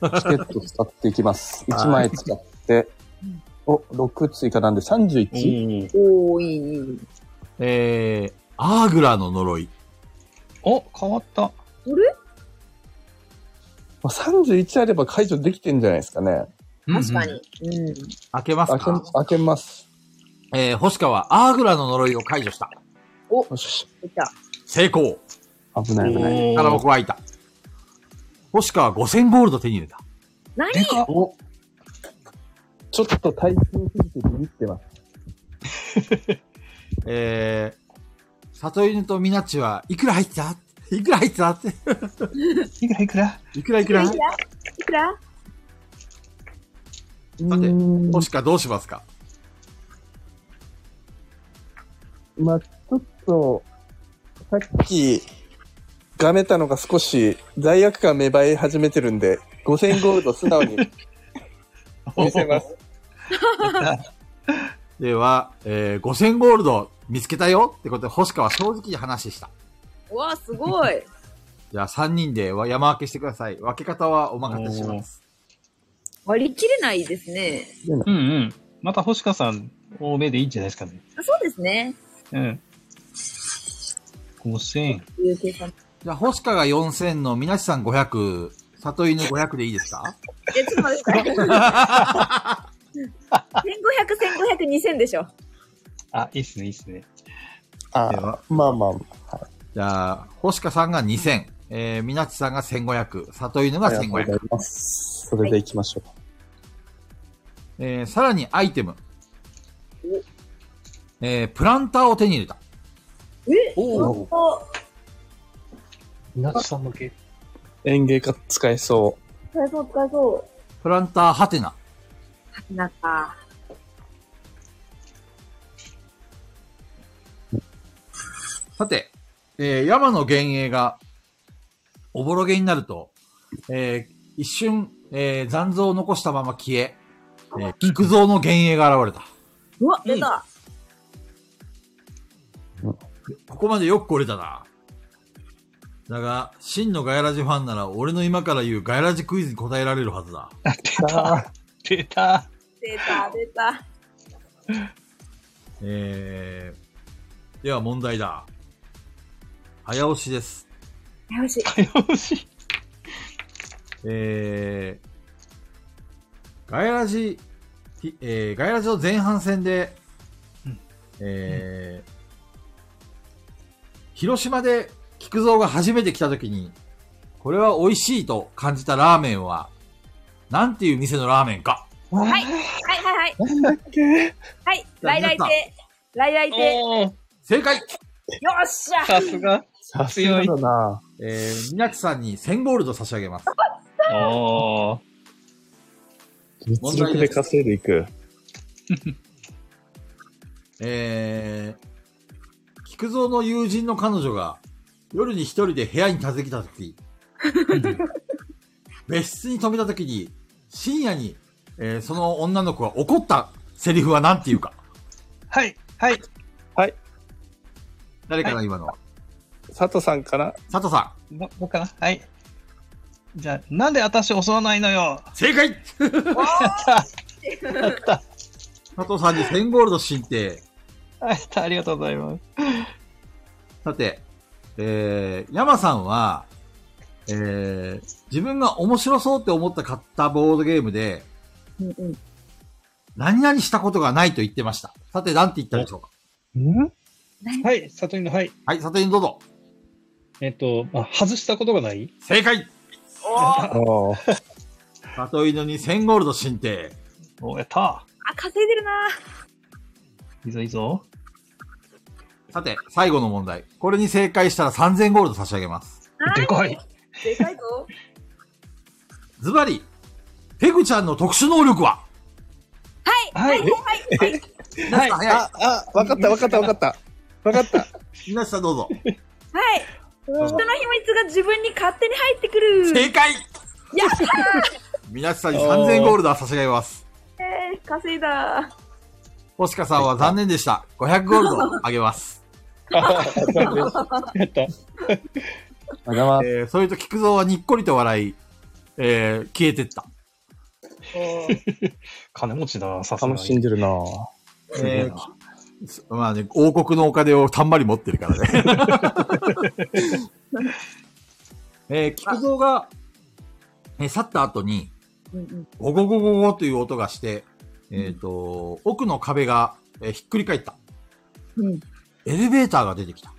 Speaker 5: チケット使っていきます。1枚使って、お、6追加なんで 31?
Speaker 4: おー、いい、いい。
Speaker 1: えー、アーグラの呪い。
Speaker 15: お、変わった。
Speaker 5: まあ、31あれば解除できてんじゃないですかね。
Speaker 4: 確かに。うん。
Speaker 1: 開けます
Speaker 5: 開け
Speaker 1: か
Speaker 5: 開けます。
Speaker 1: えー、星川、アーグラの呪いを解除した。
Speaker 5: よし。
Speaker 4: できた。
Speaker 1: 成功。
Speaker 5: 危ない危ない。
Speaker 1: ただ僕は開いた。星川5000ゴールド手に入れた。
Speaker 4: 何
Speaker 15: でかっ
Speaker 5: おちょっと大金すぎてビビってます。
Speaker 1: えー、里犬とみなっちはいくら入ったいくら入ったって。
Speaker 15: いくらいくら
Speaker 1: いくらいくらさ
Speaker 4: いくら
Speaker 1: て、
Speaker 13: うん
Speaker 1: 星川どうしますか
Speaker 5: まあ、ちょっと、さっき、がめたのが少し罪悪感芽生え始めてるんで、5000ゴールド素直に見せます。
Speaker 1: では、えー、5000ゴールド見つけたよってことで星川は正直に話した。
Speaker 4: うわ、すごい。
Speaker 1: じゃあ3人でわ山分けしてください。分け方はお任せします。
Speaker 4: [LAUGHS] 割り切れないですね。
Speaker 15: うんうん。また星香さん、多めでいいんじゃないですかね。
Speaker 4: あそうですね。
Speaker 15: うん。5000。
Speaker 4: 有形さん。い
Speaker 1: じゃあ星川が4000のみなっちさん500、里犬500でいいですか
Speaker 4: や、ちょっと待ってください。1500、1500、2000でしょ。
Speaker 15: あ、いいっすね、いいっすね。
Speaker 5: あ
Speaker 1: では
Speaker 5: あ、まあまあ、
Speaker 1: じゃあ、星香さんが2000、えー、みなちさんが1500、里犬が
Speaker 5: ありがとうござ
Speaker 1: 1500。
Speaker 5: います。それで行きましょ
Speaker 1: えー、さらにアイテム。えー、プランターを手に入れた。
Speaker 4: え
Speaker 1: おー
Speaker 6: 稲地さん向け。
Speaker 5: う。園芸家使えそ
Speaker 4: 使えそう、使えそ
Speaker 1: プランターハテナ。
Speaker 4: う。なんか、
Speaker 1: さて、えー、山の幻影が、おぼろげになると、えー、一瞬、えー、残像を残したまま消え、えー、菊像の幻影が現れた。
Speaker 4: うわ、出た。
Speaker 1: ここまでよく来れたな。だが、真のガヤラジファンなら、俺の今から言うガヤラジクイズに答えられるはずだ。
Speaker 15: 出た。出た。
Speaker 4: 出た、出た。
Speaker 1: えー、では問題だ。早押しです。
Speaker 4: よし。
Speaker 15: 早しい。
Speaker 1: えー、ガヤラジ、ひえー、ガヤラジの前半戦で、
Speaker 15: うん
Speaker 1: えー、広島で菊蔵が初めて来た時に、これは美味しいと感じたラーメンは、なんていう店のラーメンか
Speaker 4: はい。はいはいはい。
Speaker 5: なんだっけ
Speaker 4: はい。来来亭。来来亭。よ
Speaker 15: おー
Speaker 1: 正解
Speaker 4: っしゃ
Speaker 15: さすが。
Speaker 5: さすがだな。
Speaker 1: えー、みなきさんに1000ゴールド差し上げます。
Speaker 15: おー
Speaker 5: 実力で稼いでいく。
Speaker 1: [LAUGHS] えー、菊蔵の友人の彼女が夜に一人で部屋に訪ねてきたと
Speaker 5: [LAUGHS]
Speaker 1: き、別室に飛びたときに、深夜に、えーその女の子が怒ったセリフは何て言うか。
Speaker 6: はい、はい。
Speaker 1: 誰かな、今のは。
Speaker 5: 佐藤さんから
Speaker 1: 佐藤さ
Speaker 6: ぼ僕かなはい。じゃあ、なんで私襲わないの
Speaker 1: ん、
Speaker 6: よ
Speaker 1: 正解
Speaker 6: やった。
Speaker 1: 佐藤さんに1000ゴールド申請。
Speaker 6: やった、ありがとうございます。
Speaker 1: さて、えー、山さんは、えー、自分が面白そうって思った買ったボードゲームで、
Speaker 4: うんうん。
Speaker 1: 何々したことがないと言ってました。さて、なんて言ったでしょうか
Speaker 6: はい、里犬の、はい。
Speaker 1: はい、佐藤にどうぞ。
Speaker 6: えっと、あ、外したことがない
Speaker 1: 正解
Speaker 5: おー
Speaker 1: 里犬に1000ゴールド申請。
Speaker 6: お、やった。
Speaker 4: あ、稼いでるない
Speaker 6: いぞいい [LAUGHS] ぞ。
Speaker 1: さて、最後の問題。これに正解したら3000ゴールド差し上げます。
Speaker 4: はい
Speaker 6: でかい。
Speaker 4: でかいぞ。
Speaker 1: ズバリ、ペグちゃんの特殊能力は
Speaker 6: はい。
Speaker 1: 皆さん、早い。
Speaker 5: あ、あ、わかったわかったわかった。わかった。
Speaker 1: 皆さんどうぞ。
Speaker 4: はい。
Speaker 1: どうぞ
Speaker 4: 人の秘密が自分に勝手に入ってくる。
Speaker 1: 正解
Speaker 4: やっ
Speaker 1: 皆さんに3000ゴールドは差し上げます。
Speaker 4: えー、稼いだ。
Speaker 1: 星香さんは残念でした。500ゴールドあげます。
Speaker 6: やった。
Speaker 5: あがま。
Speaker 1: えー、それと菊蔵はにっこりと笑い、えー、消えてった。
Speaker 6: 金持ちだな、さすが
Speaker 5: 楽しん
Speaker 6: に。
Speaker 5: でるな
Speaker 1: えーまあね、王国のお金をたんまり持ってるからね。えー、菊蔵が、えー去った後に、ゴゴゴゴゴという音がして、えっ、と、奥の壁が、えーひっくり返った。
Speaker 4: うん
Speaker 1: エレベーターが出てきた。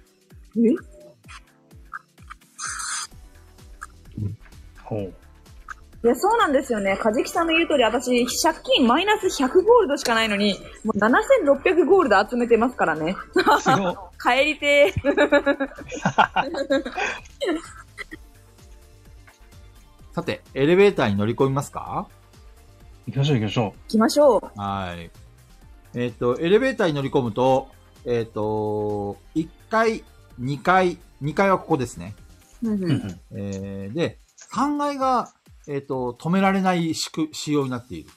Speaker 6: ほう
Speaker 4: いや、そうなんですよね。カジキさんの言う通り、私、借金マイナス100ゴールドしかないのに、もう7600ゴールド集めてますからね。
Speaker 6: すごい。
Speaker 4: 帰りてー。
Speaker 1: さて、エレベーターに乗り込みますか
Speaker 6: 行きましょう行きましょ
Speaker 4: 行きましょう。
Speaker 1: はい。えっ、と、エレベーターに乗り込むと、えっ、と、1階、2階、2階はここですね。
Speaker 6: う。うんうん
Speaker 1: えーで、3階が、えっ、と、止められない仕組仕様になっている。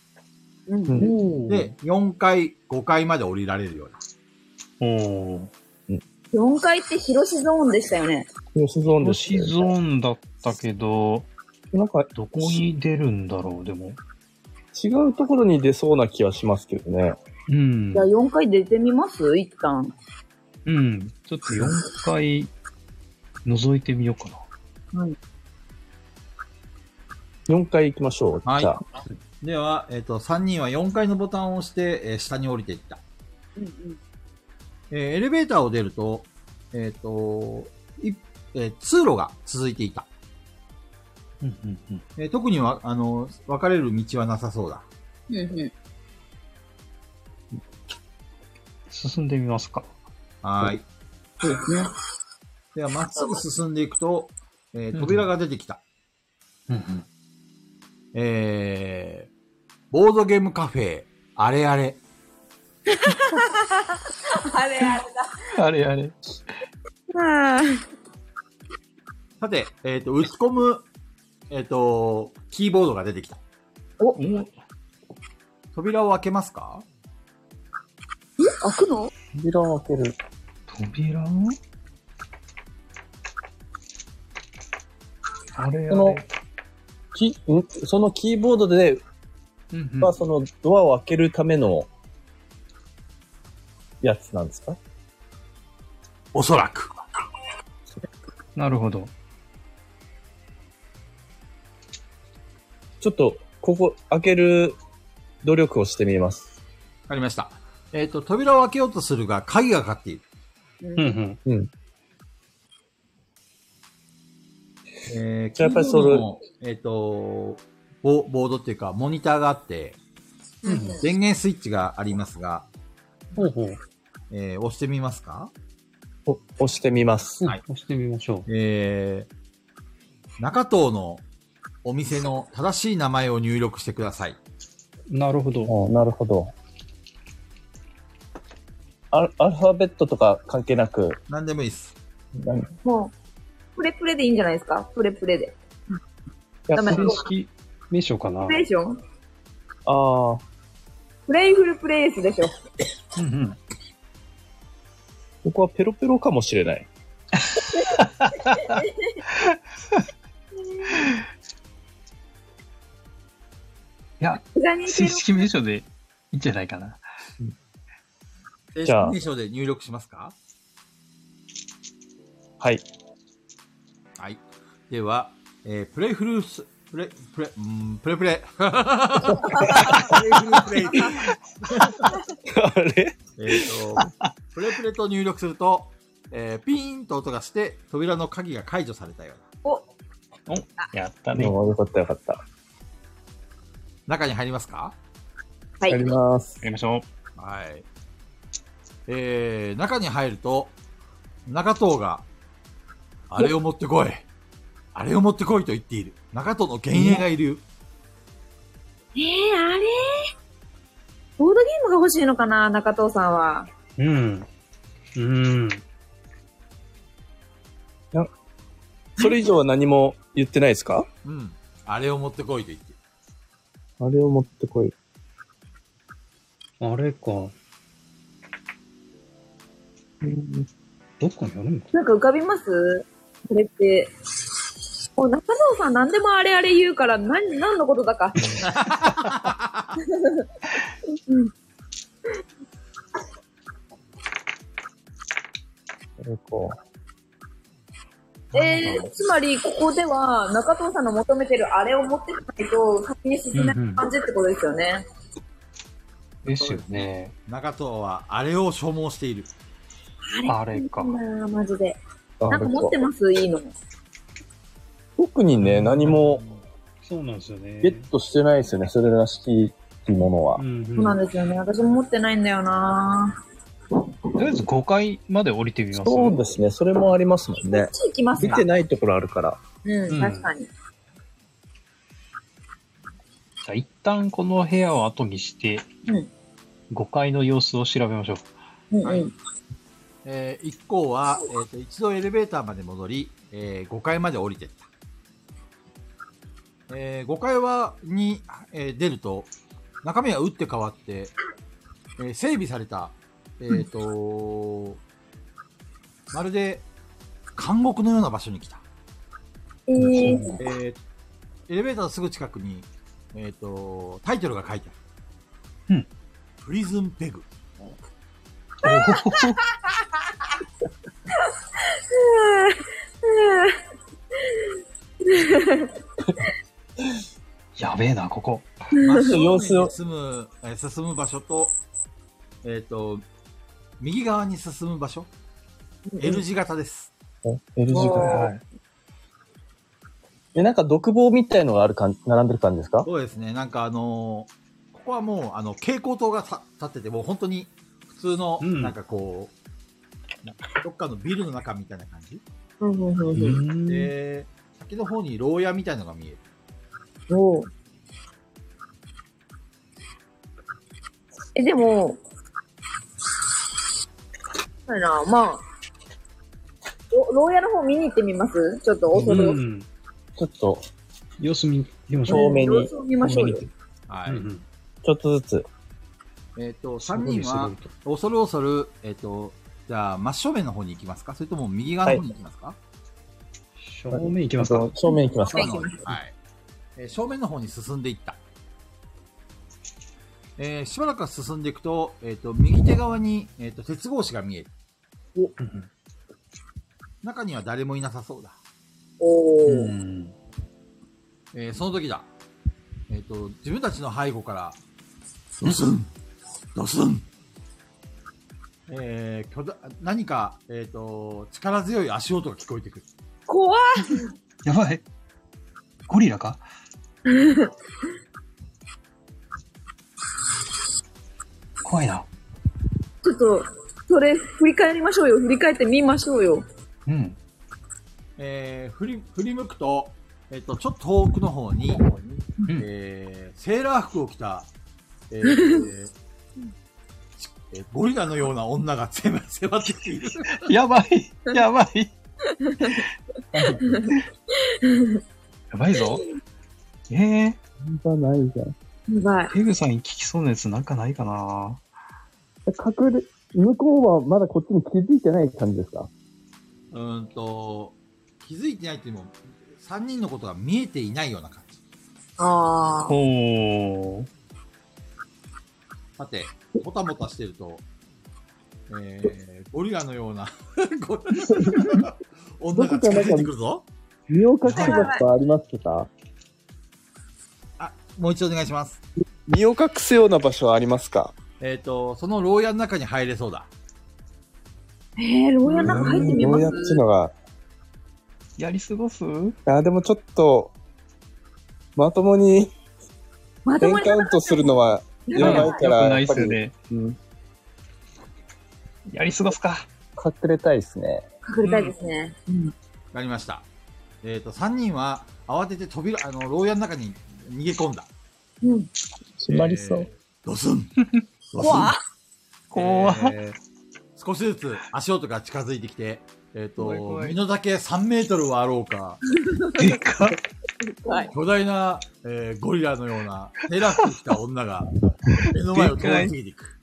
Speaker 1: で、4階、5階まで降りられるような。
Speaker 6: おー。
Speaker 4: 4階って広しゾーンでしたよね。
Speaker 5: ぁ。シゾーン
Speaker 6: ロ
Speaker 5: で
Speaker 6: シ
Speaker 5: す。
Speaker 6: ゾーンだったけど、
Speaker 5: なんか
Speaker 6: どこに出るんだろう、でも。
Speaker 5: 違うところに出そうな気はしますけどね。
Speaker 6: うん
Speaker 4: じゃあ。4階出てみます一旦。
Speaker 6: うん。ちょっと4回、覗いてみようかな。
Speaker 5: 4回行きましょう。
Speaker 1: はい
Speaker 5: じゃあ。
Speaker 1: では、えっ、と、3人は4階のボタンを押して、えー下に降りていった。えーエレベーターを出ると、えっ、と、いえー通路が続いていた。
Speaker 6: うんうんうん。
Speaker 1: えー特には、あの、分かれる道はなさそうだ。
Speaker 4: うんうん。
Speaker 6: 進んでみますか。
Speaker 1: はーい。
Speaker 4: そうですね。
Speaker 1: では、まっすぐ進んでいくと、えー扉が出てきた。
Speaker 6: うんうん。
Speaker 1: えー、ボードゲームカフェ、あれあれ。
Speaker 4: あれあれ
Speaker 6: あれあれ。
Speaker 4: だ。
Speaker 1: さて、えっ、と、打ち込む、えっ、と、キーボードが出てきた。
Speaker 6: おお
Speaker 1: 扉を開けますか
Speaker 4: 開くの
Speaker 5: 扉を開ける。
Speaker 6: 扉あれあれ
Speaker 5: その、きんそのキーボードで、
Speaker 6: うんうん
Speaker 5: はそのドアを開けるためのやつなんですか
Speaker 1: おそらく。
Speaker 6: なるほど。
Speaker 5: ちょっと、ここ開ける努力をしてみます。
Speaker 1: ありました。えっ、と、扉を開けようとするが、鍵がかかっている。
Speaker 6: うん
Speaker 1: えー、
Speaker 5: じゃあやっぱりそ
Speaker 1: キー
Speaker 5: れ
Speaker 1: ボードのえっ、とボ、ボードっていうか、モニターがあって、電源スイッチがありますが、
Speaker 6: ほうほう。
Speaker 1: えー押してみますか
Speaker 5: お押してみます。
Speaker 1: はい
Speaker 6: 押してみましょ
Speaker 1: えー、中東のお店の正しい名前を入力してください。
Speaker 6: う。なるほど。
Speaker 5: おなるほど。アルアルファベットとか関係なく、
Speaker 1: 何でもいいです。
Speaker 5: なん
Speaker 4: もう、プレプレでいいんじゃないですかプレプレで。
Speaker 6: いや
Speaker 4: ダメ
Speaker 6: 正式名称かな
Speaker 4: プ。レーション
Speaker 5: ああ、
Speaker 4: プレイフルプレイスでしょ。
Speaker 6: うんうん。
Speaker 5: 僕はペロペロかもしれない。
Speaker 4: 膝に
Speaker 6: 正式名称でいいんじゃないかな。
Speaker 1: 正
Speaker 5: じ
Speaker 1: 式
Speaker 5: ゃあ
Speaker 1: 名称で入力しますか
Speaker 5: はい。
Speaker 1: はい。では、えー、プレイフルース、プレ、プレ、うーんプレプレ。 [LAUGHS] プレイフルプレイス。
Speaker 5: あれ
Speaker 1: えーと、プレプレと入力すると、えーピーンと音がして、扉の鍵が解除されたような。
Speaker 6: やったね。
Speaker 5: よかったよかった。や
Speaker 1: 中に入りますか
Speaker 4: はい
Speaker 5: ります。
Speaker 6: やりましょう。
Speaker 1: はい。えー、中に入ると、中藤が、あれを持ってこいあれを持ってこいと言っている。中藤の幻影がいる。
Speaker 4: ええあれボードゲームが欲しいのかな中藤さんは。
Speaker 6: うん。うん。
Speaker 5: それ以上は何も言ってないですか
Speaker 1: うん。あれを持ってこいと言っている。
Speaker 2: あれを持ってこい。
Speaker 6: あれか。どっかにあるの
Speaker 4: なんか浮かびますこれって。もう中藤さん何でもあれあれ言うから何、何のことだか。
Speaker 5: あれか。
Speaker 4: えー、つまりここでは中藤さんの求めてるあれを持ってかないと先に進めない感じってことですよね。
Speaker 6: ですよね。
Speaker 1: 中藤は、あれを消耗している。
Speaker 6: あれか。
Speaker 4: なあ、マジで。
Speaker 5: あ
Speaker 4: な
Speaker 5: れ
Speaker 4: んか
Speaker 5: か
Speaker 4: 持ってますいいの。
Speaker 5: 特にね、何も
Speaker 6: そうなんですよね
Speaker 5: ゲットしてないですよね、それらしきものは
Speaker 6: う。ん
Speaker 4: そう
Speaker 6: う。
Speaker 4: なんんですよね。私も持ってないんだよな
Speaker 6: とりあえず5階まで降りてみます
Speaker 5: そうですね、それもありますもんね
Speaker 4: こっ。ち行きます
Speaker 5: 見
Speaker 4: か
Speaker 5: てないところあるから。
Speaker 4: う、
Speaker 6: うんん
Speaker 4: 確かに。
Speaker 6: じゃあ一旦この部屋を後にして、
Speaker 4: うん
Speaker 6: 5階の様子を調べましょう。
Speaker 4: うんうん。
Speaker 1: えー、一行は、えーと、一度エレベーターまで戻り、え5階まで降りてった。え5階は、に、えー出ると、中身は打って変わって、えー整備された、えっ、とまるで、監獄のような場所に来た。
Speaker 4: えー、
Speaker 1: えーエレベーターのすぐ近くに、えっ、とタイトルが書いてある。
Speaker 6: うん
Speaker 1: プリズンペグ。
Speaker 6: [LAUGHS] やべえな、ここ。
Speaker 1: 真
Speaker 5: と様子を
Speaker 1: 進む、えー進む場所と、えっ、と、右側に進む場所、L 字型です。
Speaker 5: L 字
Speaker 4: は
Speaker 5: 型。え、なんか独房みたいのがあるかん、並んでる感じですか
Speaker 1: そうですね、なんかあのーここはもう、あの、蛍光灯がた立ってて、もう本当に普通の、
Speaker 6: うん
Speaker 1: なんかこう、なんかどっかのビルの中みたいな感じ。
Speaker 4: うんうんうんうん。
Speaker 6: で
Speaker 1: で、先の方に牢屋みたいなのが見える。
Speaker 4: おえ、でも、そうやな、まあ、ろ牢屋の方見に行ってみますちょっと恐れを。
Speaker 6: ん、
Speaker 5: ちょっと、
Speaker 6: 様子見見ましょ
Speaker 5: 遠目に
Speaker 4: 様子を見ましょうよ。
Speaker 1: は
Speaker 6: う。
Speaker 1: い。
Speaker 6: うん
Speaker 5: ちょっとずつ。
Speaker 1: えっ、と、
Speaker 6: うん
Speaker 1: 3人は、恐る恐る、えっ、と、じゃあ、真正面の方に行きますかそれとも右側の方に行きますか、
Speaker 6: 正面行きますか。
Speaker 5: 正面行きます
Speaker 1: は
Speaker 5: か
Speaker 1: い。えー正面の方に進んでいった。えーしばらく進んでいくと、えっ、と、右手側に、えっ、と、鉄格子が見える。中には誰もいなさそうだ。
Speaker 4: お
Speaker 6: う
Speaker 4: ー
Speaker 6: ん
Speaker 1: えーその時だ。えっ、と、自分たちの背後から、ドスンドスンえー巨大、何か、えっ、と、力強い足音が聞こえてくる。
Speaker 4: 怖っ
Speaker 6: やばい。 [LAUGHS] ゴリラか怖いな。
Speaker 4: ちょっと、それ振り返りましょうよ。振り返ってみましょうよ。
Speaker 6: うん。
Speaker 1: えー、振り、振り向くと、えっと、ちょっと遠くの方に、
Speaker 6: ん
Speaker 1: えー、セーラー服を着た、えーちえーゴリラのような女が迫迫ってきている。
Speaker 6: やばい、やばい。やばいぞ。ええ
Speaker 2: じゃないじゃん。
Speaker 4: やばい。
Speaker 6: ー、ペグさんに聞きそうなやつなんかないかな
Speaker 2: 隠れ、向こうはまだこっちに気づいてない感じですか
Speaker 1: うーんと、気づいてないっていうのも、3人のことが見えていないような感じ。
Speaker 4: ああ。
Speaker 6: おー。
Speaker 1: さて、もたもたしてると、えー、ゴリラのような、ゴリラ女が近づいてくるぞ。
Speaker 2: 身を隠す場所はありますか
Speaker 1: あ、もう一度お願いします。
Speaker 7: 身を隠すような場所はありますか
Speaker 1: えっ、と、その牢屋の中に入れそうだ。
Speaker 4: えー、牢屋の中入ってみ
Speaker 7: ど
Speaker 4: ま
Speaker 7: う
Speaker 4: す
Speaker 7: やっていうのが、
Speaker 6: やり過ごす
Speaker 7: あ、でもちょっと、まともに
Speaker 4: ま
Speaker 7: エ
Speaker 4: と
Speaker 7: ン
Speaker 4: もに
Speaker 7: カウントするのはやばいか
Speaker 6: よ
Speaker 7: ら
Speaker 6: く、ない
Speaker 7: やっ
Speaker 6: っ
Speaker 7: ぱ
Speaker 6: す
Speaker 7: り
Speaker 6: ね。
Speaker 7: うん
Speaker 6: やり過ごすか。
Speaker 7: 隠れたいですね。
Speaker 4: 隠れたいですね。
Speaker 1: わかりました。えっ、と、3人は慌てて扉、あの、牢屋の中に逃げ込んだ。
Speaker 7: 閉まりそう。
Speaker 1: えー。ドス
Speaker 6: [LAUGHS]
Speaker 1: ンドスン
Speaker 4: 怖っ
Speaker 6: 怖っ
Speaker 1: えー少しずつ足音が近づいてきて、えっ、
Speaker 6: 怖い
Speaker 1: と
Speaker 6: 怖、い
Speaker 1: 身の丈3メートルはあろうか、
Speaker 6: でかっ。
Speaker 4: はい。
Speaker 1: 巨大な、えーゴリラのような、テラスに来た女が、目の前を通り過ぎていく。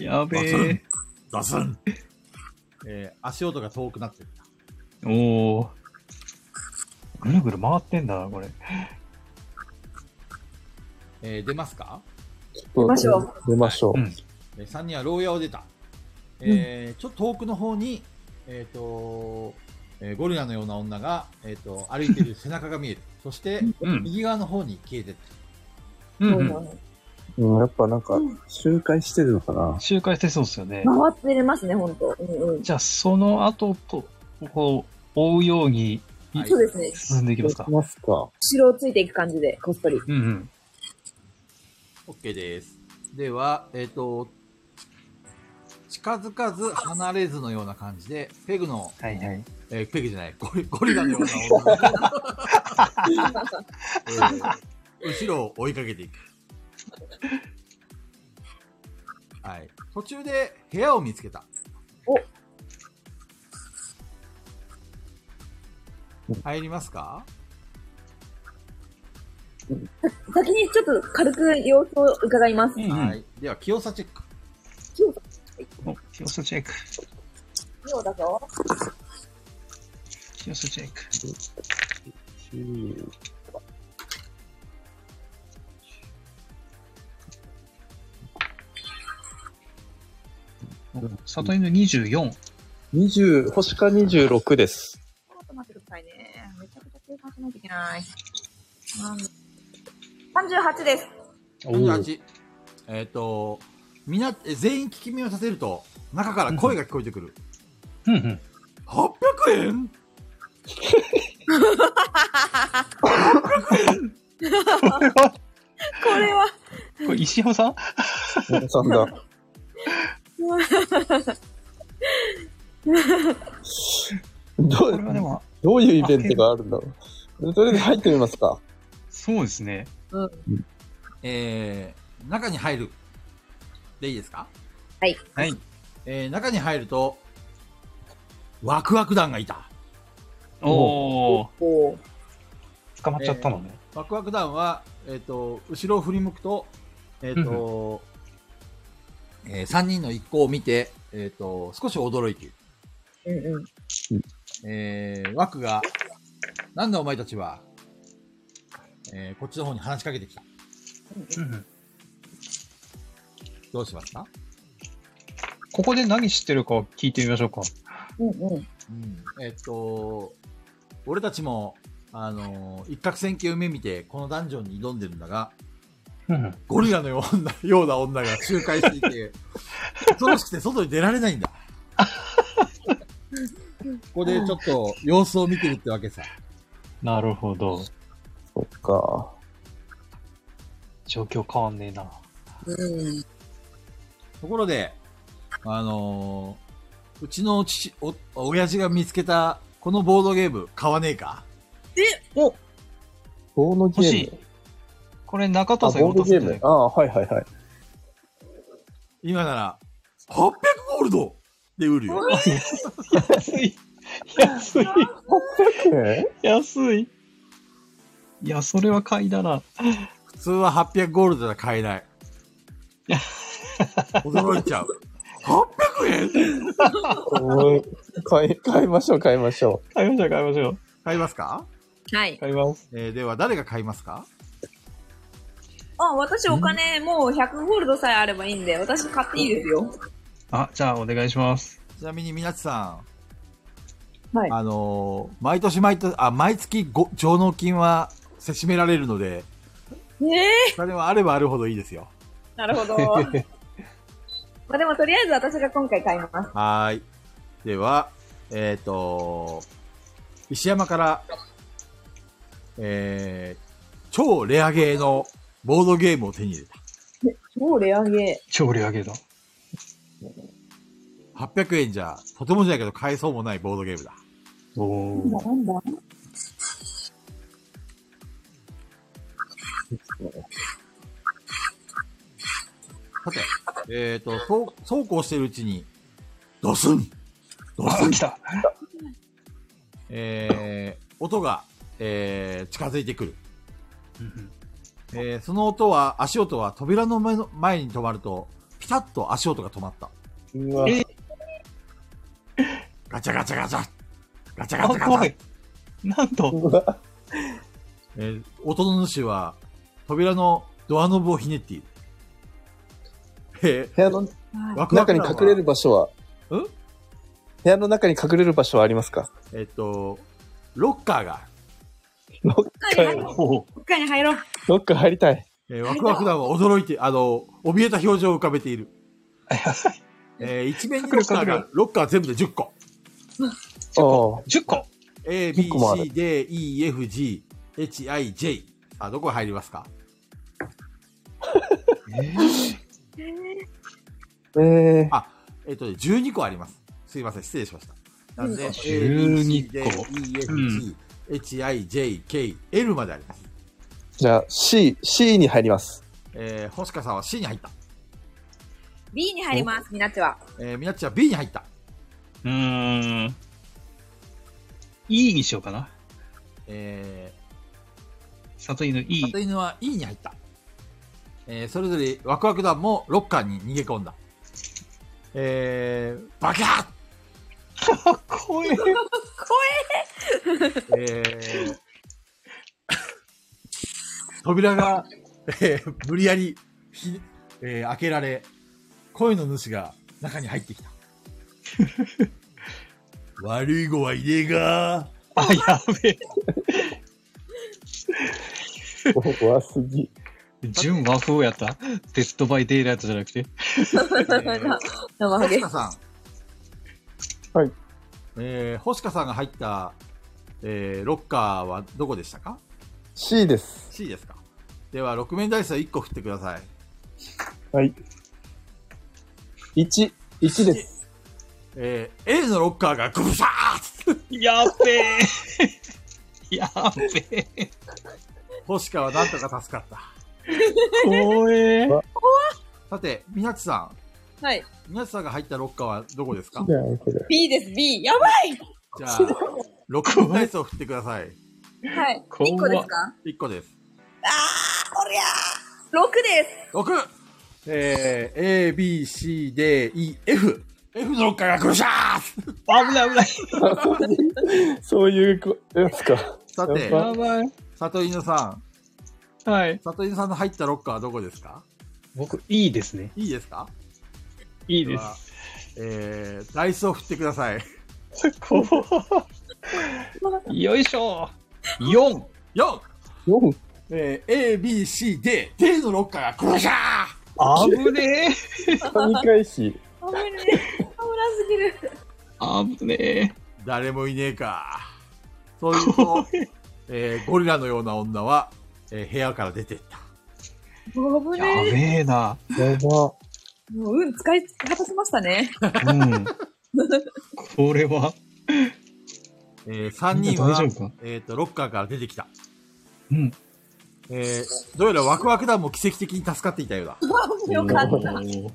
Speaker 6: やべえ。
Speaker 1: ドスンえー足音が遠くなってきた。
Speaker 6: [LAUGHS] おー。ぐるぐる回ってんだな、これ。
Speaker 1: えー出ますか
Speaker 7: 出
Speaker 4: ましょ
Speaker 7: う。出ましょ
Speaker 6: うん
Speaker 1: えー、3人は牢屋を出た。えーちょっと遠くの方に、えっ、と、えーゴリラのような女が、えっ、と、歩いている背中が見える。そして、
Speaker 6: うん。
Speaker 1: 右側の方に消えてった。
Speaker 6: うん
Speaker 4: そう
Speaker 6: うん。
Speaker 4: 思う
Speaker 7: う。うん、やっぱなんか、周回してるのかな。
Speaker 6: 周回してそうですよね。
Speaker 4: 回ってれますね、ほんと。うんうん。
Speaker 6: じゃあ、その後と、こう、追うように
Speaker 1: はい
Speaker 4: そうですね。
Speaker 6: 進んでいきますか
Speaker 7: 行き。ますか。
Speaker 4: 後ろをついていく感じで、こっそり。
Speaker 6: うんうん。
Speaker 1: OK です。では、えっ、と、近づかず離れずのような感じで、ペグの、
Speaker 6: はいはい。
Speaker 1: えーペグじゃない、ゴリゴリラのような女が、えー [LAUGHS] 後ろを追いかけていく。はい。途中で部屋を見つけた。入りますか
Speaker 4: 先にちょっと軽く様子を伺います。
Speaker 6: うんう
Speaker 1: は
Speaker 6: ん。
Speaker 1: い。では、清さチェック。
Speaker 6: お、清楚チェック。
Speaker 4: そうだぞ。
Speaker 6: 清楚チェック。お里犬24。
Speaker 7: 20、星か26です。
Speaker 4: ちょっと待ってくださいね。めちゃくちゃ計算しないといけない。うん、38です。
Speaker 1: 38。えっ、と、みな、え全員聞き耳をさせると、中から声が聞こえてくる。
Speaker 6: うんうん。
Speaker 1: 800円
Speaker 6: これは、
Speaker 4: これは、
Speaker 6: これ石山さん
Speaker 7: さんだ。ど
Speaker 6: これはで
Speaker 7: う、
Speaker 6: も、
Speaker 7: どういうイベントがあるんだろう。とりあえず入ってみますか。
Speaker 6: そうですね。
Speaker 1: えー、中に入る。でいいですか
Speaker 6: はい。
Speaker 1: えー、中に入ると、ワクワク団がいた。
Speaker 6: おー。
Speaker 4: こう、
Speaker 6: 捕まっちゃったのね。
Speaker 1: ワクワク団は、えっ、と、後ろを振り向くと、えっ、と、え3人の一行を見て、えっ、と、少し驚いている。
Speaker 4: うんうん。
Speaker 1: えー、ワクが、なんだお前たちは、えー、こっちの方に話しかけてきた。
Speaker 6: うんうん
Speaker 1: どうしますか
Speaker 6: ここで何知ってるか聞いてみましょうか。
Speaker 4: うんうん。
Speaker 1: えっと、俺たちも、あのー一攫千金を夢見て、このダンジョンに挑んでるんだが、
Speaker 6: うんうん。
Speaker 1: ゴリラのような、ような女が周回してい
Speaker 6: [LAUGHS]
Speaker 1: て、恐ろしくて外に出られないんだ。ここでちょっと様子を見てるってわけさ。
Speaker 6: なるほど。
Speaker 7: そっか。
Speaker 6: 状況変わんねえな。
Speaker 4: うん。
Speaker 1: ところで、あのーうちの父、お、親父が見つけた、このボードゲーム、買わねえか
Speaker 13: ボードゲ
Speaker 5: 欲し
Speaker 13: ー
Speaker 5: い
Speaker 13: ム。。
Speaker 5: これ中
Speaker 13: あ、
Speaker 5: 田さん
Speaker 13: ボードゲー
Speaker 5: 喜んで
Speaker 13: ム
Speaker 5: る。
Speaker 13: ああ、はいはいはい。
Speaker 1: 今なら、800ゴールドで売るよ。
Speaker 15: 安い。安い。
Speaker 13: え
Speaker 15: 安い。いや、それは買いだな。
Speaker 1: 普通は800ゴールドじゃ買
Speaker 16: [LAUGHS]
Speaker 1: えない。驚いちゃう。800円
Speaker 13: おい買い、買いましょう、買いましょ
Speaker 15: 買いましょう、買いましょう。
Speaker 1: 買いますか
Speaker 16: はい。
Speaker 15: 買います。
Speaker 1: えーでは誰が買いますか
Speaker 4: あ、私お金もう100ゴールドさえあればいいんで、私買っていいですよ。
Speaker 15: あ、じゃあお願いします。
Speaker 1: ちなみに、みなちさん。
Speaker 16: はい
Speaker 1: あのー毎年毎年、あ、毎月ご、上納金はせしめられるので、
Speaker 4: ええ
Speaker 1: お金はあればあるほどいいですよ。
Speaker 4: なるほど。まあでもとりあえず私が今回買います。
Speaker 1: はーい。では、えっ、と、石山から、えー、超レアゲーのボードゲームを手に入れ
Speaker 16: 超レアゲ
Speaker 15: 超レアゲーだ。
Speaker 1: た。800円じゃ、とてもじゃないけど買えそうもないボードゲームだ。
Speaker 15: お
Speaker 16: ー。
Speaker 15: ー。
Speaker 16: なんだなんだ
Speaker 1: さて、えっ、と、そう、そうこうしてるうちに、ドスンドスン
Speaker 15: 来た。
Speaker 1: えー、音が、えー、近づいてくる。えー、その音は、足音は扉の前の前に止まると、ピタッと足音が止まった。
Speaker 13: う。うわ、
Speaker 1: ガチャガチャガチャガチャガ
Speaker 15: あ、
Speaker 1: チャガ
Speaker 15: 怖
Speaker 1: チャ、
Speaker 15: い。なんと、
Speaker 13: うわ、
Speaker 1: えー音の主は、扉のドアノブをひねっている。え
Speaker 13: 部屋の
Speaker 1: ー、ワクワ
Speaker 13: 中
Speaker 1: ク
Speaker 13: に
Speaker 1: 感は
Speaker 13: 隠れる場所は、
Speaker 1: うん
Speaker 13: 部屋の中に隠れる場所はありますか
Speaker 1: えっと、ロッカーがある、
Speaker 15: お
Speaker 4: ど
Speaker 15: ー
Speaker 4: っかに入ろう。
Speaker 13: ロック入りたい。
Speaker 1: えー、ワクワク団は驚いて、あの、怯えた表情を浮かべている。えー、一面にロッカー
Speaker 15: 隠れ隠
Speaker 13: [LAUGHS]
Speaker 1: が、ロッカー全部で10個。
Speaker 13: おお
Speaker 15: 10個
Speaker 1: A,
Speaker 13: 10
Speaker 1: B,
Speaker 13: 個もある
Speaker 1: C, D, E, F, G, H, I, J。あ、どこ入りますか
Speaker 13: う。え
Speaker 1: あ、えっとね、12個あります。すいません、失礼しました。なんで、
Speaker 15: 12個
Speaker 1: A, B, C, D, E, F, G、H, I, J, K、L まであります。
Speaker 13: ー、じゃあ C、C に入ります。
Speaker 1: えー、星川さんは C に入った。
Speaker 4: B に入ります、みなっちは。
Speaker 1: えー、みなっちは B に入った。
Speaker 15: うーん。E にしようかな。
Speaker 1: え
Speaker 15: 里犬
Speaker 1: ー、
Speaker 15: E
Speaker 1: 里。犬は E に入った。えー、それぞれワクワク団もロッカーに逃げ込んだ。えー、バキャー
Speaker 15: 怖い。
Speaker 1: えー、扉が、えー、無理やりひ、えー開けられ、声の主が中に入ってきた。悪い子はいねえが
Speaker 15: あ、やべえ。
Speaker 13: 怖すぎ。
Speaker 15: 純和風やった。デッドバイデイライトじゃなくて。
Speaker 1: えー
Speaker 4: 生ハ
Speaker 1: 星
Speaker 4: ゲ。
Speaker 1: 香さん。
Speaker 13: はい。
Speaker 1: えー、星香さんが入った、えー、ロッカーはどこでしたか
Speaker 13: C です。
Speaker 1: ?C ですかでは、6面ダイスを1個振ってください。
Speaker 13: はい。1、1です。
Speaker 1: えー、A のロッカーがグブシャーッ
Speaker 15: やっべえ。 [LAUGHS] やっべえ。
Speaker 1: 星香はなんとか助かった。
Speaker 15: 怖え。
Speaker 1: さて、みなちさ
Speaker 4: はい。
Speaker 1: ん。みなちさんが入ったロッカーはどこですか
Speaker 13: じゃあ、これ。
Speaker 4: B です、B。やば
Speaker 1: じゃあ、6分ダイスを振ってください。
Speaker 4: いはい。
Speaker 15: 怖っ
Speaker 4: 1個ですか
Speaker 1: 1個です。
Speaker 4: おりゃー !6 です。
Speaker 1: 6! えー、A, B, C, D, E, F。F のロッカーが来るしゃー
Speaker 15: 危ない危ない。
Speaker 13: そういうこやつか。
Speaker 1: さて、
Speaker 13: や
Speaker 15: やばい。
Speaker 1: 里犬さん。
Speaker 15: はい。
Speaker 1: 里犬さんの入ったロッカーはどこですか
Speaker 15: 僕、E ですね。
Speaker 1: いいですか
Speaker 15: E
Speaker 1: で
Speaker 15: で
Speaker 1: は
Speaker 15: す。
Speaker 1: えー、ダイスを振ってください。
Speaker 15: 怖い。よいしょ。4!
Speaker 1: 4!
Speaker 13: 4、
Speaker 1: えー、A, B, C, D。D のロッカーが来るしゃー
Speaker 15: あぶねえ。
Speaker 13: 神返し。
Speaker 4: 危ねえ。危なすぎる。
Speaker 15: あぶねえ。
Speaker 1: 誰もいねえか。そういうと、
Speaker 15: [LAUGHS]
Speaker 1: えー、ゴリラのような女は、えー、部屋から出てった。
Speaker 4: 危
Speaker 15: や
Speaker 4: ねえ。
Speaker 15: べえな。
Speaker 13: やば。
Speaker 4: もう運使い果たしましたね。
Speaker 15: うん。これは、
Speaker 1: えー、3人
Speaker 15: 大
Speaker 1: は
Speaker 15: 丈、夫か
Speaker 1: えっ、と、ロッカーから出てきた。
Speaker 15: うん。
Speaker 1: えー、どうやらワクワク団も奇跡的に助かっていたようだ。
Speaker 4: よかっ
Speaker 15: お
Speaker 4: た。
Speaker 15: ー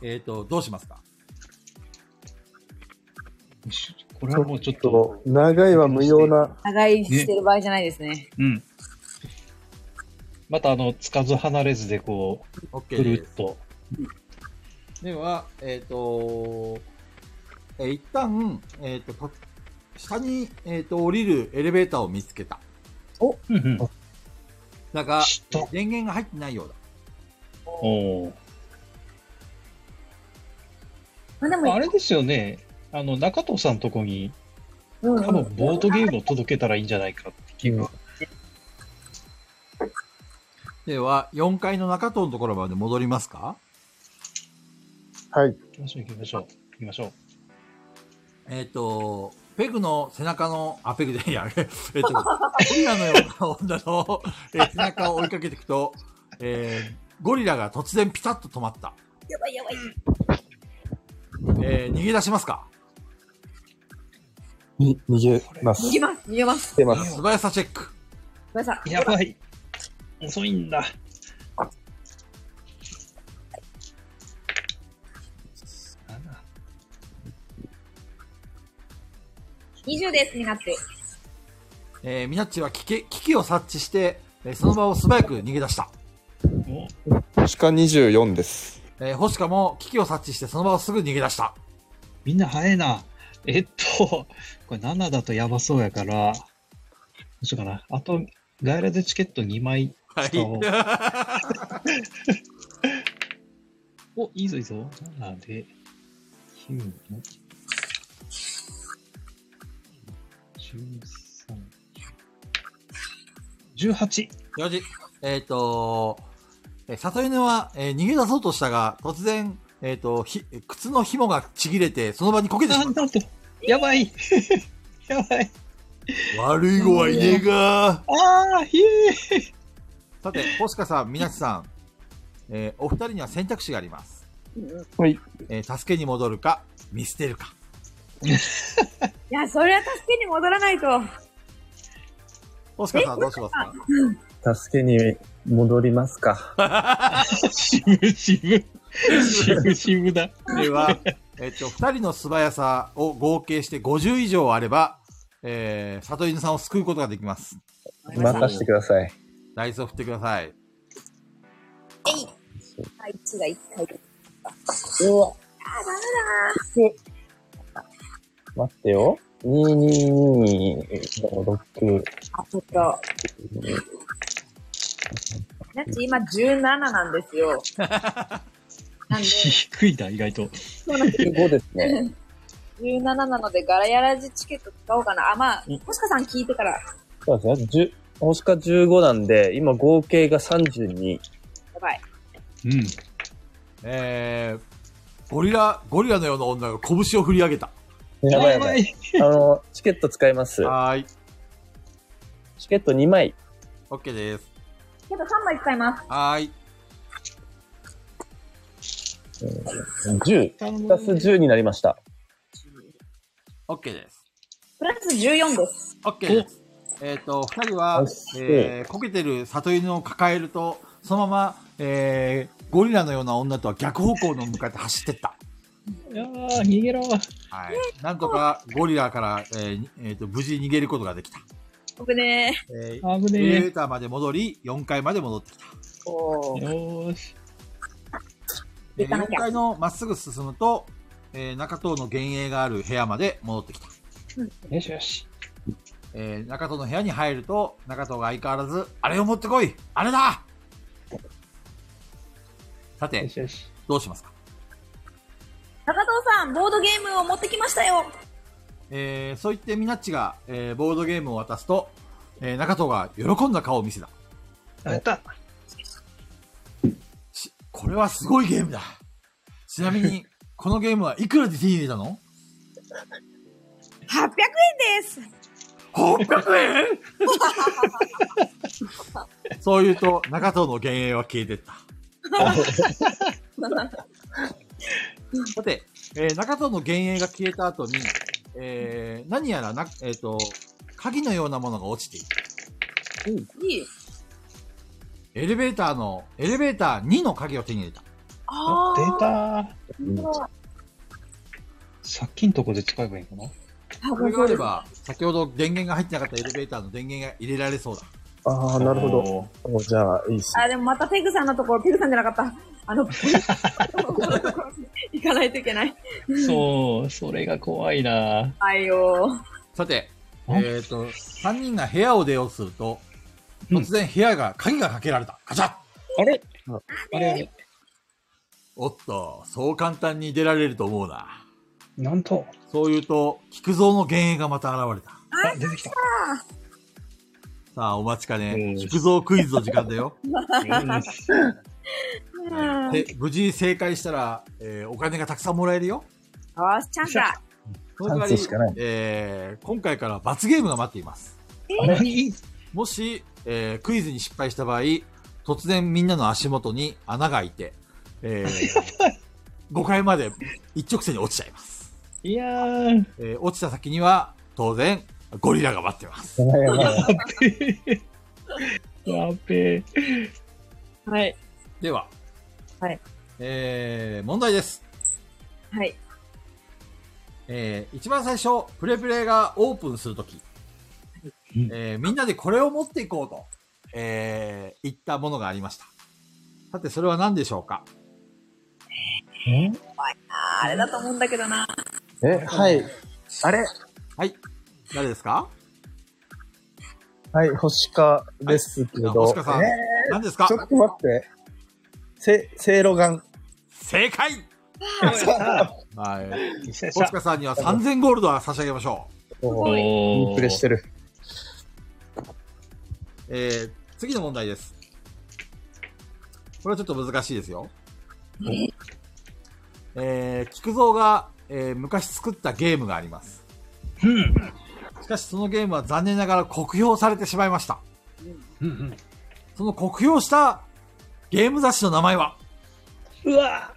Speaker 1: えっ、と、どうしますか
Speaker 15: よしこれはもうちょっと、
Speaker 13: そう、長いは無用な。
Speaker 4: 長いしてる場合じゃないですね。
Speaker 15: うん。またあの、つかず離れずでこう、く
Speaker 1: ?OK
Speaker 15: る
Speaker 1: で
Speaker 15: っと。
Speaker 1: す。では、えっ、とえー一旦、えっ、と、と下に、えっ、と、降りるエレベーターを見つけた。
Speaker 15: うんうん。
Speaker 1: だが、
Speaker 15: 下
Speaker 1: 電源が入ってないようだ。
Speaker 15: おー
Speaker 4: まあで
Speaker 15: あ
Speaker 4: も、
Speaker 15: れですよね。あの、中藤さんのとこに、
Speaker 4: うんうん
Speaker 15: 多分ボードゲームを届けたらいいんじゃないかって気が。
Speaker 1: では、4階の中藤のところまで戻りますか
Speaker 13: はい。
Speaker 15: 行きましょう行きましょう。行きましょう。
Speaker 1: えっ、と、ペグの背中の、あ、ペグで、いや、 [LAUGHS] えっ、と、ゴリラのような女の、えー背中を追いかけていくと、えーゴリラが突然ピタッと止まった。
Speaker 4: やばいやばい。
Speaker 1: えー逃げ出しますか
Speaker 5: に、逃げます。
Speaker 4: 逃げます、逃げます。
Speaker 5: 来てます。
Speaker 1: 素早さチェック。
Speaker 4: ごめんなさい。
Speaker 15: やばい。遅いんだ。
Speaker 4: 20です、になって。
Speaker 1: えーミナッチは危機危機を察知して、えーその場を素早く逃げ出した。
Speaker 15: お
Speaker 17: 鹿24です。
Speaker 1: えー、星香も危機を察知して、その場をすぐ逃げ出した。
Speaker 15: みんな早いな。えっと、これ7だとやばそうやから、どうしようかな。あと、外来でチケット2枚。
Speaker 1: はい
Speaker 15: 使おう。お、いいぞいいぞ。7で、9の、13、18。
Speaker 1: よじ。えっ、と、えー、里犬は、えー逃げ出そうとしたが、突然、えっ、と、ひ、靴の紐がちぎれて、その場にこけてしま
Speaker 15: あ
Speaker 1: っ
Speaker 15: ー、なんと、やばい。 [LAUGHS] やばい。
Speaker 1: た。悪い子はいねえが
Speaker 15: ああ、ひえ。
Speaker 1: さて、星香さん、みなちさん、えーお二人には選択肢があります。
Speaker 5: はい。
Speaker 1: えー助けに戻るか、見捨てるか。
Speaker 4: いや、それは助けに戻らないと。
Speaker 1: 星香さん、どうしますか
Speaker 18: 助けに戻りますか。
Speaker 15: しぶしぶ。しぶしぶだ。
Speaker 1: では、えっと、二人の素早さを合計して50以上あれば、えー、里犬さんを救うことができます。
Speaker 18: 任してください。
Speaker 1: ダイスを振ってください。
Speaker 4: あ、1が1回で。うわ。
Speaker 5: 待ってよ。222,6,7
Speaker 4: あ、ちょっと。だって今17なんですよ。なんで、
Speaker 15: 低いな、意外と。
Speaker 5: 5ですね。
Speaker 4: 17なのでガラヤラジチケット使おうかな。あ、まあ、もしかさん聞いてから。
Speaker 5: そうですね。十星か15なんで、今合計が32。
Speaker 4: やばい。
Speaker 15: うん。
Speaker 1: えー、ゴリラ、ゴリラのような女が拳を振り上げた。
Speaker 5: やばいやばい。
Speaker 15: い。
Speaker 5: あの、チケット使います。
Speaker 1: はーい。
Speaker 5: チケット2枚。
Speaker 1: OK です。
Speaker 4: けど3枚使います。
Speaker 1: はーい。
Speaker 5: 10。プラス10になりました。
Speaker 1: OK です。
Speaker 4: プラス14です。
Speaker 1: OK です。えっ、と、二人は、えー、こけてる里犬を抱えると、そのまま、えー、ゴリラのような女とは逆方向の向かって走ってった。
Speaker 15: いやー逃げろ。
Speaker 1: はい。なんとかゴリラから、えーにえーと無事逃げることができた。
Speaker 4: 僕ね
Speaker 1: えー
Speaker 15: 危ね
Speaker 1: エレ
Speaker 15: え
Speaker 1: ベ。ーターまで戻り、4階まで戻ってきた。
Speaker 4: こ
Speaker 15: よーし。
Speaker 1: で
Speaker 4: 行かなき
Speaker 1: 4
Speaker 4: ゃ
Speaker 1: 階のまっすぐ進むと、えー中東の幻影がある部屋まで戻ってきた。
Speaker 15: よしよし。
Speaker 1: えー中東の部屋に入ると、中東が相変わらず、あれを持ってこいあれださ
Speaker 15: よ
Speaker 1: て、
Speaker 15: しよし。
Speaker 1: どうしますか
Speaker 4: う。高藤さん、ボードゲームを持ってきましたよ。
Speaker 1: えーそう言ってミナッチが、えーボードゲームを渡すと、えー中東が喜んだ顔を見せた。
Speaker 15: やった。
Speaker 1: しこれはすごいゲームだ。ちなみ
Speaker 4: [LAUGHS]
Speaker 1: に、このゲームはいくらで手に入れたの
Speaker 4: 800円です。 [LAUGHS]
Speaker 1: ?800 [LAUGHS] 円そう言うと、中藤の幻影は消えてった。さて、えー中藤の幻影が消えた後に、えー何やらな、えっ、と、鍵のようなものが落ちている。
Speaker 4: いい。
Speaker 1: エレベーターの、エレベーター2の鍵を手に入れた。
Speaker 4: あ
Speaker 6: 出
Speaker 4: あ。
Speaker 6: た
Speaker 2: うん
Speaker 6: さっきんとこで使えばいいかな
Speaker 4: 多
Speaker 1: これがあ
Speaker 4: 分そう
Speaker 1: れ
Speaker 4: です。
Speaker 1: ば、先ほど電源が入ってなかったエレベーターの電源が入れられそうだ。
Speaker 7: ああ、なるほど。
Speaker 6: ど。
Speaker 7: おじゃあ、いいっすね。
Speaker 4: あ、でもまたペグさんのところ、ペグさんじゃなかった。あの、行かないといけない。
Speaker 6: そう、それが怖いな
Speaker 4: はいよ。
Speaker 1: さて、
Speaker 6: ん
Speaker 1: えっ、と、3人が部屋を出ようとすると、
Speaker 6: うん
Speaker 1: 突然部屋が、鍵がかけられた。ガチャッ
Speaker 6: あれあれあれ
Speaker 1: おっと、そう簡単に出られると思うな。
Speaker 6: なんと、
Speaker 1: そう言うと、菊蔵の幻影がまた現れた。
Speaker 6: あ、出てきた。
Speaker 1: さあ、お待ちかね
Speaker 6: う。ん
Speaker 1: 菊蔵クイズの時間だよ。
Speaker 6: うん
Speaker 4: うん。よ
Speaker 1: で、無事正解したら、えーお金がたくさんもらえるよ。
Speaker 4: し、チャンスだ。
Speaker 1: その代
Speaker 7: チャ
Speaker 1: わり
Speaker 7: ンスしかない、
Speaker 1: えー今回から罰ゲームが待っています。
Speaker 6: 何
Speaker 1: もし、えークイズに失敗した場合、突然みんなの足元に穴が開いて、え5階まで一直線に落ちちゃいます。
Speaker 6: いやー、
Speaker 1: えー落ちた先には、当然、ゴリラが待ってます。
Speaker 7: やばいやばい。
Speaker 6: やべえ。
Speaker 4: はい。
Speaker 1: では、
Speaker 4: はい
Speaker 1: えー問題です。
Speaker 4: はい。
Speaker 1: えー一番最初、プレプレがオープンするとき、
Speaker 6: うん
Speaker 1: えーみんなでこれを持っていこうと、えー言ったものがありました。さて、それは何でしょうか
Speaker 4: ああれだと思うんだけどな。
Speaker 7: え、はい。あれ
Speaker 1: はい。誰ですか
Speaker 7: はい、星川ですけ
Speaker 1: じゃあ
Speaker 7: ど。
Speaker 1: 星川さん、
Speaker 7: え
Speaker 1: 何です
Speaker 7: ー
Speaker 1: か
Speaker 7: ちょっと待って。せ、せいろがん。
Speaker 1: 正解は
Speaker 7: [LAUGHS]
Speaker 1: い。星川さんには3000ゴールドは差し上げましょ
Speaker 7: おー
Speaker 6: お
Speaker 7: インプレしてる。
Speaker 1: う。えー次の問題です。これはちょっと難しいですよ。えー、菊蔵が、えー昔作ったゲームがあります。
Speaker 6: うん。
Speaker 1: しかしそのゲームは残念ながら酷評されてしまいました。
Speaker 6: うんうん。
Speaker 1: その酷評したゲーム雑誌の名前は
Speaker 6: う
Speaker 15: [LAUGHS]
Speaker 6: わあ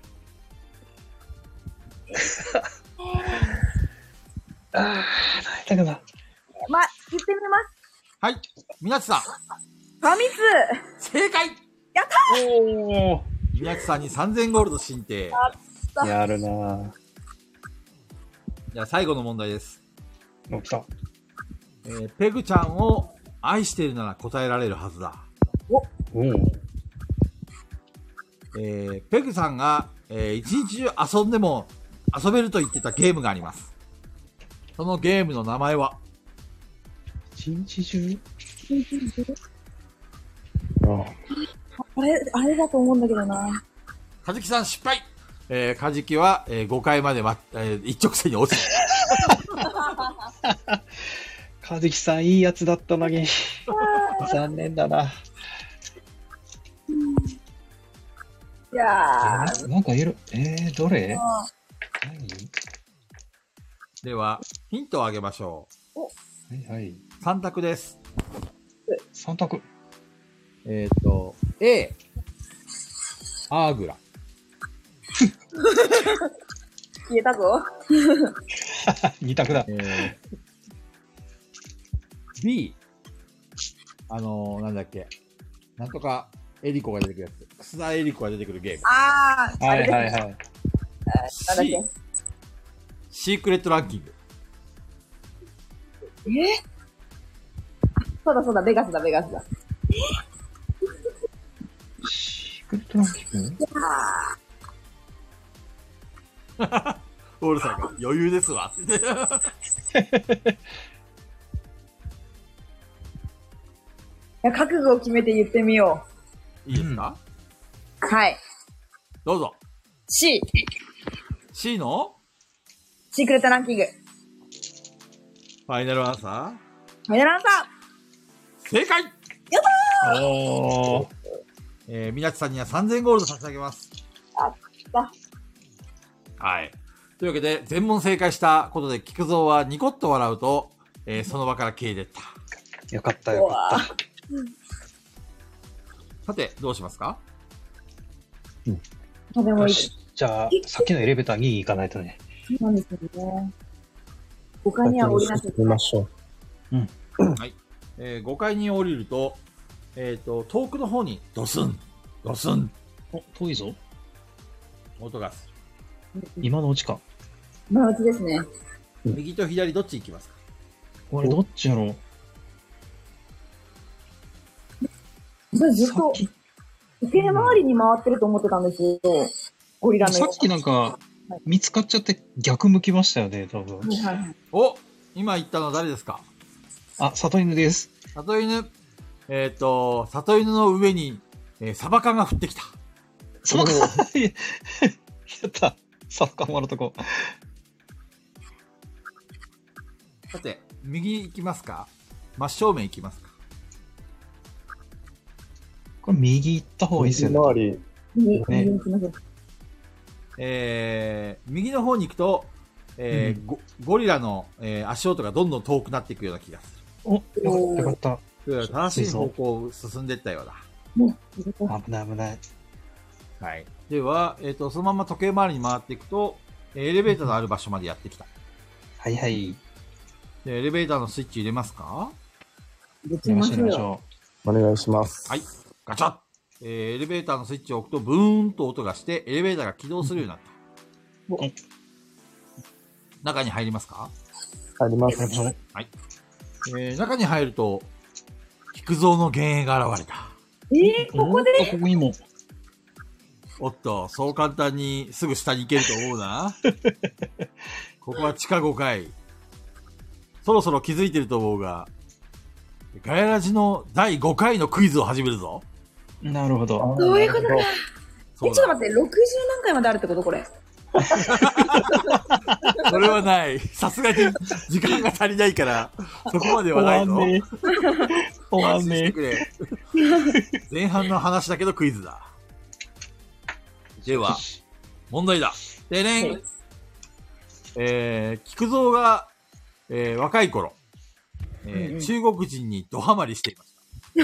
Speaker 6: あー、泣いたくな。
Speaker 4: ま、言ってみます。
Speaker 1: はい。みなちさん、
Speaker 4: ファミツ
Speaker 1: 正解
Speaker 6: おお。
Speaker 1: みなちさんに3000ゴールド進呈。
Speaker 6: やるなぁ。
Speaker 1: じゃあ最後の問題です。
Speaker 6: お、来た。
Speaker 1: えーペグちゃんを愛しているなら答えられるはずだ。
Speaker 6: うん。
Speaker 1: えーペグさんが、えー一日中遊んでも遊べると言ってたゲームがあります。そのゲームの名前は
Speaker 6: 一日中
Speaker 4: あれ、あれだと思うんだけどな。
Speaker 1: カジキさん失敗えー、カジキは、え5回まで、まえー一直線に落ちた。
Speaker 6: かずきさん、いいやつだったの
Speaker 15: [LAUGHS]
Speaker 6: に。残念だな。
Speaker 4: いやー、
Speaker 6: えなんかいる。えー、どれ
Speaker 1: では、ヒントをあげましょ
Speaker 6: 何はいはい。
Speaker 1: う。3択です。
Speaker 6: 三択。
Speaker 1: えっ、と、A、アーグラ。
Speaker 4: 消えたぞ。
Speaker 6: 二択だ。
Speaker 1: えー B、あのーなんだっけ、なんとかエリコが出てくるやつ。楠田エリコが出てくるゲーム。
Speaker 4: あー、あ
Speaker 6: は
Speaker 4: れ
Speaker 6: い
Speaker 4: で
Speaker 6: はいはい。
Speaker 4: す。なんだっ
Speaker 1: C、シークレットランキング。
Speaker 4: け。えそうだそうだ、ベガスだ、ベガスだ。
Speaker 6: シークレットランキング
Speaker 1: オールさんが余裕です [LAUGHS] わ。
Speaker 4: いや、覚悟を決めて言ってみよ
Speaker 1: いいですか、
Speaker 4: う。はい。
Speaker 1: どうぞ。
Speaker 4: C、
Speaker 1: C の
Speaker 4: シークレットランキング。
Speaker 1: ファイナルアンサ
Speaker 4: ファイナルアンサ
Speaker 1: ー正解
Speaker 6: おー。
Speaker 1: えー、みなちさんには3000ゴールド差し上げます。
Speaker 4: あった
Speaker 1: はい。というわけで、全問正解したことで、菊蔵はニコッと笑うと、えーその場から消えてった。
Speaker 6: よかった
Speaker 4: ー。う
Speaker 6: よ。
Speaker 4: わー
Speaker 1: さて、どうしますか
Speaker 4: 食べも
Speaker 15: よ
Speaker 4: いい。
Speaker 15: し。じゃあ、さっきのエレベーターに行かないとね。
Speaker 4: そうなんですよね。他には降りなきゃいけ
Speaker 19: 行き
Speaker 4: ない。
Speaker 19: ましょう。
Speaker 1: えー5階に降りると、えっ、と、遠くの方にドスン、ドスン、
Speaker 15: お、遠いぞ。
Speaker 1: 音がす
Speaker 15: 今のうちか。
Speaker 4: マウチですね。
Speaker 1: る。右と左どっち行きますか
Speaker 15: これどっちやろ
Speaker 4: それ
Speaker 15: う。
Speaker 4: ずっ
Speaker 15: さっ
Speaker 4: と
Speaker 15: き、
Speaker 4: 時計回りに回ってると思ってたんですよ。ゴリラの
Speaker 15: さ
Speaker 4: よ
Speaker 15: っきなんか、見つかっちゃって逆向きましたよね、多分。
Speaker 4: うに。はいはい。
Speaker 1: お今言ったの誰ですか
Speaker 15: あ、里犬です。
Speaker 1: 里犬。えっ、と、里犬の上に、えーサバ缶が降ってきた。
Speaker 15: そのか、やった。サッカーマのとこ。
Speaker 1: さて、右行きますか真正面行きますか
Speaker 15: これ右行った方がいいですよね。
Speaker 5: 周り、
Speaker 4: 右、
Speaker 15: ね
Speaker 4: 右に行きましょう。
Speaker 1: えー、右の方に行くと、えーゴゴリラの、えー足音がどんどん遠くなっていくような気がする。
Speaker 15: お、よかったよかっ
Speaker 1: それは正しい方向を進んでいったようだ。
Speaker 15: た。危ない危ない。
Speaker 1: はい。では、えっ、と、そのまま時計回りに回っていくと、えーエレベーターのある場所までやってきた。
Speaker 15: はいはい。
Speaker 1: でエレベーターのスイッチ入れますか
Speaker 4: 行き
Speaker 15: 行き
Speaker 4: ま
Speaker 15: まし
Speaker 4: し
Speaker 15: ょう
Speaker 4: ょう
Speaker 15: 行きまし
Speaker 4: よ。
Speaker 15: ょ
Speaker 5: お願いします。
Speaker 1: はい。ガチャッ、えーエレベーターのスイッチを置くと、ブーンと音がして、エレベーターが起動するようになった。
Speaker 15: うん
Speaker 1: 中に入りますか
Speaker 5: あります
Speaker 15: う。。やっぱそれ
Speaker 1: えー中に入ると、菊蔵の幻影が現れた。
Speaker 4: えー、ここで
Speaker 15: おっとここにも。
Speaker 1: おっと、そう簡単にすぐ下に行けると思う
Speaker 4: [LAUGHS]
Speaker 1: な。ここは地下5階。そろそろ気づいてると思うが、ガヤラジの第5回のクイズを始めるぞ。
Speaker 15: なるほど。
Speaker 4: そういうことか。
Speaker 1: そ
Speaker 4: え、
Speaker 1: う
Speaker 4: ちょ
Speaker 1: だ。
Speaker 4: っと待って、60何回まであるってことこれ。
Speaker 1: それはない。さすがに時間が足りないから、そこまではないぞ。
Speaker 15: ねえ。終わ
Speaker 1: 安
Speaker 15: ん
Speaker 1: 心し
Speaker 15: ね
Speaker 1: てく
Speaker 4: [LAUGHS]
Speaker 15: え。
Speaker 1: れ。前半の話だけどクイズだ。では、問題だ。でねん。えー、菊蔵が、えー、若い頃、えー
Speaker 4: うんうん
Speaker 1: 中国人にドハマりしていまし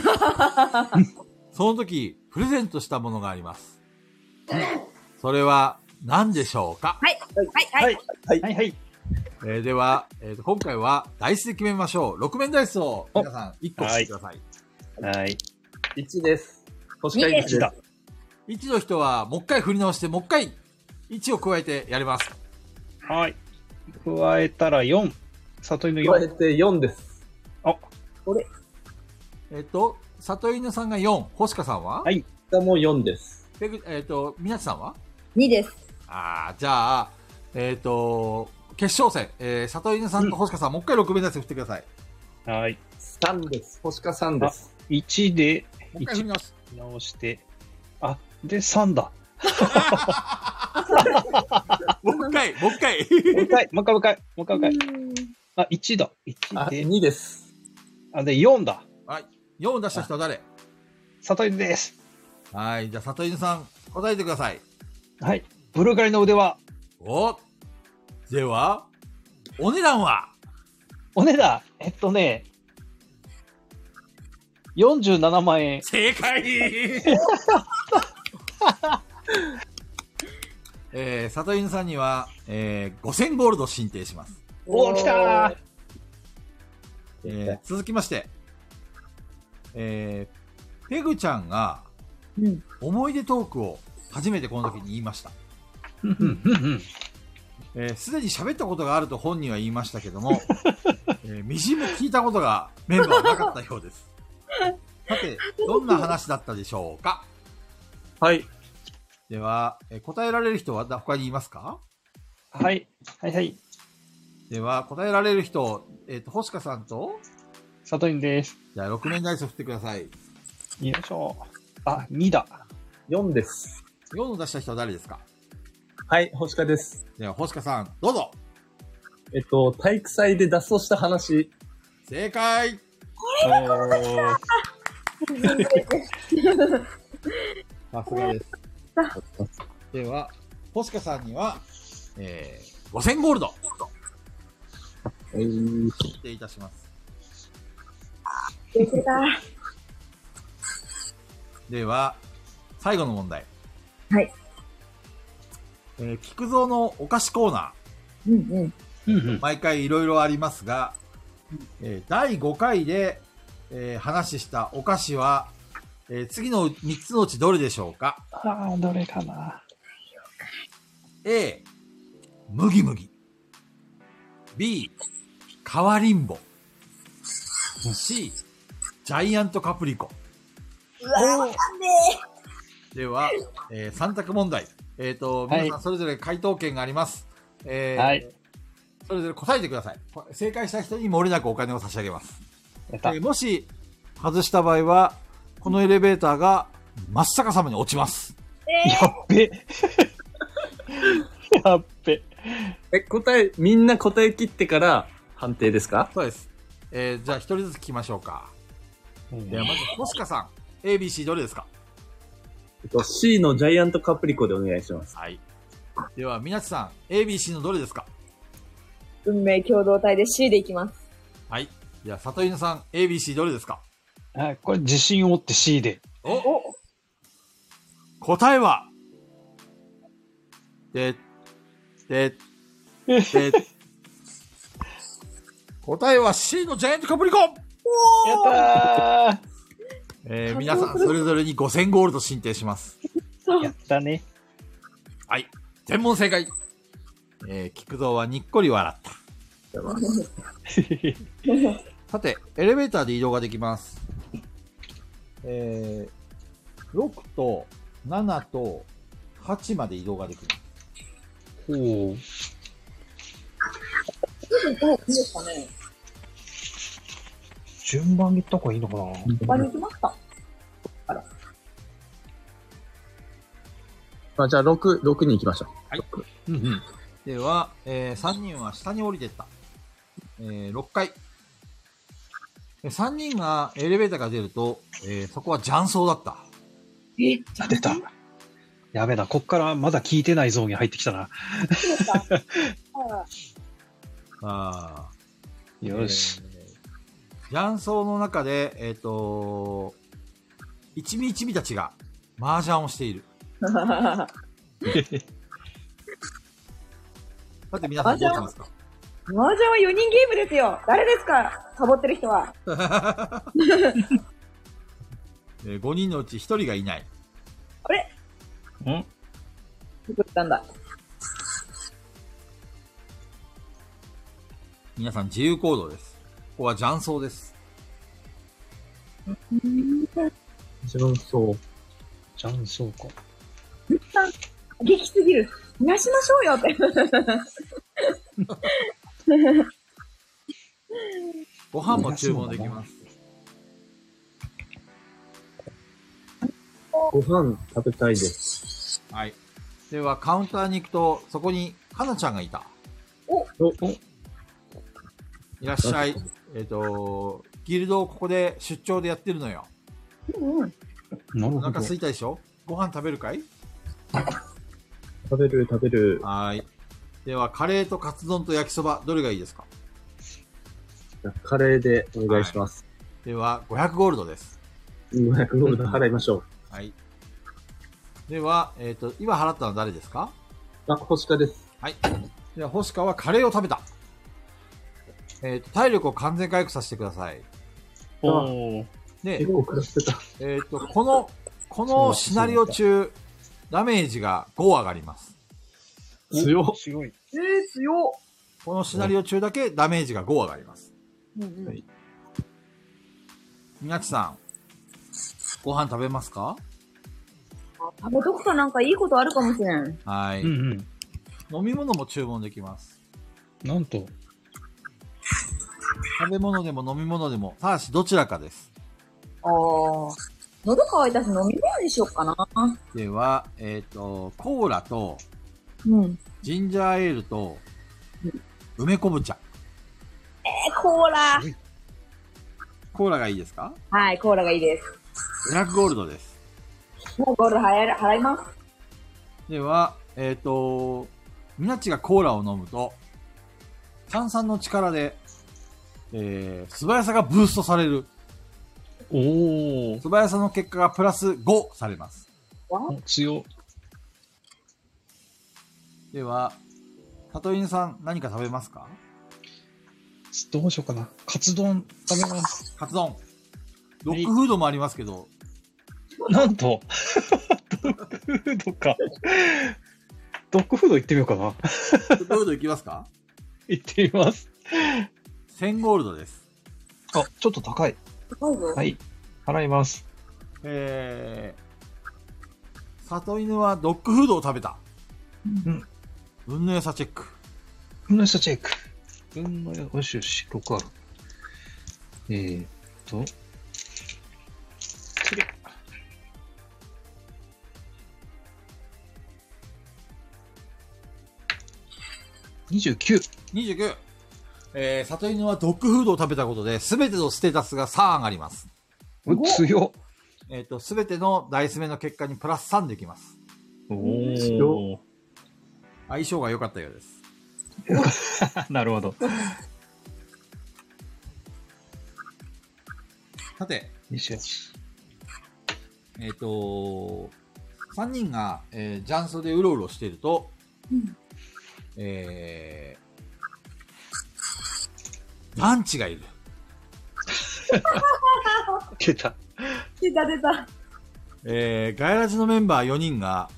Speaker 1: た。
Speaker 4: [LAUGHS]
Speaker 1: その時、プレゼントしたものがあります。それは何でしょうか、
Speaker 4: はい、はい、はい。
Speaker 15: はいはい。
Speaker 1: えーでは、えーと、今回はダイスで決めましょう。6面ダイスを皆さん1個してください。
Speaker 15: はい。
Speaker 5: 1です。星
Speaker 4: いい
Speaker 5: 会
Speaker 4: で
Speaker 5: 1だ。
Speaker 1: 1の人はもう一回振り直して、もう一回1を加えてやります。
Speaker 15: はい。加えたら4。里犬
Speaker 5: 加え
Speaker 15: 4。
Speaker 5: て4です。
Speaker 1: えっと、里犬さんが4、星香さんは、
Speaker 15: はい
Speaker 5: がもう4です。
Speaker 1: ペグえっと、宮地さんは
Speaker 4: 2です。
Speaker 1: ああ、じゃあ、えっ、と、決勝戦、えー、里犬さんと星香さん、もう一回6面出して振ってください。
Speaker 15: はい。
Speaker 5: 3です。星か3です。
Speaker 15: 1で
Speaker 1: もう一回振り直す。
Speaker 15: 直して。あ、で3だ。
Speaker 1: もう一回、 [LAUGHS] もう一回。
Speaker 15: もう一 [LAUGHS] 回、もう一回、もう一回、もう一回もう一回。あ、1だ。
Speaker 5: あ、
Speaker 15: 1で、
Speaker 5: 2です。
Speaker 15: あ、で4だ。
Speaker 1: 4出した人は誰
Speaker 15: 里犬です。
Speaker 1: はい、じゃあ里犬さん、答えてください。
Speaker 15: はい。ブルガリの腕は、
Speaker 1: おでは、お値段は
Speaker 15: お値段、えっとね、47万円。
Speaker 1: 正解 [LAUGHS] えー、里犬さんには、えー、5000ゴールド進呈します。
Speaker 15: おー、来た
Speaker 1: えー続きまして、えー、ペグちゃんが
Speaker 4: うん
Speaker 1: 思い出トークを初めてこの時に言いました。
Speaker 15: ー
Speaker 1: す、えー、で、に喋ったことがあると本人は言いましたけども、えー、みじんも聞いたことがメンバーはなかったようです。さて、どんな話だったでしょうか
Speaker 5: はい。
Speaker 1: では、えー答えられる人は他にいますか
Speaker 15: はい。はいはい。
Speaker 1: では、答えられる人、えっ、と、星香さんと、
Speaker 15: サトインです。
Speaker 1: じゃあ、6面ダイスを振ってください。
Speaker 15: よいしょ。あ、2だ。
Speaker 5: 4です。
Speaker 1: 4を出した人は誰ですか
Speaker 5: はい、星かです。
Speaker 1: では、星香さん、どうぞ
Speaker 5: えっと、体育祭で脱走した話。
Speaker 1: 正解さすがです。
Speaker 4: [LAUGHS]
Speaker 1: では、星香さんには、えー、5000ゴールド、
Speaker 20: えー、
Speaker 1: 決定いたします。
Speaker 4: 出てた。
Speaker 1: では、最後の問題。
Speaker 4: はい。
Speaker 1: えー、菊蔵のお菓子コーナ
Speaker 4: うんうん。
Speaker 15: うんうん
Speaker 1: ー、。毎回いろいろありますが、えー第5回で、えー話したお菓子は、えー次の3つのうちどれでしょうか
Speaker 15: ああ、どれかな。
Speaker 1: A、麦麦。B、変わりんぼ。C、ジャイアントカプリコ。
Speaker 4: うわわかんね
Speaker 1: では、え3択問題。えっ、と、
Speaker 15: はい
Speaker 1: 皆さんそれぞれ回答権があります。えー
Speaker 15: はい
Speaker 1: それぞれ答えてください。これ正解した人に漏れなくお金を差し上げます。
Speaker 15: や
Speaker 1: え
Speaker 15: った。
Speaker 1: ーもし、外した場合は、このエレベーターが真っ逆さまに落ちます。
Speaker 15: やっ [LAUGHS] べ。やっべ。
Speaker 5: え、答え、みんな答え切ってから判定ですか
Speaker 1: そうです。えーじゃあ一人ずつ聞きましょうか。ではまず、星香さん。ABC どれですか
Speaker 5: えっと C のジャイアントカプリコでお願いします。
Speaker 1: はい。では、みなちさん、ABC のどれですか
Speaker 4: 運命共同体で C でいきます。
Speaker 1: はい。じゃあ、里犬さん、ABC どれですか
Speaker 15: あこれ自信を持って C で。
Speaker 1: お答えは、で、で、 [LAUGHS] で、答えは C のジャイアントカプリコ
Speaker 15: やった
Speaker 1: えー、皆さん、それぞれに5000ゴールド進呈します。
Speaker 15: ーやったね。
Speaker 1: はい。全問正解。えー、菊蔵はにっこり笑った。さて、エレベーターで移動ができます。えー、6と7と8まで移動ができます。
Speaker 15: おう
Speaker 4: はい、いいですかね。
Speaker 15: 順番に行った方がいいのかな
Speaker 4: 他に行きますか
Speaker 5: あ、じゃあ6、6に行きましょう。
Speaker 15: うんうん。
Speaker 1: では、え3人は下に降りてった。え6階。3人がエレベーターが出ると、えーそこは雀荘だった。
Speaker 4: え、
Speaker 15: あ、出た。やべえな、こっからまだ聞いてないゾーンに入ってきたな。
Speaker 1: あ
Speaker 15: よし。。
Speaker 1: 雀荘の中で、えっ、と一味一味たちが麻雀をしている。さて皆さんどうしますか
Speaker 4: [LAUGHS] 麻雀は4人ゲームですよ。誰ですかサボってる人は。
Speaker 1: えー、5人のうち1人がいない。
Speaker 15: うん
Speaker 4: 作ったんだ。
Speaker 1: 皆さん自由行動です。ここは雀荘です。
Speaker 5: 順走。
Speaker 15: じゃん、そうか。
Speaker 4: 激すぎる。増やしましょうよって。
Speaker 1: ご飯も注文できます。
Speaker 5: ご飯食べたいです。
Speaker 1: はい。では、カウンターに行くと、そこに、かなちゃんがいた。
Speaker 5: お、
Speaker 1: いらっしゃい。えっ、と、ギルドをここで出張でやってるのよ。
Speaker 15: なる
Speaker 1: お
Speaker 15: ほど
Speaker 1: 腹。すいたでしょご飯食べるかい
Speaker 5: 食べる、食べる。
Speaker 1: はーい。では、カレーとカツ丼と焼きそば、どれがいいですか
Speaker 5: じゃあカレーでお願いします。
Speaker 1: では、500ゴールドです。
Speaker 5: 500ゴールド払いましょう。
Speaker 1: はい。では、えっ、と、今払ったのは誰ですか
Speaker 5: あ、星香です。
Speaker 1: はい。では、星川はカレーを食べた。えっ、と、体力を完全回復させてください。
Speaker 15: おー
Speaker 1: で
Speaker 5: 結、構暮らしてた。
Speaker 1: えっ、と、この、このシナリオ中、ダメージが5上がります。
Speaker 5: 強っ。
Speaker 15: 強い。
Speaker 4: えー、強っ。
Speaker 1: このシナリオ中だけダメージが5上がります。はい。みなちさん、ご飯食べますか
Speaker 4: 食べとくとなんかいいことあるかもしれん。
Speaker 1: はい、
Speaker 15: うんうん。
Speaker 1: 飲み物も注文できます。
Speaker 15: なんと、
Speaker 1: 食べ物でも飲み物でも、ただしどちらかです。
Speaker 4: あー。喉乾いたし飲み物にしよっかな。
Speaker 1: では、えっ、と、コーラと、
Speaker 4: うん。
Speaker 1: ジンジャーエールと、梅昆布茶。
Speaker 4: え、コーラ。
Speaker 1: コーラがいいですか
Speaker 4: はい、コーラがいいです。
Speaker 1: ?500 ゴールドです。
Speaker 4: もうゴールド払える払います。
Speaker 1: では、えっ、と、みなちがコーラを飲むと、炭酸の力で、えー、素早さがブーストされる。
Speaker 15: おー
Speaker 1: 素早さの結果がプラス5されます。
Speaker 15: お、強。
Speaker 1: では、たといんさん何か食べますか
Speaker 15: どうしようかな。カツ丼食べます。
Speaker 1: カツ丼。ドッグフードもありますけど、
Speaker 6: なんと、ドッグフードか。ドッグフード行ってみようかな。
Speaker 1: ドッグフードいきますか
Speaker 6: 行ってみます。
Speaker 1: ?1000 ゴールドです。
Speaker 6: あ、ちょっと高い。
Speaker 4: 高いぞ。
Speaker 6: はい。払います。
Speaker 1: えー、里犬はドッグフードを食べた。
Speaker 6: うん。
Speaker 1: 運の良さチェック。
Speaker 6: 運の下チェック。運の良よしよし、6ある。えー、っと。それ29。
Speaker 1: 29。えー、里犬はドッグフードを食べたことで、すべてのステータスが3上がります。
Speaker 6: う強っ。
Speaker 1: えっ、と、すべてのダイス目の結果にプラス3できます。
Speaker 6: おお。
Speaker 1: 相性が良かったようです。
Speaker 6: [LAUGHS] なるほど。
Speaker 1: さて、
Speaker 6: よしよし。
Speaker 1: えっ、と3人が、えー、ジャンソでうろうろしていると、えー、ランチがいる。
Speaker 6: 出た。
Speaker 4: 出た出た。
Speaker 1: えー、ガイラジのメンバー4人が、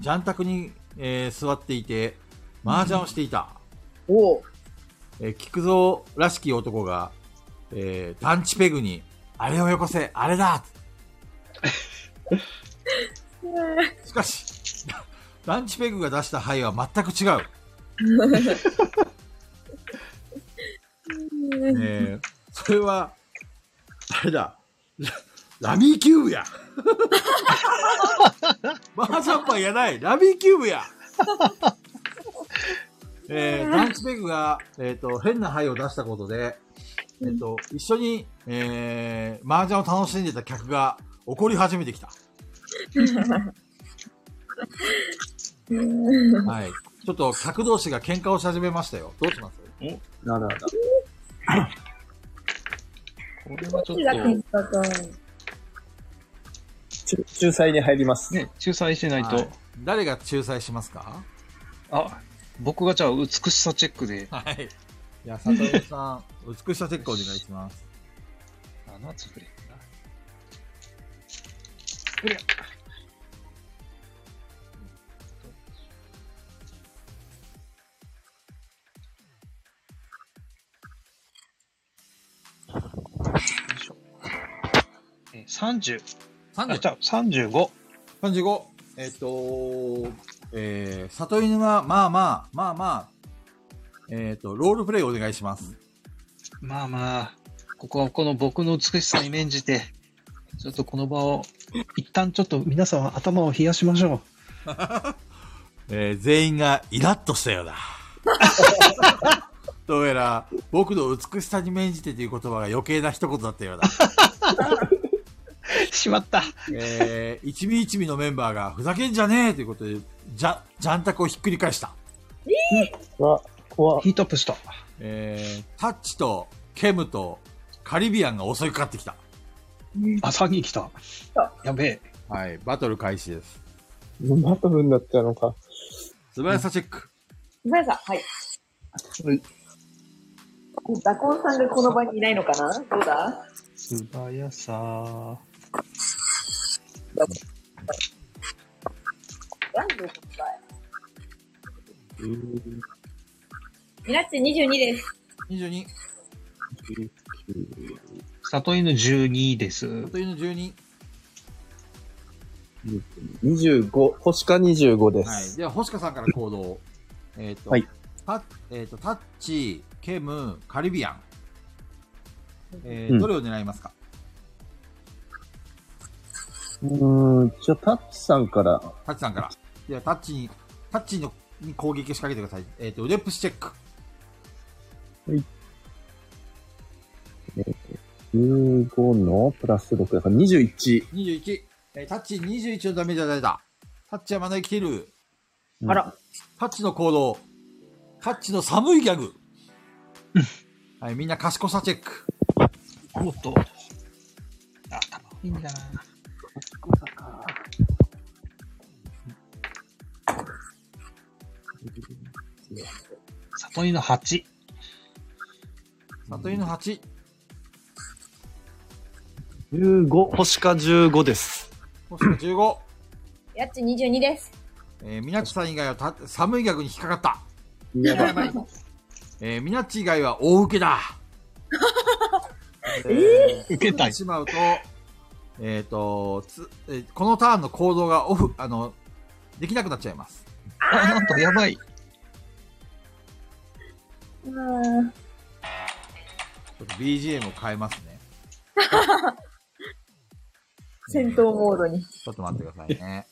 Speaker 1: ジャン宅に、えー座っていて、麻雀をしていた。
Speaker 3: おう
Speaker 1: えー、菊蔵らしき男が、えー、団地ペグに、あれをよこせ、あれだしかし、団地ペグが出した牌は全く違う。えー、それは、あれだ、ララミーキューブや。マージャンパンやない、ラミーキューブや。えー、ダンチペグが、えっ、と、変な牌を出したことで、えっ、と、一緒に、えー、麻雀を楽しんでた客が怒り始めてきた。はい。ちょっと客同士が喧嘩をし始めましたよ。どうします
Speaker 5: なるほ
Speaker 6: こ
Speaker 5: ど。
Speaker 6: れはちょ
Speaker 4: だけ
Speaker 6: っ
Speaker 4: だと。
Speaker 5: 仲仲裁に入ります。
Speaker 6: と、ね、仲裁しないと。
Speaker 1: はい誰が仲裁しますか
Speaker 6: あ、僕がじゃあ、美しさチェックで、
Speaker 1: はい。じゃ
Speaker 6: [LAUGHS]
Speaker 1: あ、里山さん、美しさチェックお願いします。
Speaker 6: 7つくれるな。こりゃ。えー30。あ、
Speaker 1: 30
Speaker 6: じゃあ35。
Speaker 1: 35。えっ、とえー、里犬が、まあまあ、まあまあ、えっ、と、ロールプレイお願いします。
Speaker 6: まあまあ、ここはこの僕の美しさに免じて、ちょっとこの場を、
Speaker 15: 一旦ちょっと皆さん頭を冷やしましょ
Speaker 1: えー全員がイラッとしたようだ。
Speaker 6: [LAUGHS]
Speaker 1: どうやら、僕の美しさに免じてという言葉が余計な一言だったようだ。
Speaker 6: しまった。
Speaker 1: えー、一味一味のメンバーが、ふざけんじゃねえということで、じゃ、じゃんたくをひっくり返した。
Speaker 5: わ、怖
Speaker 15: ヒートアップした。
Speaker 1: えー、タッチとケムとカリビアンが襲いかかってきた。
Speaker 15: あ、3人来た。
Speaker 6: やべえ。
Speaker 1: はい、バトル開始です。
Speaker 2: バトルになっちゃうのか。
Speaker 1: 素晴らしさチェック。
Speaker 3: 素早さ、はい。
Speaker 4: ダコンさんがこの場にいないのかなどうだ
Speaker 6: 素早さ。
Speaker 4: なんで答え。ミラッチ22です。
Speaker 1: 22、
Speaker 6: 里犬12です。
Speaker 1: というの12。
Speaker 5: 25、星か25で
Speaker 1: はい。
Speaker 5: す。
Speaker 1: では、星香さんから行動。えっ、と、
Speaker 5: はい
Speaker 1: タえっ、と、タッチ、ケム、カリビアン。えー
Speaker 5: うん
Speaker 1: どれを狙いますか、
Speaker 5: うーん、じゃあ、タッチさんから、
Speaker 1: タッチさんから。では、タッチに、タッチのに攻撃を仕掛けてください。えっ、と、腕プッシュチェック。
Speaker 5: 15のプラス6だから21。
Speaker 1: 21。えータッチ21のダメージを与えた。タッチはまだ生きている。
Speaker 5: あら。
Speaker 1: タッチの行動。タッチの寒いギャグ。はい、みんな賢さチェック。
Speaker 6: おっと。あ、頭いいんだな。里犬8。
Speaker 1: 里犬8。
Speaker 5: 15、星か15です。
Speaker 1: 星野15。
Speaker 4: やっち22です。
Speaker 1: えー、みなっちさん以外はた寒い逆に引っかかった。
Speaker 5: やば
Speaker 1: やば
Speaker 5: い
Speaker 1: い。えー、みなっち以外は大受けだ。 [LAUGHS] えー、
Speaker 6: 受けたい
Speaker 1: てしまうと、えっ、とつ、えーこのターンの行動がオフ、あの、できなくなっちゃいます。
Speaker 6: あーなんと、やばい。
Speaker 1: ちょっと BGM を変えますね。
Speaker 3: 戦闘モードに。
Speaker 1: ちょっと待ってくださいね。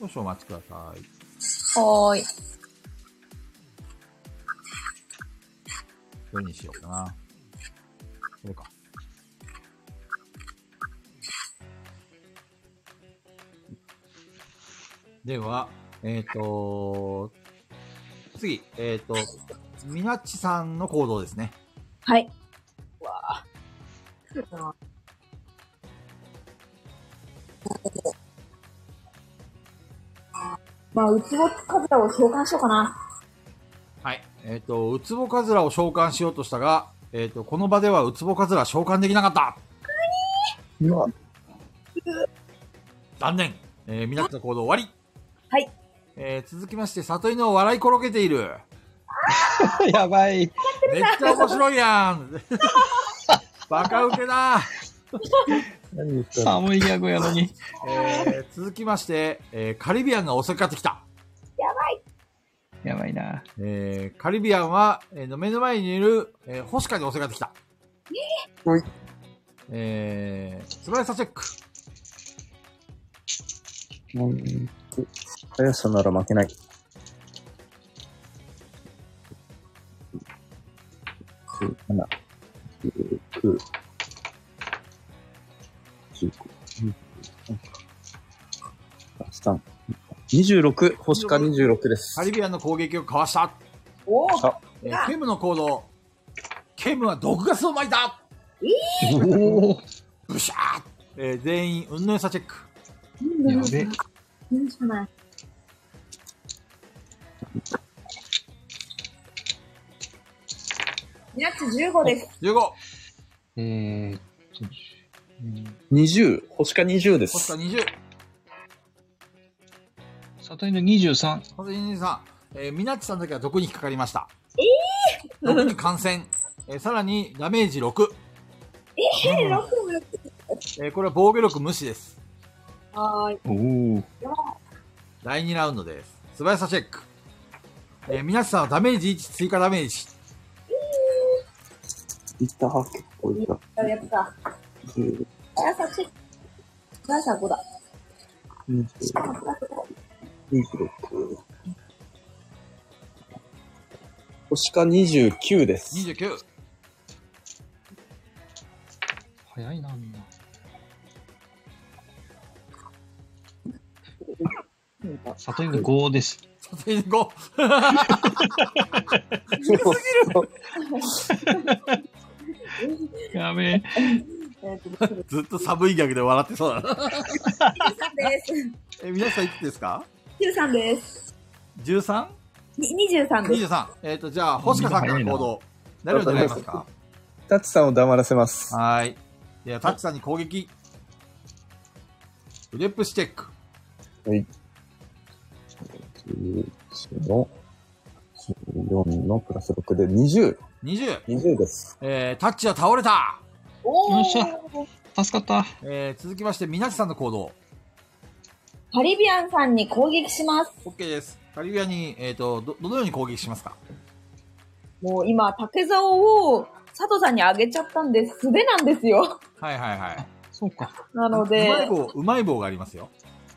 Speaker 1: 少々お待ちください。
Speaker 4: はーい。
Speaker 1: どれにしようかな。これか。では、えっ、と次、えっ、と、みなっちさんの行動ですね。
Speaker 4: はい。
Speaker 3: まあ、ウツボカズラを召喚しようかな。
Speaker 1: はい。えっ、と、ウツボカズラを召喚しようとしたが、えっ、と、この場ではウツボカズラ召喚できなかった
Speaker 2: うわ、
Speaker 1: 残念。えー、みなっちの行動終わり。
Speaker 4: はい。
Speaker 1: えー、続きまして、里犬を笑い転げている。
Speaker 15: やばい。
Speaker 1: めっちゃ面白いやんバカウケだ、
Speaker 5: 何言った
Speaker 6: 寒い逆やのに。
Speaker 1: えー続きまして、えーカリビアンが襲いかかってきた。
Speaker 6: やばいな。
Speaker 1: えーカリビアンは、えー目の前にいる、えー、ホシカに襲いかかってきた。
Speaker 7: はい
Speaker 1: えー、素早さチェック。
Speaker 5: うん速さなら負けない。7、9、15、23、26、星か26です。
Speaker 1: カリビアンの攻撃をかわした。
Speaker 3: おお
Speaker 1: えーケムの行動。ケムは毒ガスを撒いた
Speaker 6: おお。
Speaker 1: ブシャーえー全員、運の良さチェック。
Speaker 6: やべ。
Speaker 3: いじゃない。
Speaker 4: ニャッチ15です。
Speaker 1: 15。
Speaker 6: えー、
Speaker 5: 20、星か20で
Speaker 1: ホシ
Speaker 5: す
Speaker 1: カ。20。
Speaker 6: 里犬23。
Speaker 1: まず、インさん、えー、みなっちさんだけは毒に引っかかりました。えぇ、毒に感染。えーさらに、ダメージ6。
Speaker 4: えー、6も
Speaker 1: えーこれは防御力無視です。
Speaker 4: はーい。
Speaker 6: おお。
Speaker 1: 第2ラウンドです。素早さチェック。えー、みなっちさんはダメージ1、追加ダメージ。
Speaker 7: いった、結構いった。
Speaker 4: やったか。
Speaker 7: 10
Speaker 4: 速さチェック。速さ5だ。
Speaker 7: 20、26。
Speaker 5: 星か29です。
Speaker 1: 29。
Speaker 6: 早いな、みんな。里犬5です。
Speaker 1: 里犬5。
Speaker 6: やべえ。
Speaker 1: ずっと寒いギャグで笑ってそうだな。 [LAUGHS]
Speaker 4: 3です。
Speaker 1: えー、みなっちさんいくつですか
Speaker 4: 13です。
Speaker 1: ?13?23。
Speaker 4: に23です。
Speaker 1: えっ、と、じゃあ、星香さんから行動。誰を狙いますか
Speaker 5: タッチさんを黙らせます。
Speaker 1: はーい。では、タッチさんに攻撃。腕っぷしチェック。
Speaker 5: 14、14のプラス6で20、
Speaker 1: 20。
Speaker 5: 20です。
Speaker 1: えー、タッチは倒れた。
Speaker 6: よ
Speaker 4: お
Speaker 6: っ
Speaker 4: お。
Speaker 6: しゃ。助かった。
Speaker 1: えー、続きまして、みなちさんの行動。
Speaker 4: カリビアンさんに攻撃します。
Speaker 1: OK です。カリビアに、えっ、と、ど、どのように攻撃しますか
Speaker 4: もう今、竹竿を佐藤さんにあげちゃったんで素手なんですよ。
Speaker 1: はいはいはい。
Speaker 6: そうか。
Speaker 4: なの
Speaker 1: う
Speaker 4: で、
Speaker 1: まい棒、うまい棒がありますよ。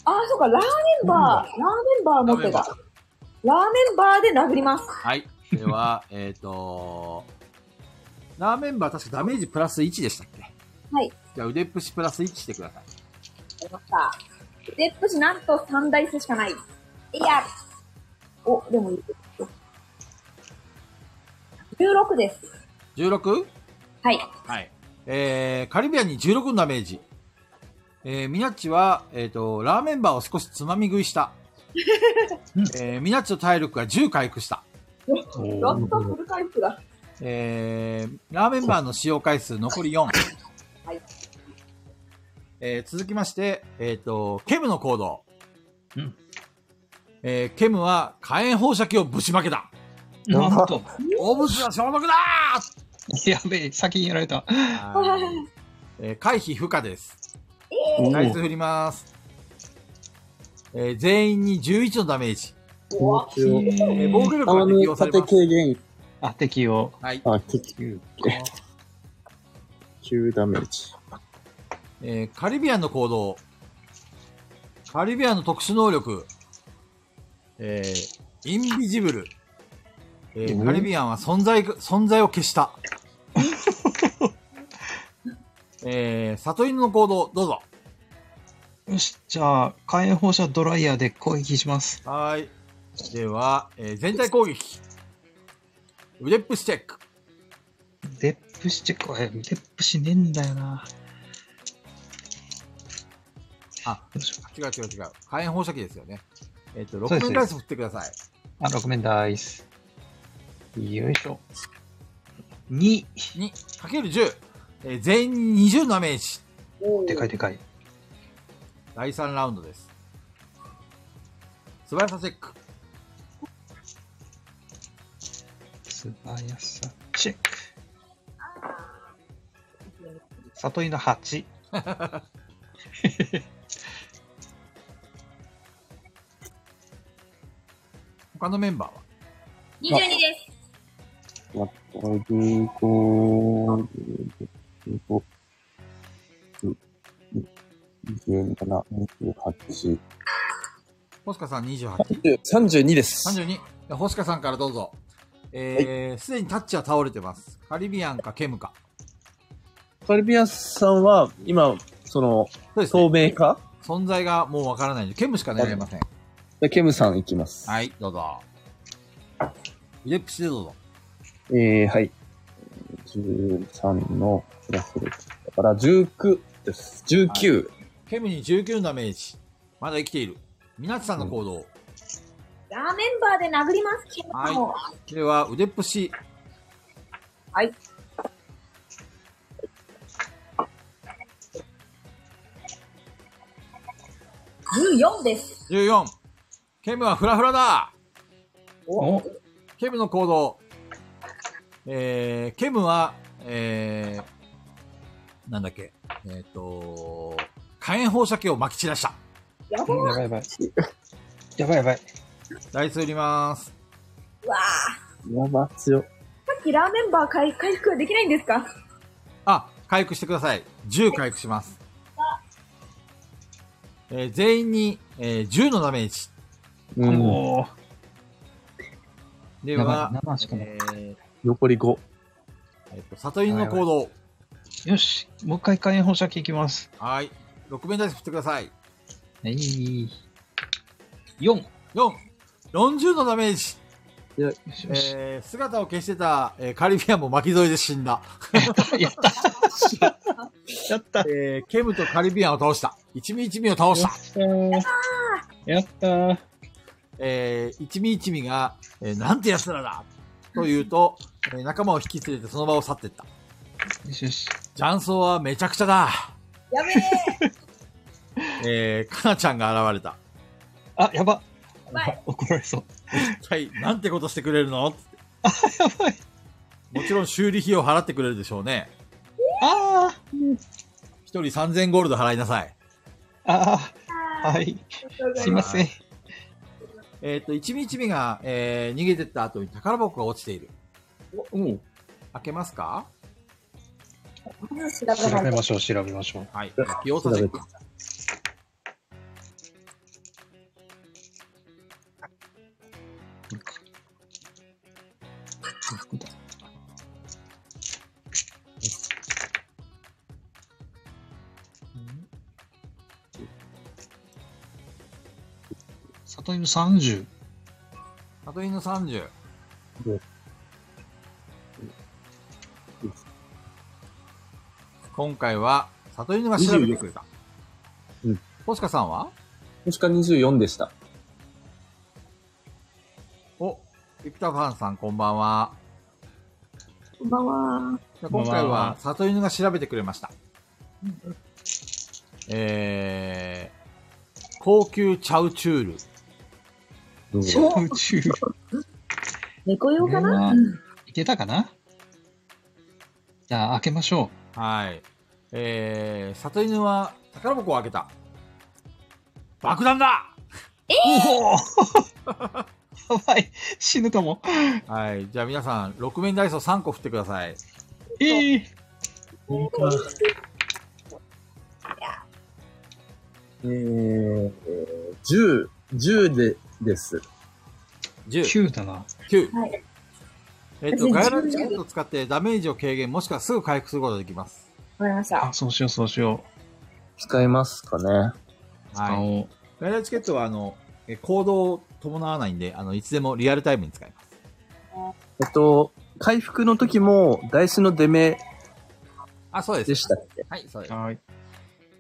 Speaker 4: ああ、そうか、ラーメンバー、ラーメンバー持ってた。ラーメンバーで殴ります。
Speaker 1: はい。で [LAUGHS] は、えっ、とラーメンバー確かダメージプラス1でしたっけ
Speaker 4: はい。
Speaker 1: じゃあ腕っぷしプラス1してください。
Speaker 4: わかりました。デップしなんと3ダイスしかない。いや。お、でもいい。16です。
Speaker 1: 16?
Speaker 4: はい。
Speaker 1: はい。えー、カリビアンに16のダメージ。えー、ミナッチは、えっ、と、ラーメンバーを少しつまみ食いした。
Speaker 4: [LAUGHS]
Speaker 1: えー、みなちの体力が10回復した。
Speaker 4: やった、フル回復だ。
Speaker 1: えー、ラーメンバーの使用回数残り4。
Speaker 4: はい
Speaker 1: えー続きまして、えっ、と、ケムの行動。
Speaker 15: うん
Speaker 1: えーケムは火炎放射器をぶちまけた。
Speaker 6: なんと、
Speaker 1: 汚物は消毒だ
Speaker 6: やべえ、先にやられた。
Speaker 1: はいえー回避不可です。回数振ります。えー全員に11のダメージ。
Speaker 4: 怖っ
Speaker 7: 一応
Speaker 6: え
Speaker 1: えー防御力が
Speaker 7: あ
Speaker 1: 適用
Speaker 7: の、
Speaker 1: されま
Speaker 7: 縦
Speaker 1: す。
Speaker 7: 軽減。
Speaker 6: あ、敵を。
Speaker 1: はい。
Speaker 7: あ、敵9ダメージ。
Speaker 1: えーカリビアンの行動。カリビアンの特殊能力。えーインビジブル。えーカリビアンは存在、存在を消
Speaker 6: [LAUGHS]
Speaker 1: した。えー、里犬の行動、どうぞ。
Speaker 6: よし、じゃあ、火炎放射ドライヤーで攻撃します。
Speaker 1: はーい。では、えー全体攻撃。腕っぷしチェック。
Speaker 6: デップしてこい。デップしねえんだよな。
Speaker 1: あ、
Speaker 6: どうしよう
Speaker 1: 違
Speaker 6: か。
Speaker 1: う違う違う。火炎放射器ですよね。えっ、と、
Speaker 6: そう
Speaker 1: 6
Speaker 6: です
Speaker 1: 面ダイス振ってください。
Speaker 6: あ、6面ダイス。よいしょ。2。
Speaker 1: 2、かける10。えー全員に20のダメージ。
Speaker 6: でかいでかい。
Speaker 1: 第3ラウンドです。素早さチェック。
Speaker 6: 素早さチェック。里井の8。
Speaker 1: 他のメンバーは
Speaker 4: 22です。
Speaker 7: また、15、15、27、28、
Speaker 1: 星香さん28。
Speaker 5: 32です。
Speaker 1: 32。星香さんからどうぞ。えー、すで、にタッチは倒れてます。カリビアンかケムか。
Speaker 5: カリビアンさんは、今、その、
Speaker 1: そうです
Speaker 5: 透
Speaker 1: ね。
Speaker 5: 明化
Speaker 1: 存在がもうわからないので、ケムしか狙えません。
Speaker 5: でケムさんいきます。
Speaker 1: はい、どうぞ。イレプシでどうぞ。
Speaker 5: えー、はい。
Speaker 7: 13のプラス6。
Speaker 5: だから、19です。19。
Speaker 1: ケムに19のダメージ。まだ生きている。みなちさんの行動。
Speaker 4: ラーメンバーで殴ります、ケンさんを。
Speaker 1: では、腕っぷし。
Speaker 4: はい。14です。
Speaker 1: 14。ケムはフラフラだ
Speaker 6: お
Speaker 1: ケムの行動。えー、ケムは、えー、なんだっけ、えっ、と、火炎放射器を撒き散らした。
Speaker 4: やば
Speaker 6: うんやばいやばい。やばいやばい。
Speaker 1: ダイス売ります。
Speaker 4: うわあ。
Speaker 7: やば、強。
Speaker 4: さっきラーメンバー回回復はできないんですか
Speaker 1: あ、回復してください。10回復します。えー全員に、えー10のダメージ。
Speaker 7: うん。
Speaker 6: おー
Speaker 1: で
Speaker 6: や
Speaker 1: は、
Speaker 6: ばい。生しかない。
Speaker 1: えー
Speaker 7: 残り5。
Speaker 1: えっと、里犬の行動。
Speaker 6: よし、もう一回火炎放射器いきます。
Speaker 1: はい。6面ダイス振ってください。
Speaker 6: はい。4。よ
Speaker 1: 4、40のダメージ。
Speaker 6: しよし。
Speaker 1: えー姿を消してた、えーカリビアンも巻き添えで死んだ。
Speaker 6: [LAUGHS] やった。やった。
Speaker 1: [LAUGHS] えーケムとカリビアンを倒した。一味一味を倒した。
Speaker 6: やったー。
Speaker 1: えー一味一味が、えーなんて奴らだと言うと、えー仲間を引き連れてその場を去っていった。
Speaker 6: よしよし。
Speaker 1: 雀荘はめちゃくちゃだ。
Speaker 4: やべ
Speaker 1: え
Speaker 4: え
Speaker 1: ー、かなちゃんが現れた。
Speaker 6: あ、やば。
Speaker 4: やばい
Speaker 6: 怒られそう。
Speaker 1: 一体、なんてことしてくれる
Speaker 6: [LAUGHS]
Speaker 1: の
Speaker 6: やばい。
Speaker 1: もちろん修理費を払ってくれるでしょうね。
Speaker 6: あ
Speaker 1: 一人3000ゴールド払いなさい。
Speaker 6: あ。ああ。はい。すいません。
Speaker 1: えっ、と、一味一味が、えー逃げてった後に宝箱が落ちている。
Speaker 6: うん。
Speaker 1: 開けますか
Speaker 4: 話が
Speaker 6: 調べましょう、調べましょう。
Speaker 1: はい。用させ
Speaker 6: 里犬30。
Speaker 1: 里犬30。今回は、里犬が調べてくれた。
Speaker 7: うん
Speaker 1: 星香さんは
Speaker 5: もしか24でした。
Speaker 1: 北ファンさん、こんばんは。
Speaker 4: こんばんは。
Speaker 1: じゃあ今回
Speaker 6: こんばん
Speaker 1: は
Speaker 6: は、
Speaker 1: 里犬が調べてくれました。えー、高級チャウチュール。
Speaker 2: どうぞ
Speaker 6: 宇宙。
Speaker 4: 猫用かな
Speaker 6: はいけたかなじゃあ、開けましょ
Speaker 1: はい。えー、里犬は宝箱を開けた。爆弾だ
Speaker 6: う。おお [LAUGHS] やばい。死ぬかも。
Speaker 1: はい。じゃあ皆さん、6面ダイスを3個振ってください。
Speaker 6: ええ
Speaker 5: えー、10、10で、です。
Speaker 1: 10、
Speaker 6: 9だな。
Speaker 1: 9。
Speaker 4: はい
Speaker 1: えっ、と、ガヤラチケットを使ってダメージを軽減、もしくはすぐ回復することができます。
Speaker 4: わかりました。
Speaker 6: あ、そうしよう、そうしよ
Speaker 5: 使えますかね。
Speaker 6: う。使
Speaker 1: はい。
Speaker 6: おう。
Speaker 1: ガイダーチケットは、あの、え行動を伴わないんで、あの、いつでもリアルタイムに使えます。
Speaker 5: えっと、回復の時も、ダイスの出目
Speaker 1: あ、そうで。
Speaker 5: ですしたっけ
Speaker 1: はい、そうです。
Speaker 6: はい。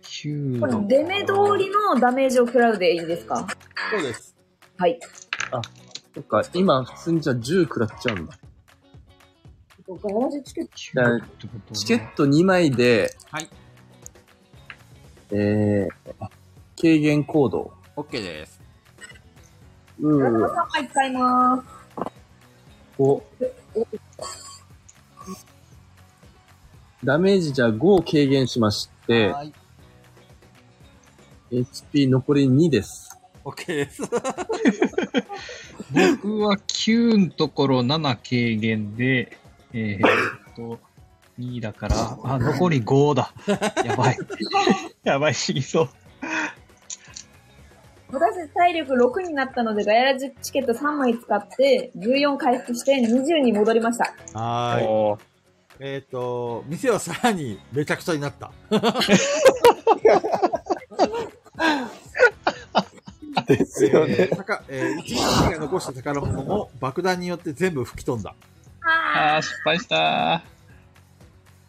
Speaker 6: 9
Speaker 4: こ
Speaker 6: だ
Speaker 4: れ、出目通りのダメージを食らうでいいんですか
Speaker 1: そうです。
Speaker 4: はい。
Speaker 5: そっか、今、普通にじゃあ10食らっちゃうんだ。
Speaker 4: ガラジチケット
Speaker 6: 9だってことね
Speaker 5: チケット2枚で、
Speaker 1: はい。
Speaker 5: えー、軽減行動。
Speaker 1: OK です。
Speaker 5: うー、
Speaker 4: 3枚使いま
Speaker 5: 5。ダメージじゃあ5を軽減しまして、
Speaker 1: はい。
Speaker 5: HP 残り2です。
Speaker 1: OK です。
Speaker 6: 僕は9のところ7軽減で、えー、っと、2だから、あ、残り5だ。や [LAUGHS] ばい。やばい、死にそう。
Speaker 4: す。私、体力6になったので、ガヤラジチケット3枚使って、14回復して20に戻りました。
Speaker 1: は
Speaker 5: おー
Speaker 1: い。えっ、と、店はさらにめちゃくちゃになった。
Speaker 13: [LAUGHS] ですよね。
Speaker 1: えーたかえー、一日が残した宝物も爆弾によって全部吹き飛んだ。
Speaker 6: あー、失敗した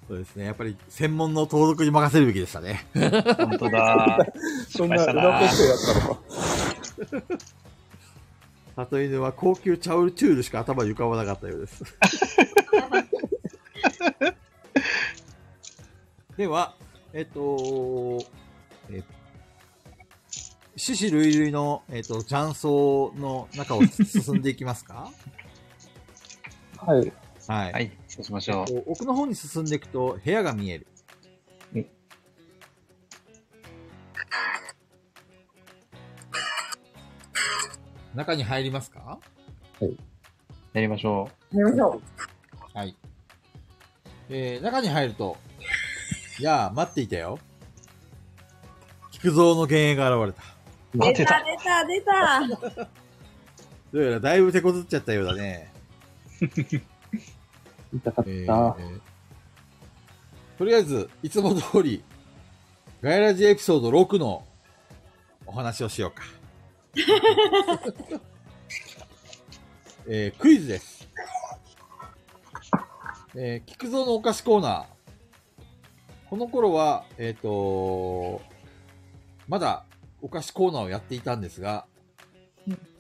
Speaker 1: そうですね。やっぱり専門の盗賊に任せるべきでしたね。
Speaker 6: ー。本当 [LAUGHS] だー。失
Speaker 13: そん
Speaker 6: 敗
Speaker 13: な
Speaker 6: した
Speaker 13: 裏
Speaker 6: な
Speaker 13: ポ
Speaker 6: ー
Speaker 13: ス。トやったのか。
Speaker 1: 里犬は高級チャウルチュールしか頭に浮かばなかったよう [LAUGHS] です。では、えっと、え獅子類類の、えっと、雀荘の中を進んでいきますか
Speaker 7: [LAUGHS] はい。
Speaker 1: はい。
Speaker 6: はい、そうしましょう。
Speaker 1: こう奥の方に進んでいくと部屋が見える
Speaker 6: え。
Speaker 1: 中に入りますか
Speaker 6: やりましょ
Speaker 4: やりましょ
Speaker 1: はい。えー、中に入ると、いやあ、待っていたよ。菊蔵の幻影が現れた。
Speaker 4: う。
Speaker 6: う。待て
Speaker 4: 出
Speaker 6: た
Speaker 4: た、。出た、出た。
Speaker 1: どうやらだいぶ手こずっちゃったようだね。
Speaker 7: [LAUGHS] 痛かった。
Speaker 1: えーとりあえず、いつも通り、ガイラジエピソード6のお話をしようか。 [LAUGHS] えークイズです。えー、菊蔵のお菓子コーナー。この頃は、えっ、とまだお菓子コーナーをやっていたんですが、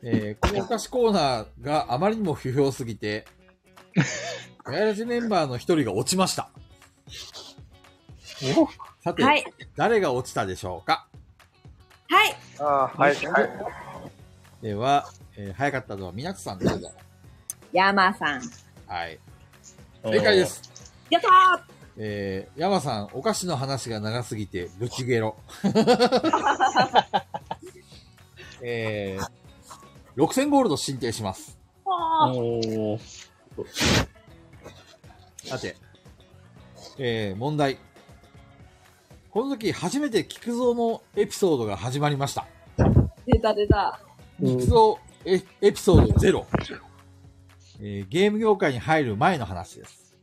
Speaker 1: えーこのお菓子コーナーがあまりにも不評すぎ
Speaker 4: [LAUGHS]
Speaker 1: て、ガヤラジメンバーの一人が落ちました。さて、
Speaker 4: はい。
Speaker 1: 誰が落ちたでしょうか
Speaker 4: はい。
Speaker 13: ああー、はい、はい。
Speaker 1: では、えー早かったのは皆さんどうぞ。
Speaker 4: 山さん。
Speaker 1: はい。正解です。
Speaker 4: やったー
Speaker 1: えー、山さん、お菓子の話が長すぎて、ぶちゲロ。えー、6000ゴールド進呈します。
Speaker 6: おー。
Speaker 1: さて、えー、問題。この時、初めて菊蔵のエピソードが始まりました。
Speaker 4: 出た、出た。
Speaker 1: 菊蔵エエピソード0、えーゲーム業界に入る前の話です。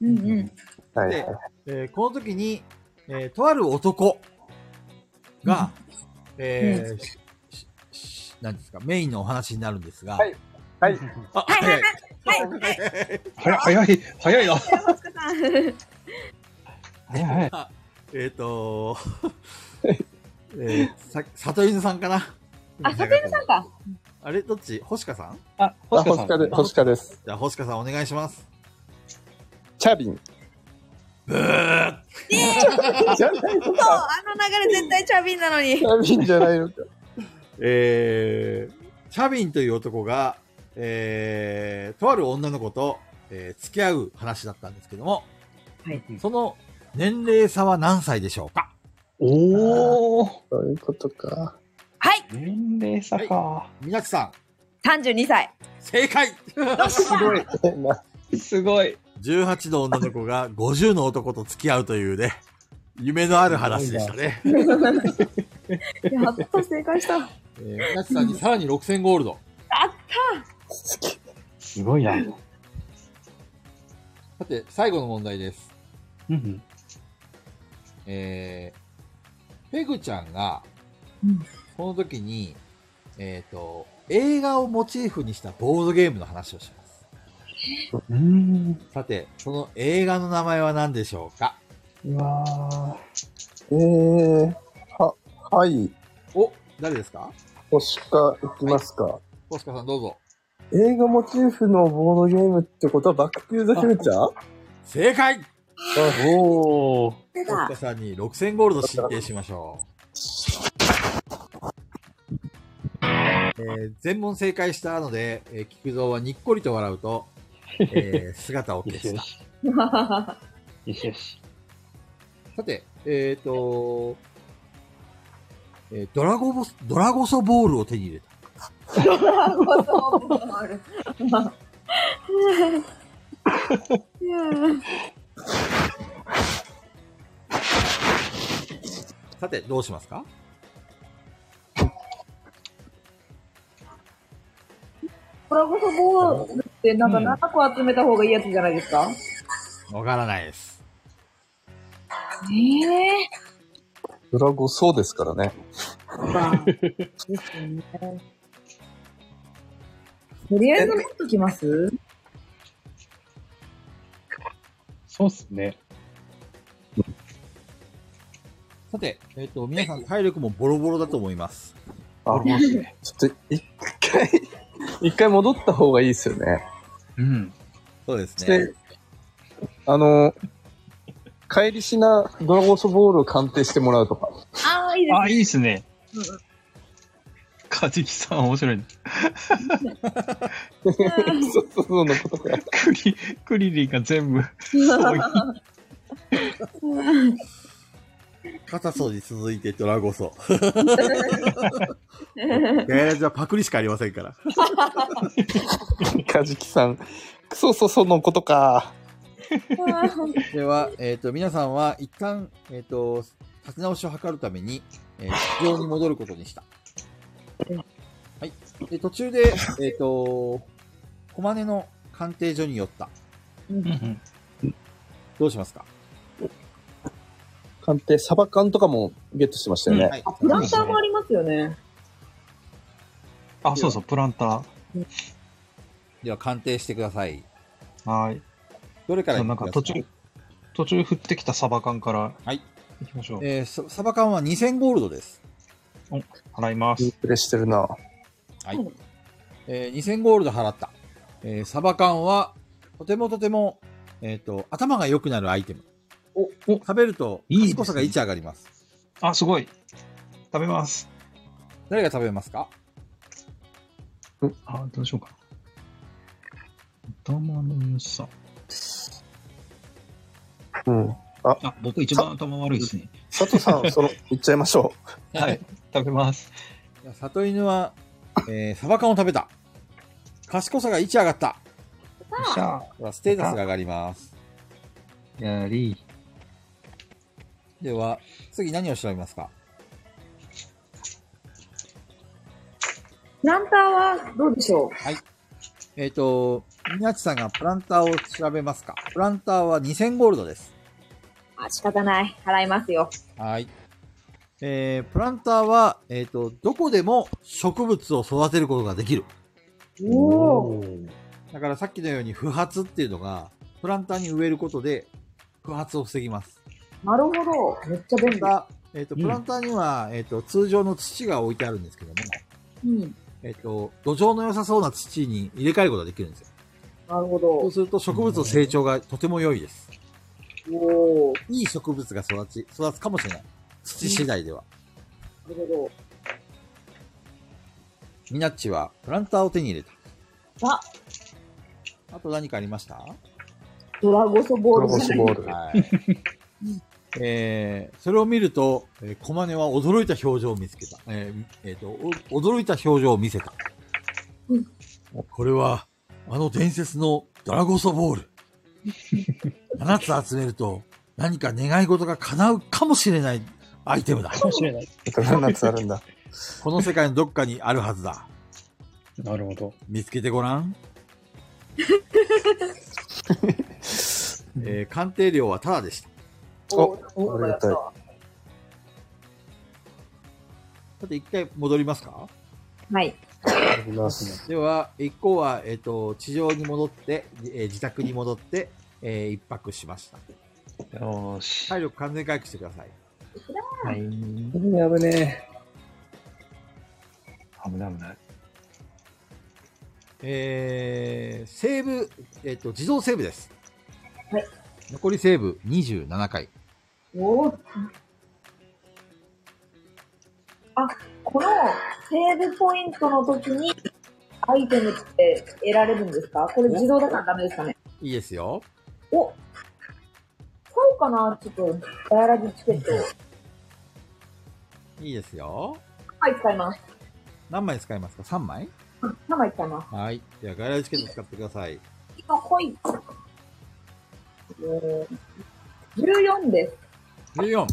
Speaker 4: うんうん。
Speaker 1: で、えーこの時に、えーとある男が、えーしししなんですか、メインのお話になるんですが、
Speaker 13: はいはい。
Speaker 1: あ、早い。
Speaker 6: 早い、早い、早いな。
Speaker 4: マスカさん。
Speaker 6: 早い、早い。
Speaker 1: あえっ、と [LAUGHS] ー、えー、さ、里犬さんかな
Speaker 4: あ、里犬さんか。
Speaker 1: あれどっち星香さん
Speaker 6: あ、
Speaker 13: あ、
Speaker 6: 星川
Speaker 13: ホ
Speaker 6: さ
Speaker 13: シ
Speaker 6: ん。
Speaker 13: カで、ホシカです。
Speaker 1: じゃあ、星香さんお願いします。
Speaker 13: チャビン。じゃないの
Speaker 3: そう、
Speaker 13: か。
Speaker 3: あの流れ絶対チャビンなのに
Speaker 13: チ。ャビンじゃないのか。
Speaker 1: えー、チャビンという男が、えー、とある女の子と、えー付き合う話だったんですけども、
Speaker 3: はい
Speaker 1: その年齢差は何歳でしょうか
Speaker 6: おー。
Speaker 13: そういうことか。
Speaker 3: はい、
Speaker 6: 年齢差か。
Speaker 1: みなきさ
Speaker 3: 32歳。
Speaker 1: ん、正解
Speaker 6: すごい。
Speaker 13: [LAUGHS] えな
Speaker 6: すごい。
Speaker 1: !18 の女の子が50の男と付き合うというね、夢のある話でしたね。
Speaker 4: やっと正解した。
Speaker 1: えー、みなきさんにさらに6000ゴールド。
Speaker 5: すごいな。
Speaker 1: さて、最後の問題です。
Speaker 6: うん
Speaker 1: えー、ペグちゃんが、
Speaker 3: うん
Speaker 1: その時に、えっ、と、映画をモチーフにしたボードゲームの話をします。
Speaker 6: うん。うん。
Speaker 1: さて、その映画の名前は何でしょうか
Speaker 6: うわー。
Speaker 13: えー、は、はい。
Speaker 1: お、誰ですか
Speaker 13: ホシカいきますか。
Speaker 1: 星川さんどうぞ。
Speaker 13: 映画モチーフのボードゲームってことはバックピューザフューチャー
Speaker 1: 正解
Speaker 5: おー。
Speaker 3: 出
Speaker 1: 星
Speaker 3: た
Speaker 1: 川。さんに6000ゴールド申請しましょう。えー、全問正解したので、えー、菊蔵はにっこりと笑うと、えー、姿を消した。
Speaker 5: よしよし。
Speaker 1: さて、えっ、と、えードラゴボス、ドラゴソボールを手に入れた。さて、どうしますか
Speaker 3: コラボソボールってなんか7個集めた方がいいやつじゃないですか、
Speaker 1: わからないです。
Speaker 3: ええ
Speaker 13: ドラゴそうですからね。
Speaker 3: ですよね。とりあえず持っときます
Speaker 6: そうっすね。
Speaker 1: さて、えっ、と、皆さん体力もボロボロだと思います。
Speaker 13: あ、
Speaker 6: 俺もっすね。
Speaker 13: ちょっと一回、一回戻った方がいいですよね。
Speaker 6: うん。
Speaker 1: そうですね。
Speaker 13: で、あの、帰りしなドラゴソボールを鑑定してもらうとか。
Speaker 3: ああ、いいです。
Speaker 6: あ、いいっすね。カジキさん面白いね。
Speaker 13: そうそうそうのことか。
Speaker 6: クリ、クリリンが全部、そういう
Speaker 1: 片層に続いてドラゴソ。ガヤラジはパクリしかありませんから。
Speaker 13: カジキさん。クソソソのことか。
Speaker 1: では、えっ、と、皆さんは一旦、えっ、と、立ち直しを図るために、えー地上に戻ることにした。はい。で、途中で、えっ、と、小金の鑑定所に寄った。
Speaker 6: うん
Speaker 1: どうしますか
Speaker 13: 鑑定、サバ缶とかもゲットしてましたよね。
Speaker 1: はい。
Speaker 3: プランターもありますよね。
Speaker 6: あ、そうそう、プランタ
Speaker 1: では、鑑定してください。
Speaker 6: ー。はい。
Speaker 1: どれから
Speaker 6: そう
Speaker 1: 行きま
Speaker 6: なん
Speaker 1: す
Speaker 6: か途中、途中降ってきたサバ缶から、
Speaker 1: はい。
Speaker 6: 行きましょう。
Speaker 1: えーそサバ缶は2000ゴールドです。
Speaker 6: 払います。
Speaker 13: プレイしてるな。
Speaker 1: はい。えー2000ゴールド払った。えーサバ缶は、とてもとても、えっ、と、頭が良くなるアイテム。
Speaker 6: お
Speaker 1: 食べると、
Speaker 6: いいですね
Speaker 1: 賢さが1上がります。
Speaker 6: あ、すごい。食べます。
Speaker 1: 誰が食べますか
Speaker 6: あ、どうしようかな。頭の良さ。
Speaker 13: うん。
Speaker 6: あ、僕一番頭悪いですね。
Speaker 13: 佐藤さん、その、行っちゃいましょ
Speaker 6: はい。 [LAUGHS] 食べます。
Speaker 1: いや里犬は、えーサバ缶を食べた。賢さが1上がった。
Speaker 6: よっしゃ。
Speaker 1: ほらステータスが上がります。
Speaker 6: やり。
Speaker 1: では、次何を調べますか
Speaker 3: プランターはどうでしょ
Speaker 1: えっ、と、みなちさんがプランターを調べますかプランターは2000ゴールドです。
Speaker 3: うあ、仕方ない。払いますよ。
Speaker 1: はい。えー、プランターは、えっ、と、どこでも植物を育てることができる。
Speaker 3: おお。
Speaker 1: だからさっきのように不発っていうのが、プランターに植えることで、不発を防ぎます。
Speaker 3: なるほど。めっちゃ便
Speaker 1: ただ、えっ、と、プランターには、えっ、と、通常の土が置いてあるんですけども、
Speaker 3: 利。うん。
Speaker 1: えっと、土壌の良さそうな土に入れ替えることができるんですよ。
Speaker 2: なるほ
Speaker 1: そ
Speaker 2: ど
Speaker 1: う。すると植物の成長がとても良いです。
Speaker 2: おー
Speaker 1: いい植物が育ち、育つかもしれない。土次第では。
Speaker 2: なるほ
Speaker 1: ミナッチはプランターを手に入れた。
Speaker 3: あ
Speaker 1: あと何かありました
Speaker 3: ドラゴソボール
Speaker 13: ゴ
Speaker 3: じゃ
Speaker 13: ス
Speaker 3: ない
Speaker 13: ボール。
Speaker 1: はい。えー、それを見ると、えー、コマネは驚いた表情を見つけた。えーえーと、お驚いた表情を見せた。これは、あの伝説のドラゴソボール。7つ集めると、何か願い事が叶うかもしれないアイテムだ。
Speaker 15: かもしれない。
Speaker 13: えっと、7つあるんだ。
Speaker 1: この世界のどっかにあるはずだ。
Speaker 15: なるほど。
Speaker 1: 見つけてごらん。えー鑑定料はタダでした。
Speaker 13: お、
Speaker 2: ど。
Speaker 13: ありがたい。
Speaker 1: さて、一回戻りますか
Speaker 3: はい。
Speaker 13: あります。
Speaker 1: では、一行は、えっ、と、地上に戻って、えー自宅に戻って、えー一泊しました。
Speaker 6: よーし。
Speaker 1: 体力完全回復してください。
Speaker 6: はい。危
Speaker 7: 危ね
Speaker 6: ない危ない。
Speaker 1: えー、セーブ、えっ、と、自動セーブです。
Speaker 3: はい。
Speaker 1: 残りセーブ27回。
Speaker 3: おー
Speaker 4: あ、このセーブポイントの時にアイテムって得られるんですかこれ自動だからダメですかね
Speaker 1: いいですよ。
Speaker 4: お買おうかなちょっと、ガヤラジチケット。
Speaker 1: いいですよ。
Speaker 4: はい、使います。
Speaker 1: 何枚使いますか ?3 枚
Speaker 4: 3枚使います。
Speaker 1: はい。では、外来チケット使ってください。
Speaker 4: 今、濃い。えー、14です。
Speaker 1: 14。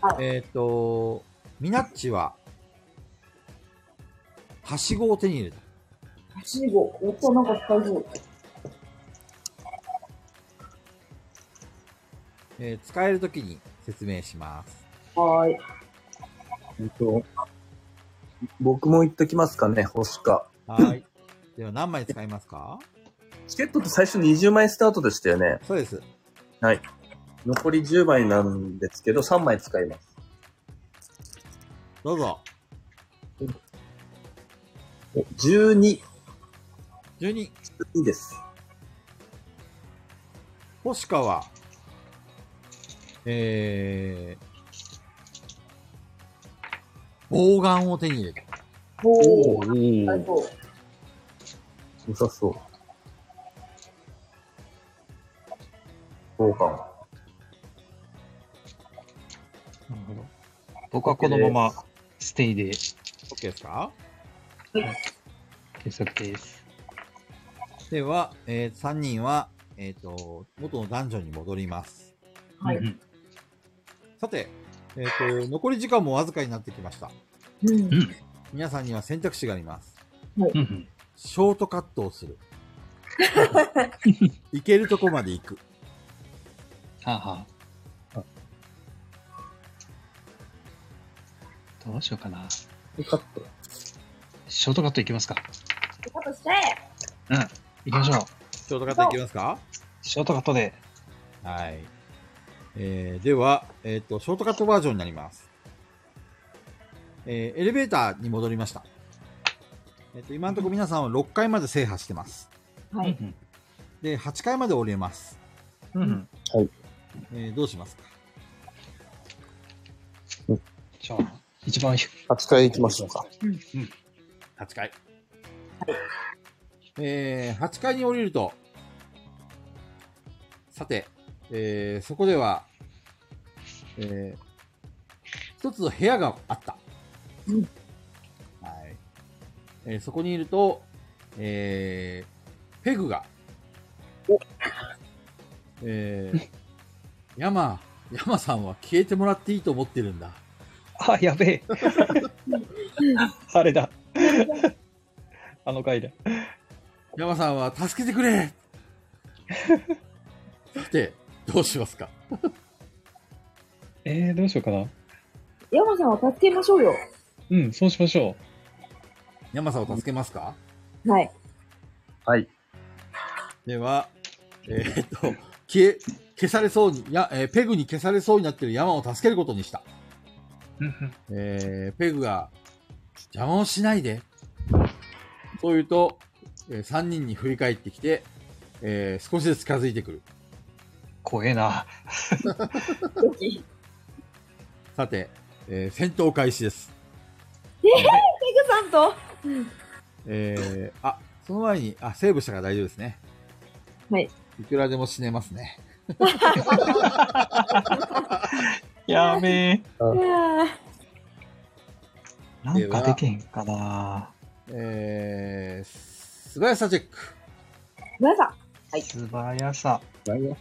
Speaker 4: は
Speaker 1: えっ、と、ミナッチは、はしごを手に入れた。
Speaker 4: 8号。おっと、なんか使いそう。
Speaker 1: えー使えるときに説明します。
Speaker 4: はーい。
Speaker 5: えっと、僕も行っときますかね、星か。
Speaker 1: はい。では何枚使いますか
Speaker 5: チケットって最初20枚スタートでしたよね。
Speaker 1: そうです。
Speaker 5: 残り10枚なんですけど、3枚使います。
Speaker 1: どうぞ。
Speaker 5: 12、
Speaker 1: 12。
Speaker 5: いいです。
Speaker 1: 星川は、えー、棒眼を手に入れた。
Speaker 4: おー。
Speaker 7: いい。
Speaker 4: 使いそう。
Speaker 5: 良さそう。そうかも。
Speaker 6: なるほど。僕はこのままステイで
Speaker 1: OK ですか
Speaker 6: 検索です。
Speaker 1: では、えー、3人は、えっ、と、元のダンジョンに戻ります。
Speaker 4: はい
Speaker 6: うん
Speaker 1: さて、えっ、と、残り時間もわずかになってきました。
Speaker 4: うん。
Speaker 1: 皆さんには選択肢があります。
Speaker 6: うんうん
Speaker 1: ショートカットを
Speaker 4: [LAUGHS]
Speaker 1: する。行けるとこまで行く。
Speaker 6: はあはあ。どうしようかな。
Speaker 7: カット。
Speaker 6: ショートカットいきますか。
Speaker 4: ってことして、
Speaker 6: うん。行きましょう。
Speaker 1: ショートカット行きますか
Speaker 6: ショートカットで。。
Speaker 1: はい。えー、では、えっ、と、ショートカットバージョンになります。えー、エレベーターに戻りました。えっ、と、今のところ皆さんは6階まで制覇してます。
Speaker 4: はいう
Speaker 6: ん
Speaker 1: で、8階まで降りれます。
Speaker 6: うんうんうん。
Speaker 1: えー、どうしますか
Speaker 6: じゃあ、一番低い
Speaker 13: 8回行きましょうか。
Speaker 1: ?8 階。えー、8階に降りると、さて、えー、そこでは、えー、一つの部屋があった。はい。えーそこにいると、えー、ペグが、えー、山、山さんは消えてもらっていいと思ってるんだ。
Speaker 15: あ、やべえ。あれだ。あの回だ。
Speaker 1: 山さんは助けてくれさて、どうしますか
Speaker 15: えー、どうしようかな。
Speaker 4: 山さんは助けましょうよ。
Speaker 15: うん、そうしましょ
Speaker 1: 山さんを助けますか
Speaker 4: はい。
Speaker 5: はい。
Speaker 1: では、えーっと、消え、消されそうに、いや、えーペグに消されそうになっている山を助けることにした。
Speaker 6: うんうん
Speaker 1: えーペグが、邪魔をしないで、というと、え3人に振り返ってきて、えー少しずつ近づいてくる。
Speaker 6: 怖えな。
Speaker 1: さて、えー戦闘開始です。
Speaker 4: えー、ペグさんと
Speaker 1: えー、あ、その前に、あ、セーブしたから大丈夫ですね。
Speaker 4: はい。
Speaker 1: いくらでも死ねますね。
Speaker 6: やべえ。
Speaker 4: いやー
Speaker 6: なんかでけへんかな。
Speaker 1: えー、素早さチェック。
Speaker 4: 皆さん
Speaker 6: 素早さ。
Speaker 4: あー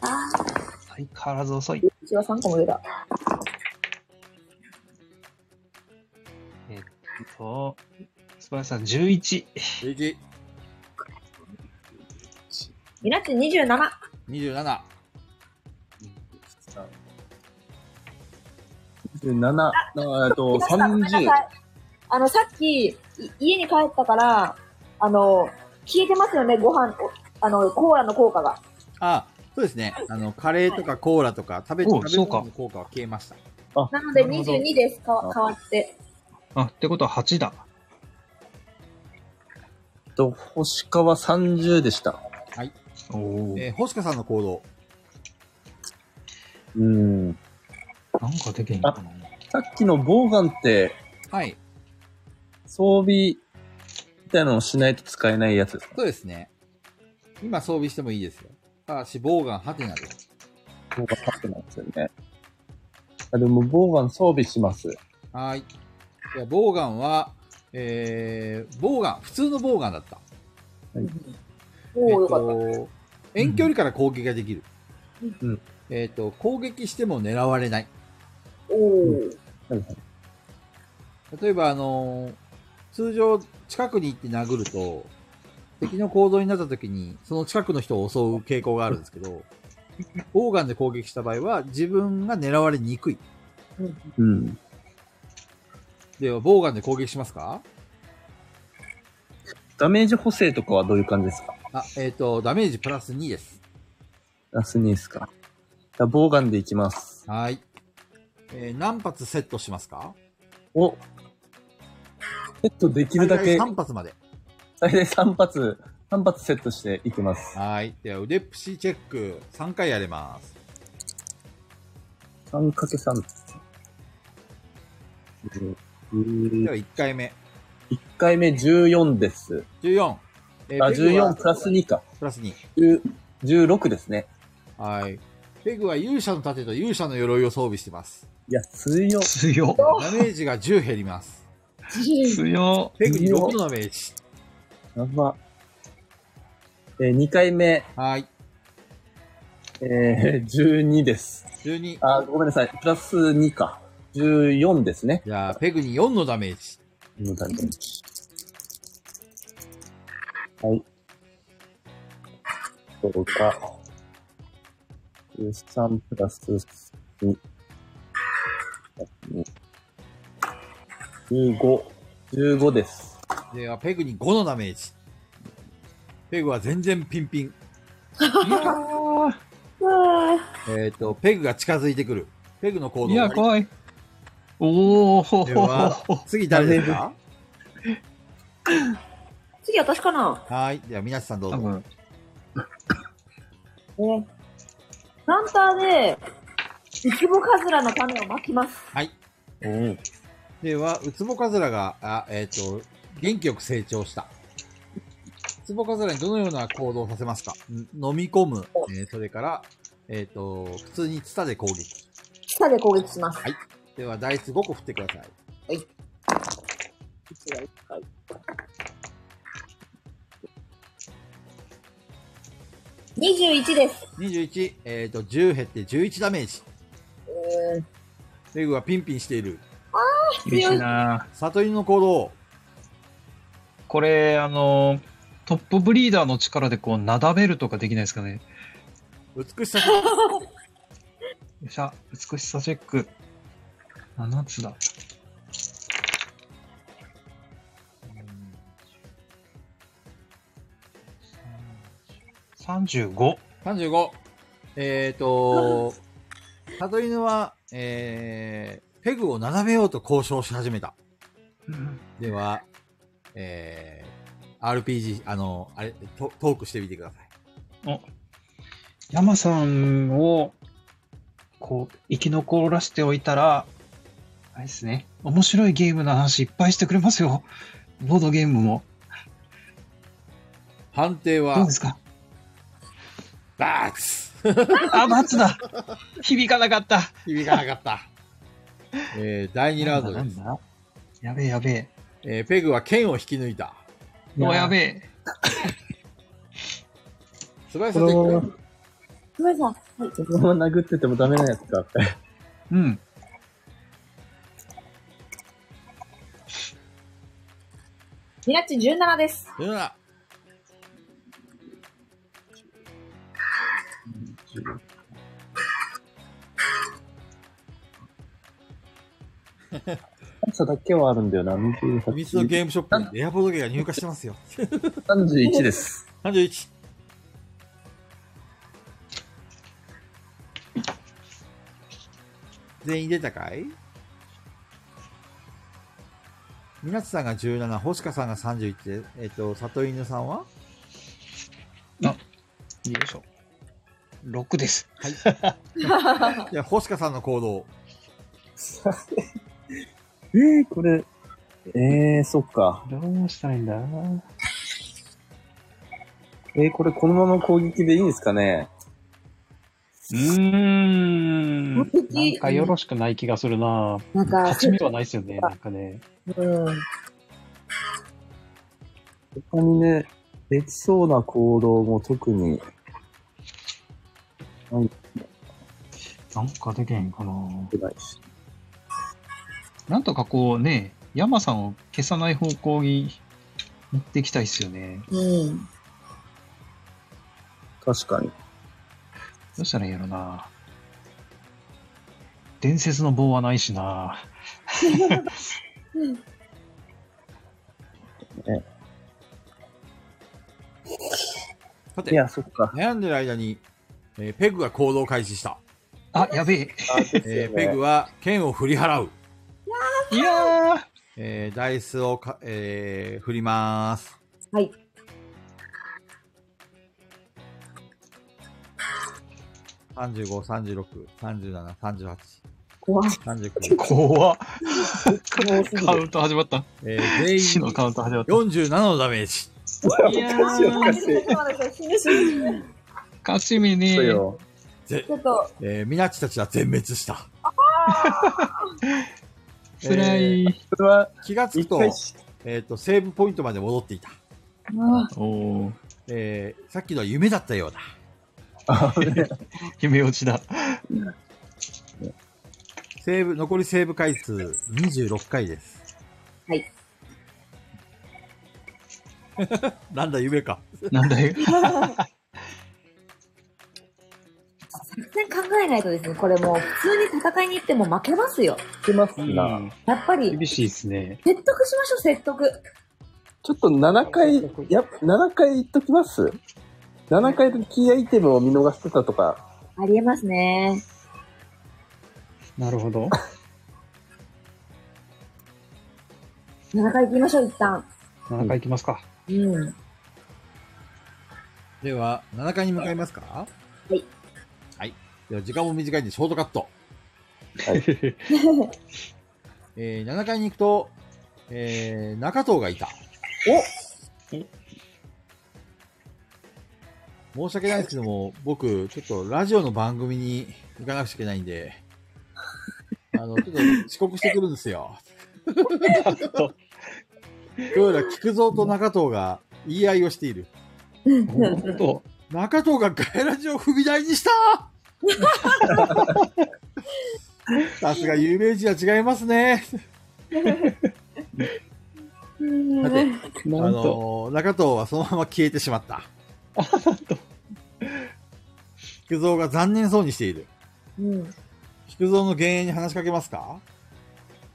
Speaker 6: 相変わらず遅い。
Speaker 4: うちは3個も出た
Speaker 6: えっと、素早さ11。
Speaker 1: 11、
Speaker 4: みなっち27
Speaker 1: 27。
Speaker 5: 7、えっと、
Speaker 4: ごめんな
Speaker 5: 30。
Speaker 4: さいあの、さっき、い家に帰ったから、あの、消えてますよね、ご飯、おあの、コーラの効果が。
Speaker 1: あ、そうですね。あの、カレーとかコーラとか食べ、
Speaker 6: お
Speaker 1: 食べ
Speaker 6: そうか
Speaker 1: 物の効果は消えました。
Speaker 4: なので
Speaker 6: なるほど
Speaker 4: 22です、かわ変わって。
Speaker 6: あ、ってことは8だ。
Speaker 5: えっと、星川30でした。
Speaker 6: おお。
Speaker 1: えー、星香さんの行動。
Speaker 5: うん。
Speaker 6: なんかでけへんかな。
Speaker 5: さっきのボウガンって、
Speaker 1: はい。
Speaker 5: 装備、みたいなのをしないと使えないやつですか
Speaker 1: そうですね。今装備してもいいですよ。ただし、ボウガンハテナで。
Speaker 5: ボウガンパックなんですよね。あでも、ボウガン装備します。
Speaker 1: はーい。いや、ボウガンは、えー、ボウガン、普通のボウガンだった。
Speaker 4: おお、よかった。
Speaker 1: えっと、遠距離から攻撃ができる。
Speaker 5: うん
Speaker 1: えっと、攻撃しても狙われない。
Speaker 4: おお。
Speaker 1: 例えば、あのー通常、近くに行って殴ると、敵の行動になった時に、その近くの人を襲う傾向があるんですけど、ボウガンで攻撃した場合は、自分が狙われにくい。
Speaker 5: うん。
Speaker 1: では、ボウガンで攻撃しますか
Speaker 5: ダメージ補正とかはどういう感じですか
Speaker 1: あ、えっ、と、ダメージプラス2です。
Speaker 5: ラス2ですか。じゃあ、ボウガンでいきます。
Speaker 1: はい。えー何発セットしますか
Speaker 5: おセットできるだけ、
Speaker 1: 3発まで。
Speaker 5: 最大3発、3発セットしていきます。
Speaker 1: はい。では、腕っぷしチェック、3回やれます。
Speaker 5: 3×3
Speaker 1: では、1回目。
Speaker 5: 1回目14です。
Speaker 1: 14。え
Speaker 5: あ、
Speaker 1: ペグは
Speaker 5: 14プラス2か。
Speaker 1: プラス2。
Speaker 5: 10 16ですね。
Speaker 1: はい。ペグは勇者の盾と勇者の鎧を装備してます。
Speaker 5: いや、強っ。
Speaker 6: 強。
Speaker 1: ダメージが10減ります。
Speaker 6: 強。
Speaker 1: ペグに6のダメージ。
Speaker 5: やば。えー、2回目、
Speaker 1: はい。
Speaker 5: えー、12です。
Speaker 1: 12。
Speaker 5: あ、ごめんなさい。プラス2か。14ですね。
Speaker 1: じゃあ、ペグに4のダメージ。
Speaker 5: 無駄にはい。どうか。13プラス2。15。15です。
Speaker 1: では、ペグに5のダメージ。ペグは全然ピンピン。えっと、ペグが近づいてくる。ペグの行動
Speaker 6: いや、怖い。おお。
Speaker 1: で
Speaker 15: [LAUGHS]
Speaker 1: は、次誰です
Speaker 6: [LAUGHS]
Speaker 1: か
Speaker 4: 次、私かな
Speaker 1: はい。では、みなしさんどう
Speaker 6: 多
Speaker 1: ぞ。
Speaker 6: 分、
Speaker 4: えー、プランターで、イチボカズラの種をまきます。
Speaker 1: はい。
Speaker 5: うん。
Speaker 1: では、ウツボカズラが、あえっ、と、元気よく成長した。ウツボカズラにどのような行動をさせますかん飲み込む、えーそれから、えっ、と、普通にツタで攻撃。
Speaker 4: 下で攻撃します。
Speaker 1: では、ダイス5個振ってください。
Speaker 4: 21です。
Speaker 1: 21、えっ、と、10減って11ダメージ。レグはピンピンしている。
Speaker 6: 厳しいな。
Speaker 1: 悟りの行動。
Speaker 6: これ、あのー、トップブリーダーの力でこう、なだめるとかできないですかね。
Speaker 1: 美しさ。
Speaker 6: よっしゃ、美しさチェック。7つだ。35。
Speaker 1: 35。えっ、
Speaker 15: [LAUGHS]
Speaker 1: と、悟りのは、えー、ペグを並べようと交渉し始めた。では、えー、 RPG、あの、あれ、トトークしてみてください。
Speaker 15: お山さんを、こう、生き残らせておいたら、あれですね、面白いゲームの話いっぱいしてくれますよ。ボードゲームも。
Speaker 1: 判定
Speaker 15: どう
Speaker 1: は
Speaker 15: で、すか
Speaker 1: バツ
Speaker 15: あ、バツだ響かなかった
Speaker 1: 響かなかった。 [LAUGHS] えー、第2ラウンド
Speaker 15: な
Speaker 1: です
Speaker 15: ん。だなんだやべえやべえ。
Speaker 1: えー、ペグは剣を引き抜いた。
Speaker 15: もうやべえ。
Speaker 1: 素早さチェック。
Speaker 4: すみま
Speaker 5: そのまま殴っててもダメなやつ [LAUGHS] かって。
Speaker 15: うん。
Speaker 4: せん。ニナッチ17です。
Speaker 1: 17。
Speaker 5: 朝だけはあるんだよな。28
Speaker 1: 秘密のゲームショップにレアボードゲームが入荷してますよ。
Speaker 5: 31です。
Speaker 1: 31。全員出たかいみなつさんが17、星香さんが31で、えっ、と、里犬さんは
Speaker 15: よいしょ。6です。
Speaker 1: いや、星香さんの行動。
Speaker 5: えー、これ、えー、そっか。
Speaker 15: どうしたらいいんだ
Speaker 5: えー、これこのまま攻撃でいいんですかね
Speaker 15: うーん。なんかよろしくない気がするな
Speaker 4: なんか、
Speaker 15: 勝ち目はないですよね、なんかね。
Speaker 4: うん。
Speaker 5: 他にね、できそうな行動も特に、
Speaker 15: なんかでけへんかな
Speaker 5: ないし。
Speaker 15: なんとかこうね、山さんを消さない方向に持っていきたいですよね。
Speaker 4: うん。
Speaker 5: 確かに。
Speaker 15: どうしたらいいやろな伝説の棒はないしな
Speaker 1: さ
Speaker 5: い
Speaker 1: て、
Speaker 5: や、そっか。
Speaker 1: 悩んでる間に、えーペグが行動を開始した。
Speaker 15: あ、やべえ。
Speaker 5: あですよね
Speaker 1: えーペグは剣を振り払う。
Speaker 15: いやー
Speaker 1: えーダイスをか、えー振りまーす。
Speaker 4: はい。
Speaker 1: 35、36、37、38、
Speaker 4: 怖い。
Speaker 6: [LAUGHS]
Speaker 1: 39、
Speaker 15: 怖っ。カウント始まった。
Speaker 1: えー、全
Speaker 15: 死
Speaker 1: 員
Speaker 15: のカウント始まっ
Speaker 1: 47のダメージ。
Speaker 15: た。いやー、
Speaker 4: 死ぬ死ぬ。
Speaker 15: 勝ち目ね
Speaker 5: そうよ。
Speaker 1: ぜ
Speaker 4: ちょっと、
Speaker 1: えー、ミナッチたちは全滅した。
Speaker 15: [LAUGHS] 辛い。
Speaker 5: それは、
Speaker 1: 気がつく
Speaker 5: 一
Speaker 1: と、
Speaker 5: 回し、
Speaker 1: えっ、と、セーブポイントまで戻っていた。
Speaker 4: あ
Speaker 15: おおー
Speaker 1: えー、さっきのは夢だったようだ。
Speaker 15: [LAUGHS] 夢落ちだ。
Speaker 1: セーブ、残りセーブ回数26回です。
Speaker 4: はい。
Speaker 1: [LAUGHS] なんだ夢か。
Speaker 15: なんだよ。
Speaker 4: 全然考えないとですね、これもう普通に戦いに行っても負けますよ。
Speaker 5: てます
Speaker 15: う
Speaker 5: な。
Speaker 15: ん
Speaker 4: やっぱり、
Speaker 15: 厳しいですね。
Speaker 4: 説得しましょう、説得。
Speaker 5: ちょっと7回、や、7回言っときます ?7 回でキーアイテムを見逃してたとか。
Speaker 4: ありえますね。
Speaker 15: なるほど。
Speaker 4: 7回行きましょう、一旦。
Speaker 15: 7回いきますか。
Speaker 4: うん。。
Speaker 1: では、7階に向かいますかはいはい。では、時間も短いんで、ショートカット。 [LAUGHS] えー、7階に行くと、えー、中藤がいた。お申し訳ないですけども、僕、ちょっとラジオの番組に行かなくちゃいけないん [LAUGHS] で、あの、ちょっと遅刻してくるんですよ。どうやら菊蔵と中藤が言い合いをしている。
Speaker 15: 本当。
Speaker 1: 中藤がガイラジを踏み台にした
Speaker 4: [LAUGHS]
Speaker 1: さすが有名人は違いますね。さて、あ
Speaker 15: なんと。
Speaker 1: のー中藤はそのまま消えてしまった。菊蔵が残念そうにしている。
Speaker 4: うん。
Speaker 1: 菊蔵の幻影に話しかけますか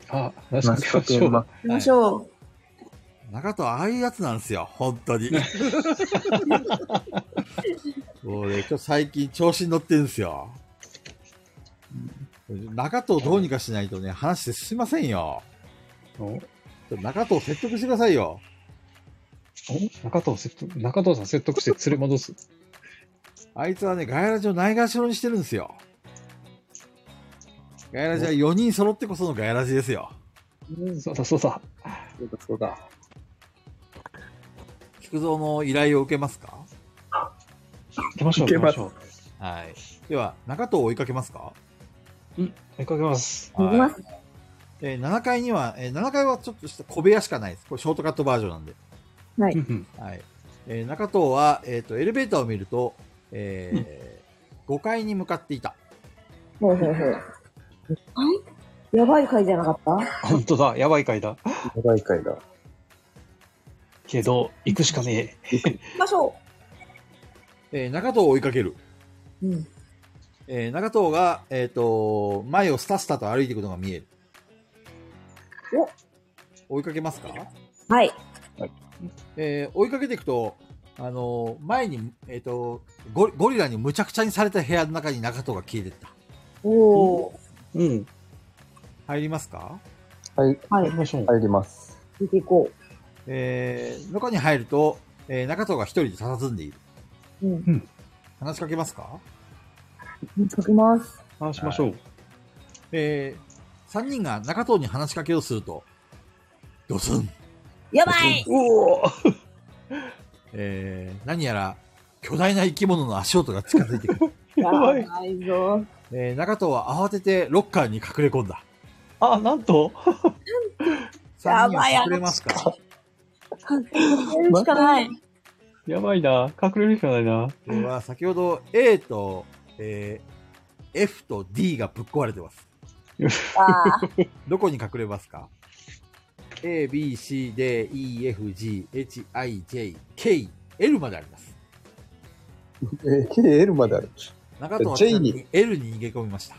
Speaker 15: あ、確かに行きましょう。
Speaker 5: ま
Speaker 4: 行きましょう。
Speaker 1: 中藤はああいうやつなんですよ、本当 [LAUGHS] に。俺、今日最近調子に乗ってるんですよ。中藤どうにかしないとね、話してすいませんよ。
Speaker 15: お
Speaker 1: ちょっと中藤説得してくださいよ。
Speaker 6: 中藤説得、中藤さん説得して連れ戻す。
Speaker 1: あいつはね、ガイラジをないがしろにしてるんですよ。ガイラジは4人揃ってこそのガイラジですよ。
Speaker 6: そうだそうだ。
Speaker 7: そうだそうだ。
Speaker 1: 菊蔵の依頼を受けますか
Speaker 6: 行きましょう、
Speaker 7: 行け
Speaker 6: 行きま
Speaker 7: ます
Speaker 6: しょ
Speaker 1: はい。では、中藤を追いかけますか
Speaker 6: う。うん、追いかけます。 [LAUGHS]
Speaker 3: 行きます。
Speaker 1: えー7階には、えー7階はちょっとした小部屋しかないです。これショートカットバージョンなんで。
Speaker 3: はい
Speaker 6: うん
Speaker 1: はい。えー中藤は、えっ、と、エレベーターを見ると、えー5階に向かっていた。
Speaker 3: ほうほうほう。はいやばい回じゃなかった
Speaker 6: 本当だ、やばい回だ。
Speaker 7: やばい回だ。
Speaker 6: けど、行くしかね
Speaker 3: 行きましょ
Speaker 1: えー中藤を追いかける。
Speaker 3: う。うん。
Speaker 1: えー中藤が、えっ、と、前をスタスタと歩いていくのが見える。お追いかけますか
Speaker 3: はい。
Speaker 1: えー追いかけていくと、あのー前に、えっ、とゴリ、ゴリラにむちゃくちゃにされた部屋の中に中藤が消えてった。
Speaker 3: おお
Speaker 7: うん。
Speaker 1: 入りますか
Speaker 7: はい、
Speaker 3: ー。は
Speaker 6: え。行
Speaker 3: い
Speaker 6: き。ましょう。
Speaker 7: 入ります。
Speaker 3: 見ていこ
Speaker 1: えー中に入ると、えー中藤が一人で佇んでいる。
Speaker 3: う。うん。
Speaker 1: 話しかけますか
Speaker 3: 書きます。
Speaker 6: 話しましょう。
Speaker 1: えー、三人が中藤に話しかけをすると、ドスン
Speaker 3: やばい
Speaker 1: えー、何やら、巨大な生き物の足音が近づいてく
Speaker 3: [LAUGHS]
Speaker 1: る。
Speaker 3: やばいぞ。
Speaker 1: えー中藤は慌ててロッカーに隠れ込んだ。
Speaker 6: あ、なん
Speaker 3: [LAUGHS]
Speaker 6: と、
Speaker 1: 三
Speaker 3: や
Speaker 1: 人
Speaker 3: ばい
Speaker 1: は隠れますか
Speaker 3: やるしかない。
Speaker 6: やばいな。隠れるしかないな。
Speaker 1: では、先ほど A と、えー F と D がぶっ壊れてます。
Speaker 3: あー
Speaker 1: どこに隠れますか ?A, B, C, D, E, F, G, H, I, J, K, L まであります。
Speaker 13: えー、KL まである。
Speaker 1: 中藤は
Speaker 13: J
Speaker 1: ちなみ
Speaker 13: に
Speaker 1: に L に逃げ込みました。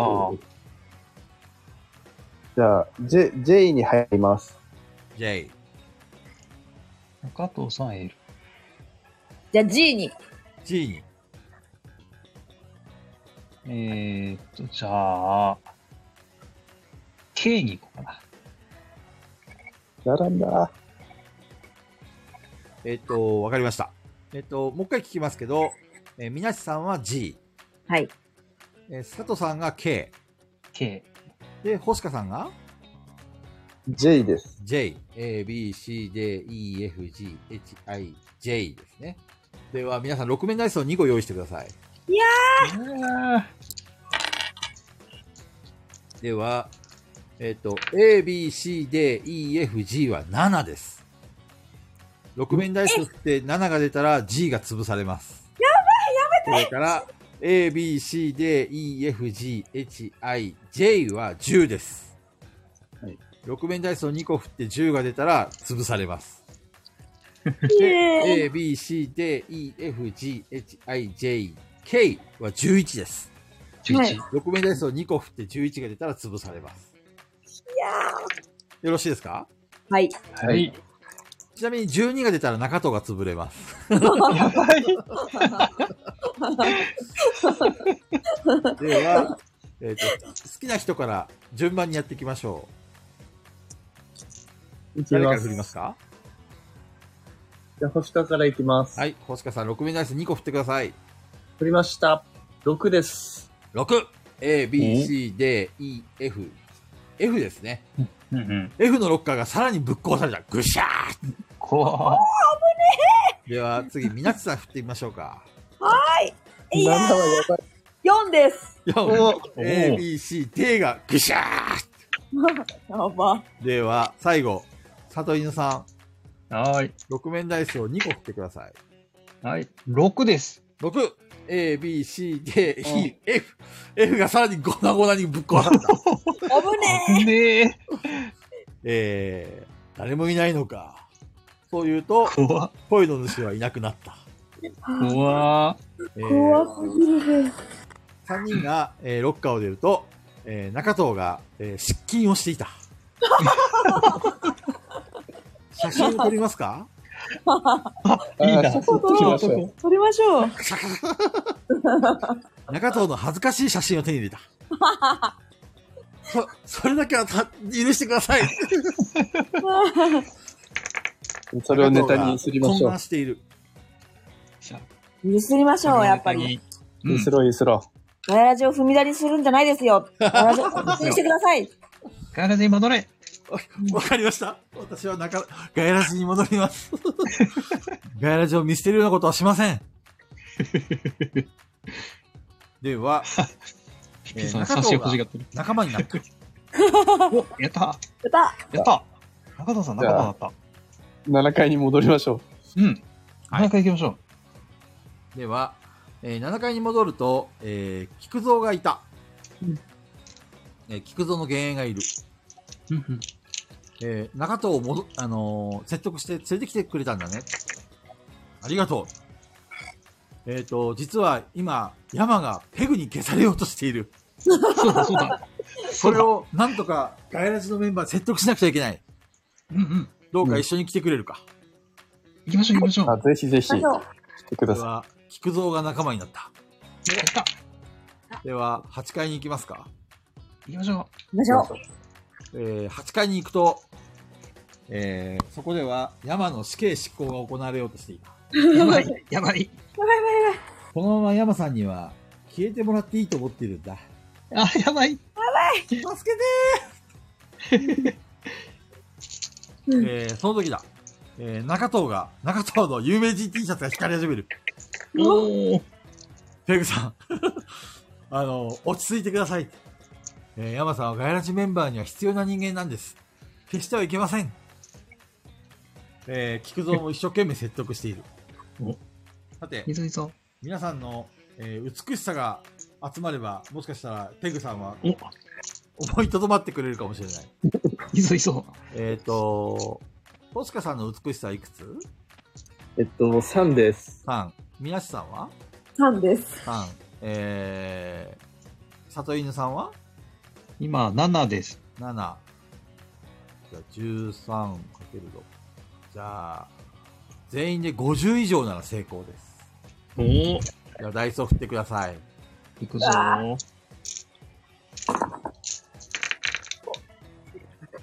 Speaker 6: ああ
Speaker 7: じゃあ、J、J に入ります。
Speaker 1: J。
Speaker 6: 中藤さん L。
Speaker 3: じゃあ G に。
Speaker 1: G に。
Speaker 6: えー、っと、じゃあ、K に行こうかな。
Speaker 7: 並んだ。
Speaker 1: えっ、と、わかりました。えっ、と、もう一回聞きますけど、えー、みなしさんは G。
Speaker 3: はい。
Speaker 1: えー、佐藤さんが K。
Speaker 6: K。
Speaker 1: で、星香さんが
Speaker 7: J です。
Speaker 1: J、A、B、C、D、E、F、G、H、I、J ですね。では、皆さん、6面ダイスを2個用意してください。では、えっ、と、A、B、C、D、E、F、G は7です。6面ダイスを振って7が出たら G が潰されます。やばい、やめてそれから、A、B、C、D、E、F、G、H、I、J は10です。6面ダイスを2個振って10が出たら潰されます。で A、B、C、D、E、F、G、H、I、J、K は11です。
Speaker 6: 11。
Speaker 4: はい
Speaker 1: 6面ダイスを2個振って11が出たら潰されます。よろしいですか
Speaker 3: はい。
Speaker 6: はい。
Speaker 1: ちなみに12が出たら中藤が潰れます。
Speaker 6: やばい。
Speaker 1: [LAUGHS] では、えーと、好きな人から順番にやっていきましょ
Speaker 7: 行
Speaker 1: う。誰から振りますか
Speaker 7: じゃあ、星川から行きます。
Speaker 1: はい、星川さん6面ダイス2個振ってください。
Speaker 7: 振りました。6です。
Speaker 1: 6、A、B、C、D、E、F、F ですね。
Speaker 6: うんうん。
Speaker 1: F のロッカーがさらにぶっ壊された。ぐしゃ
Speaker 6: 怖っ
Speaker 1: ーでは、次、みなちさん振ってみましょうか。
Speaker 3: いや
Speaker 7: 7はやばい。
Speaker 3: 4です。
Speaker 1: 4、A、B、C、D がぐしゃー
Speaker 3: やば。
Speaker 1: では、最後、里犬さ
Speaker 6: はーい。
Speaker 1: ん、6面ダイスを2個振ってください。
Speaker 6: はい。6です。
Speaker 1: 6、A、B、C、D、E、F。F がさらに粉々にぶっ壊された。
Speaker 3: あぶね
Speaker 6: ねえ。
Speaker 1: えー、誰もいないのか。そう言うと、
Speaker 6: 怖っ
Speaker 1: 声の主はいなくなった。
Speaker 6: 怖っ
Speaker 1: え
Speaker 3: え。
Speaker 1: ー、
Speaker 3: 怖すぎるぜ。
Speaker 1: 3人が、えーロッカーを出ると、えー中藤が、えー失禁をして
Speaker 3: [LAUGHS]
Speaker 1: いた。写真を撮ります
Speaker 3: [LAUGHS]
Speaker 1: か
Speaker 6: いいな。
Speaker 13: あーそうそうそうそう
Speaker 3: 撮りましょう。
Speaker 1: 中藤の恥ずかしい写真を手に入れた。そ、それだけはた許してください。
Speaker 13: それをネタにすりましょ
Speaker 21: 混
Speaker 13: う
Speaker 21: 乱。している。
Speaker 4: ゆすりましょう、やっぱり。
Speaker 13: ゆすろうゆすろ
Speaker 4: ガヤラジを踏み台にするんじゃないですよ。ガヤラジを確認してください。
Speaker 6: ガヤラジに戻れ。
Speaker 1: わかりました。私は中、ガヤラジに戻り [LAUGHS] ます。ガヤラジを見捨てるようなことはしません。 [LAUGHS] では、
Speaker 6: ピッピさん差し欲しがってる
Speaker 1: 仲間になった。
Speaker 6: やった
Speaker 4: やった
Speaker 6: やった中田さん、中田だった。
Speaker 13: う。7階に戻りましょ
Speaker 6: うん。中田行きましょう。
Speaker 1: では、えー7階に戻ると、えー、菊蔵がいた。えー菊蔵の幻影がいる。えー中藤をもど、あのー説得して連れてきてくれたんだね。ありがとう。えっ、と、実は今、山がペグに消されようとしている。
Speaker 6: そうだ、そうだ。
Speaker 1: それを、なんとか、ガイラジのメンバー説得しなくちゃいけない。
Speaker 6: うんうん。
Speaker 1: どうか一緒に来てくれるか。
Speaker 6: 行きまし [LAUGHS] ょう、行きましょう。
Speaker 13: う。あ、ぜひぜひ、
Speaker 4: あ
Speaker 13: 来
Speaker 4: の
Speaker 13: てくだ
Speaker 1: で
Speaker 13: さ
Speaker 1: は、菊蔵が仲間になった。
Speaker 6: やった
Speaker 1: では、8階に行きますか。
Speaker 6: 行きましょ
Speaker 4: 行きましょう。
Speaker 1: えー8階に行くと、えーそこでは山の死刑執行が行われようとしていた。
Speaker 6: う。やばい、やばい。
Speaker 1: このまま山さんには消えてもらっていいと思っているんだ。
Speaker 6: あ、やばい。
Speaker 1: 助けてーえーその時だ。えー中藤が、中藤の有名人 T シャツが光り始める。
Speaker 6: おお。
Speaker 1: ペグさん、 [LAUGHS] あの、落ち着いてください。えー、山さんはガイラジメンバーには必要な人間なんです。決してはいけません。えー、菊蔵も一生懸命説得している
Speaker 6: お。
Speaker 1: さて
Speaker 6: い、いぞいいぞ。
Speaker 1: 皆さんの、えー美しさが集まれば、もしかしたらペグさんは
Speaker 6: お、い
Speaker 1: 思いとどまってくれるかもしれない。
Speaker 6: [LAUGHS] いぞいいぞ。
Speaker 1: えっ、と、ポシカさんの美しさはいくつ
Speaker 5: えっと、3です。
Speaker 1: ?3。宮下さんは
Speaker 3: 3です。
Speaker 1: ?3。えー、里犬さんは
Speaker 6: 今、7です。
Speaker 1: 7じゃあ13かける6じゃあ全員で50以上なら成功です
Speaker 6: おお。
Speaker 1: じゃあダイスを振ってください
Speaker 6: 行くぞー。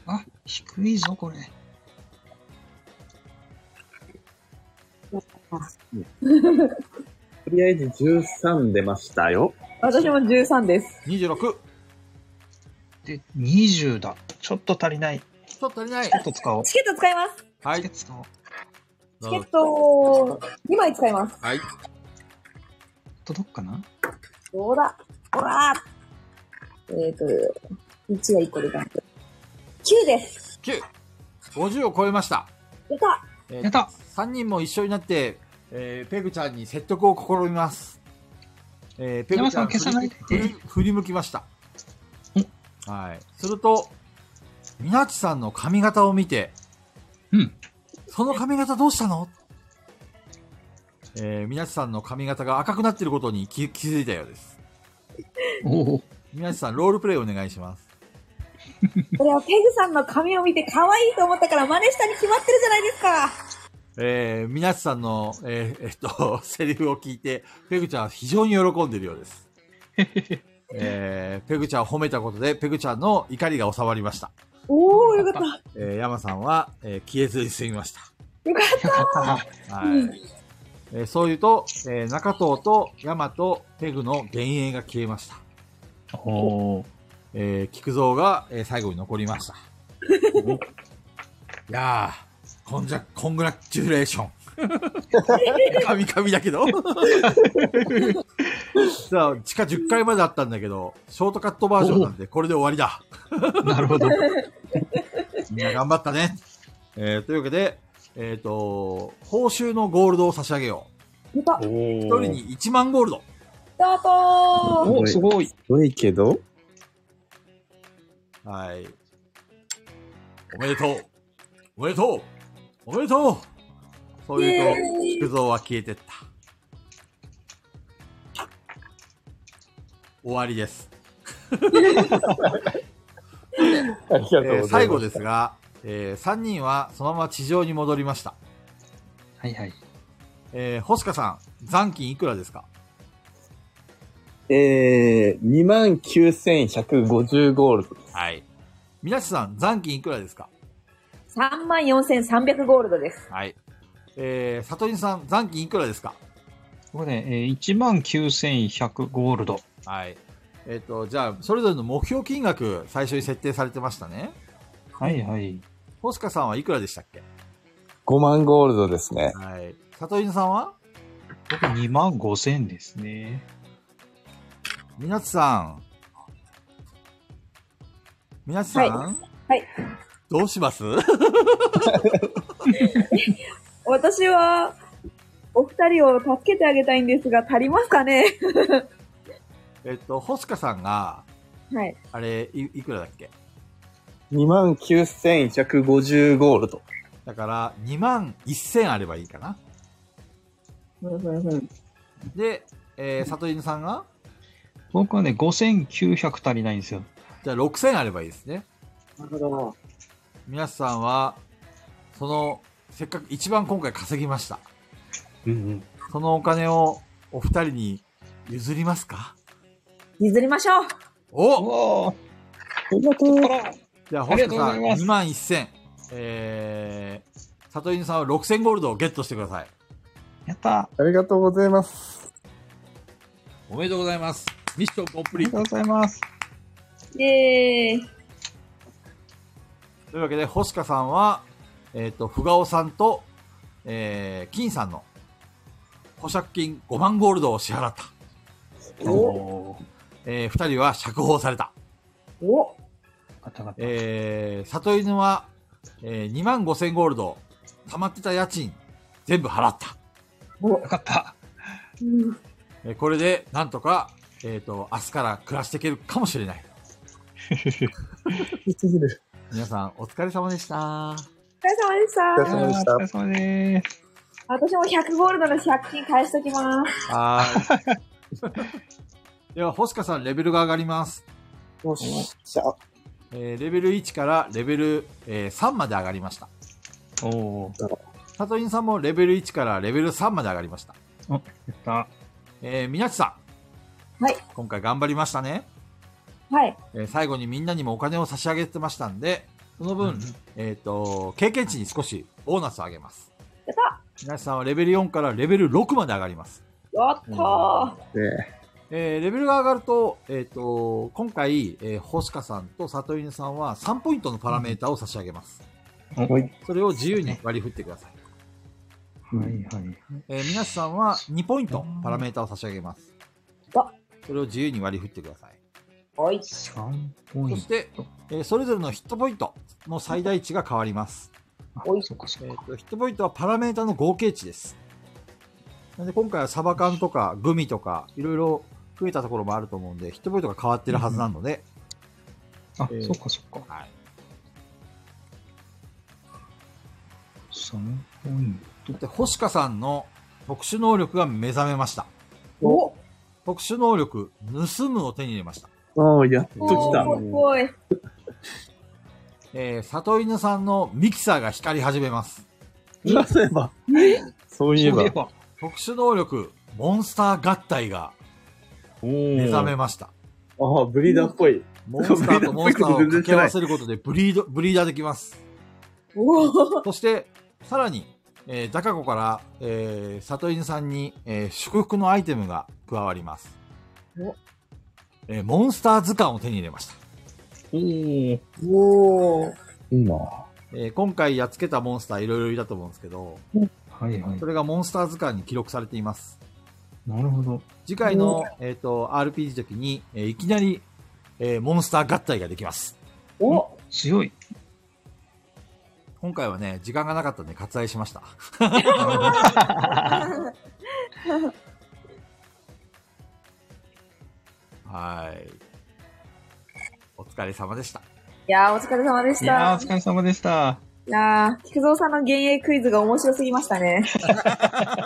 Speaker 6: あ、低いぞ、これ。
Speaker 5: とりあえず13出ましたよ。
Speaker 3: 私も13です。
Speaker 1: 26ちょ
Speaker 6: で、20だ。ちょっと足りない。
Speaker 1: っと足りない
Speaker 6: ちょっと使おう。
Speaker 4: チケット使います。
Speaker 1: はい
Speaker 6: [LAUGHS] ちょっと使おう。
Speaker 1: ど
Speaker 4: チ
Speaker 1: う
Speaker 4: ケ
Speaker 1: ぞ
Speaker 4: ットを2枚使います。
Speaker 1: はい
Speaker 6: 届くかな
Speaker 4: どうだほらえっ、と、1が1個で頑張る。9です。
Speaker 1: 950を超えました、
Speaker 4: やった
Speaker 1: え
Speaker 6: やった
Speaker 1: 3人も一緒になって、えーペグちゃんに説得を試みます、えーペグちゃん
Speaker 6: 山さん消さないで
Speaker 1: 振り振り振り向きましたはいするとみなちさんの髪型を見て
Speaker 6: うん。
Speaker 1: その髪型どうしたのえー、みなちさんの髪型が赤くなってることに気気づいたようです。
Speaker 6: おお。
Speaker 1: みなちさん、ロールプレイお願いします。
Speaker 4: これはペグさんの髪を見て可愛いと思ったから真似したに決まってるじゃないですか。
Speaker 1: えー、みなちさんの、えーえっと、 [LAUGHS] セリフを聞いて、ペグちゃんは非常に喜んでるようです。えー、ペグちゃんを褒めたことで、ペグちゃんの怒りが収まりました。
Speaker 4: おー、よかった。
Speaker 1: えー、山さんは、えー消えずに済みました。
Speaker 6: よかった。
Speaker 1: はい。えーそう言うと、えー中藤と山とペグの幻影が消えました。
Speaker 6: おお。
Speaker 1: えー、菊蔵が、えー最後に残りました。いやー、こんじゃ、コングラチュレー
Speaker 6: [LAUGHS]
Speaker 1: ション。神々だけど。 [LAUGHS] さあ、地下10階まであったんだけど、ショートカットバージョンなんで、これで終わりだ。
Speaker 6: なる [LAUGHS] ほど。
Speaker 1: みんな頑張ったね。 [LAUGHS] えーというわけで、えっ、と、報酬のゴールドを差し上げよ
Speaker 4: やった
Speaker 1: う。
Speaker 5: おー
Speaker 1: 一人。に1万ゴールド。
Speaker 4: スタート
Speaker 5: お、すごい。すごいけど、
Speaker 1: はい。おめでとうおめでとうおめでとうそういうと、菊蔵は消えてった。終わりです。
Speaker 13: い。ありがとうござい
Speaker 1: え
Speaker 13: ま
Speaker 1: ー
Speaker 13: す。
Speaker 1: 最後ですが、え3人はそのまま地上に戻りました。
Speaker 6: はいはい。
Speaker 1: えー、星香さん、残金いくらですか
Speaker 5: えー、
Speaker 13: 29,150ゴールド。
Speaker 1: はい。皆さん、残金いくらですか
Speaker 3: 34,300ゴールドです。
Speaker 1: はい。えー、サトリンさん、残金いくらですか
Speaker 6: ここで、えー、19,100ゴールド。
Speaker 1: はい。えっ、と、じゃあ、それぞれの目標金額、最初に設定されてましたね。
Speaker 6: はいはい。
Speaker 1: ホスカさんはいくらでしたっけ
Speaker 5: 5万ゴールドですね。
Speaker 1: はい。サトリンさんは
Speaker 6: 僕2万5000ですね。
Speaker 1: みなつさん。みなつさん、
Speaker 3: はい。
Speaker 1: どうします [LAUGHS]
Speaker 3: 私は、お二人を助けてあげたいんですが、足りますかね
Speaker 1: えっと、ホスカさんが、
Speaker 3: はい。
Speaker 1: あれ、いいくらだっけ
Speaker 5: 29,150ゴールド。
Speaker 1: だから、2万1000あればいいかな。で、えー、サトリンさんが
Speaker 6: 僕はね、5,900足りないんですよ。
Speaker 1: じゃあ6000あればいいですね。
Speaker 7: なるほど。
Speaker 1: 皆さんは、その、せっかく一番今回稼ぎました。
Speaker 5: うんうん。
Speaker 1: そのお金をお二人に譲りますか
Speaker 3: 譲りましょう
Speaker 1: お
Speaker 6: おお
Speaker 1: じゃあ、星野さ
Speaker 6: あ
Speaker 1: ん、
Speaker 6: りがと
Speaker 1: 2万1000。えー、里犬さんは6000ゴールドをゲットしてください。
Speaker 6: やった
Speaker 13: ありがとうございます。
Speaker 1: おめでとうございます。ミッションコンプ
Speaker 6: あり
Speaker 1: リー
Speaker 6: が
Speaker 1: ト。
Speaker 6: とうございます。
Speaker 3: イェーイ
Speaker 1: というわけで、星香さんは、えっ、と、ふがおさんと、えー、金さんの保釈金5万ゴールドを支払った。
Speaker 6: おーよ
Speaker 1: えー、二人は釈放された。
Speaker 3: お
Speaker 6: かったよかった。
Speaker 1: えー、里犬は、えー、2万5千ゴールド、溜まってた家賃、全部払った。
Speaker 6: よかった。
Speaker 1: えーこれで、なんとか、えっ、と、明日から暮らしていけるかもしれ
Speaker 2: [LAUGHS]
Speaker 1: ない。
Speaker 2: きすぎる。
Speaker 1: 皆さん、お疲れ様でした。
Speaker 3: お疲れ様で
Speaker 13: お疲
Speaker 3: した。
Speaker 13: れ様でした
Speaker 6: お疲。れ様です。
Speaker 3: 私も100ゴールドの借金返しときます。
Speaker 1: は
Speaker 2: [LAUGHS]
Speaker 1: ーい。では、星香さん、レベルが上がります。
Speaker 13: よっしゃ。
Speaker 1: えーレベル1からレベル、えー3まで上がりました。
Speaker 6: おお
Speaker 1: サトリンさんもレベル1からレベル3まで上がりました。
Speaker 6: やった。
Speaker 1: えー、みなちさん。
Speaker 3: はい。
Speaker 1: 今回頑張りましたね。
Speaker 3: はい。
Speaker 1: えー最後にみんなにもお金を差し上げてましたんで、その分、えっ、と、経験値に少しボーナスを上げます。
Speaker 3: やった
Speaker 1: みなちさんはレベル4からレベル6まで上がります。
Speaker 3: やったー
Speaker 13: で、
Speaker 1: えーレベルが上がると、えっ、と、今回、えー、星香さんと里犬さんは3ポイントのパラメーターを差し上げます。
Speaker 13: はい
Speaker 1: それを自由に割り振ってください。
Speaker 6: はいはい。
Speaker 1: えー、みなしさんは2ポイントパラメーターを差し上げます。
Speaker 3: あ
Speaker 1: それを自由に割り振ってください。
Speaker 3: おい。
Speaker 6: 3ポイ
Speaker 1: そ
Speaker 6: ン
Speaker 1: し
Speaker 6: ト。
Speaker 1: て、えーそれぞれのヒットポイントの最大値が変わります。
Speaker 6: あそっかそ
Speaker 1: え
Speaker 6: っ
Speaker 1: っ
Speaker 6: か。
Speaker 1: とヒットポイントはパラメータの合計値です。なんで今回はサバ缶とかグミとかいろいろ増えたところもあると思うんで、ヒットポイントが変わってるはずなので、
Speaker 6: あ、
Speaker 1: えー
Speaker 6: そっかそっか。
Speaker 1: はい
Speaker 6: 3ポイン
Speaker 1: で星香さんの特殊能力が目覚めました。
Speaker 3: お
Speaker 1: 特殊能力、盗むを手に入れました。
Speaker 5: ああ、やっと
Speaker 3: お
Speaker 5: 来た。
Speaker 3: ーすごい。
Speaker 1: えー、里犬さんのミキサーが光り始めます。
Speaker 5: そういえば。そう
Speaker 6: ト。
Speaker 5: いえば。
Speaker 6: ば。
Speaker 1: 特殊能力、モンスター合体が
Speaker 6: お
Speaker 1: 目覚
Speaker 6: ー
Speaker 1: めました。
Speaker 5: ああ、ブリーダーっぽい。
Speaker 1: モンスターとモンスターを掛け合わせることでブリード、ブリーダーできます。
Speaker 3: おー
Speaker 1: そして、さらに、えー、ダカゴから、えー、里犬さんに、えー祝福のアイテムが加わります。えーモンスター図鑑を手に入れました。
Speaker 6: おー
Speaker 3: おー
Speaker 5: いいな。
Speaker 1: えー今回やっつけたモンスターいろいろいたと思うんですけど、
Speaker 6: はいはい
Speaker 1: そ。れがモンスター図鑑に記録されています。
Speaker 6: なるほど。
Speaker 1: 次回の、えっ、と、RPG 時に、えーいきなり、えーモンスター合体ができます。
Speaker 3: お
Speaker 6: 強い。
Speaker 1: 今回はね、時間がなかったんで割愛しま [LAUGHS] した。はい。お疲れ様でした。
Speaker 3: いやー、お疲れ様でし
Speaker 6: いやー、お
Speaker 3: た。
Speaker 6: 疲れ様でした。
Speaker 3: いやー、菊蔵さんの幻影クイズが面白すぎましたね。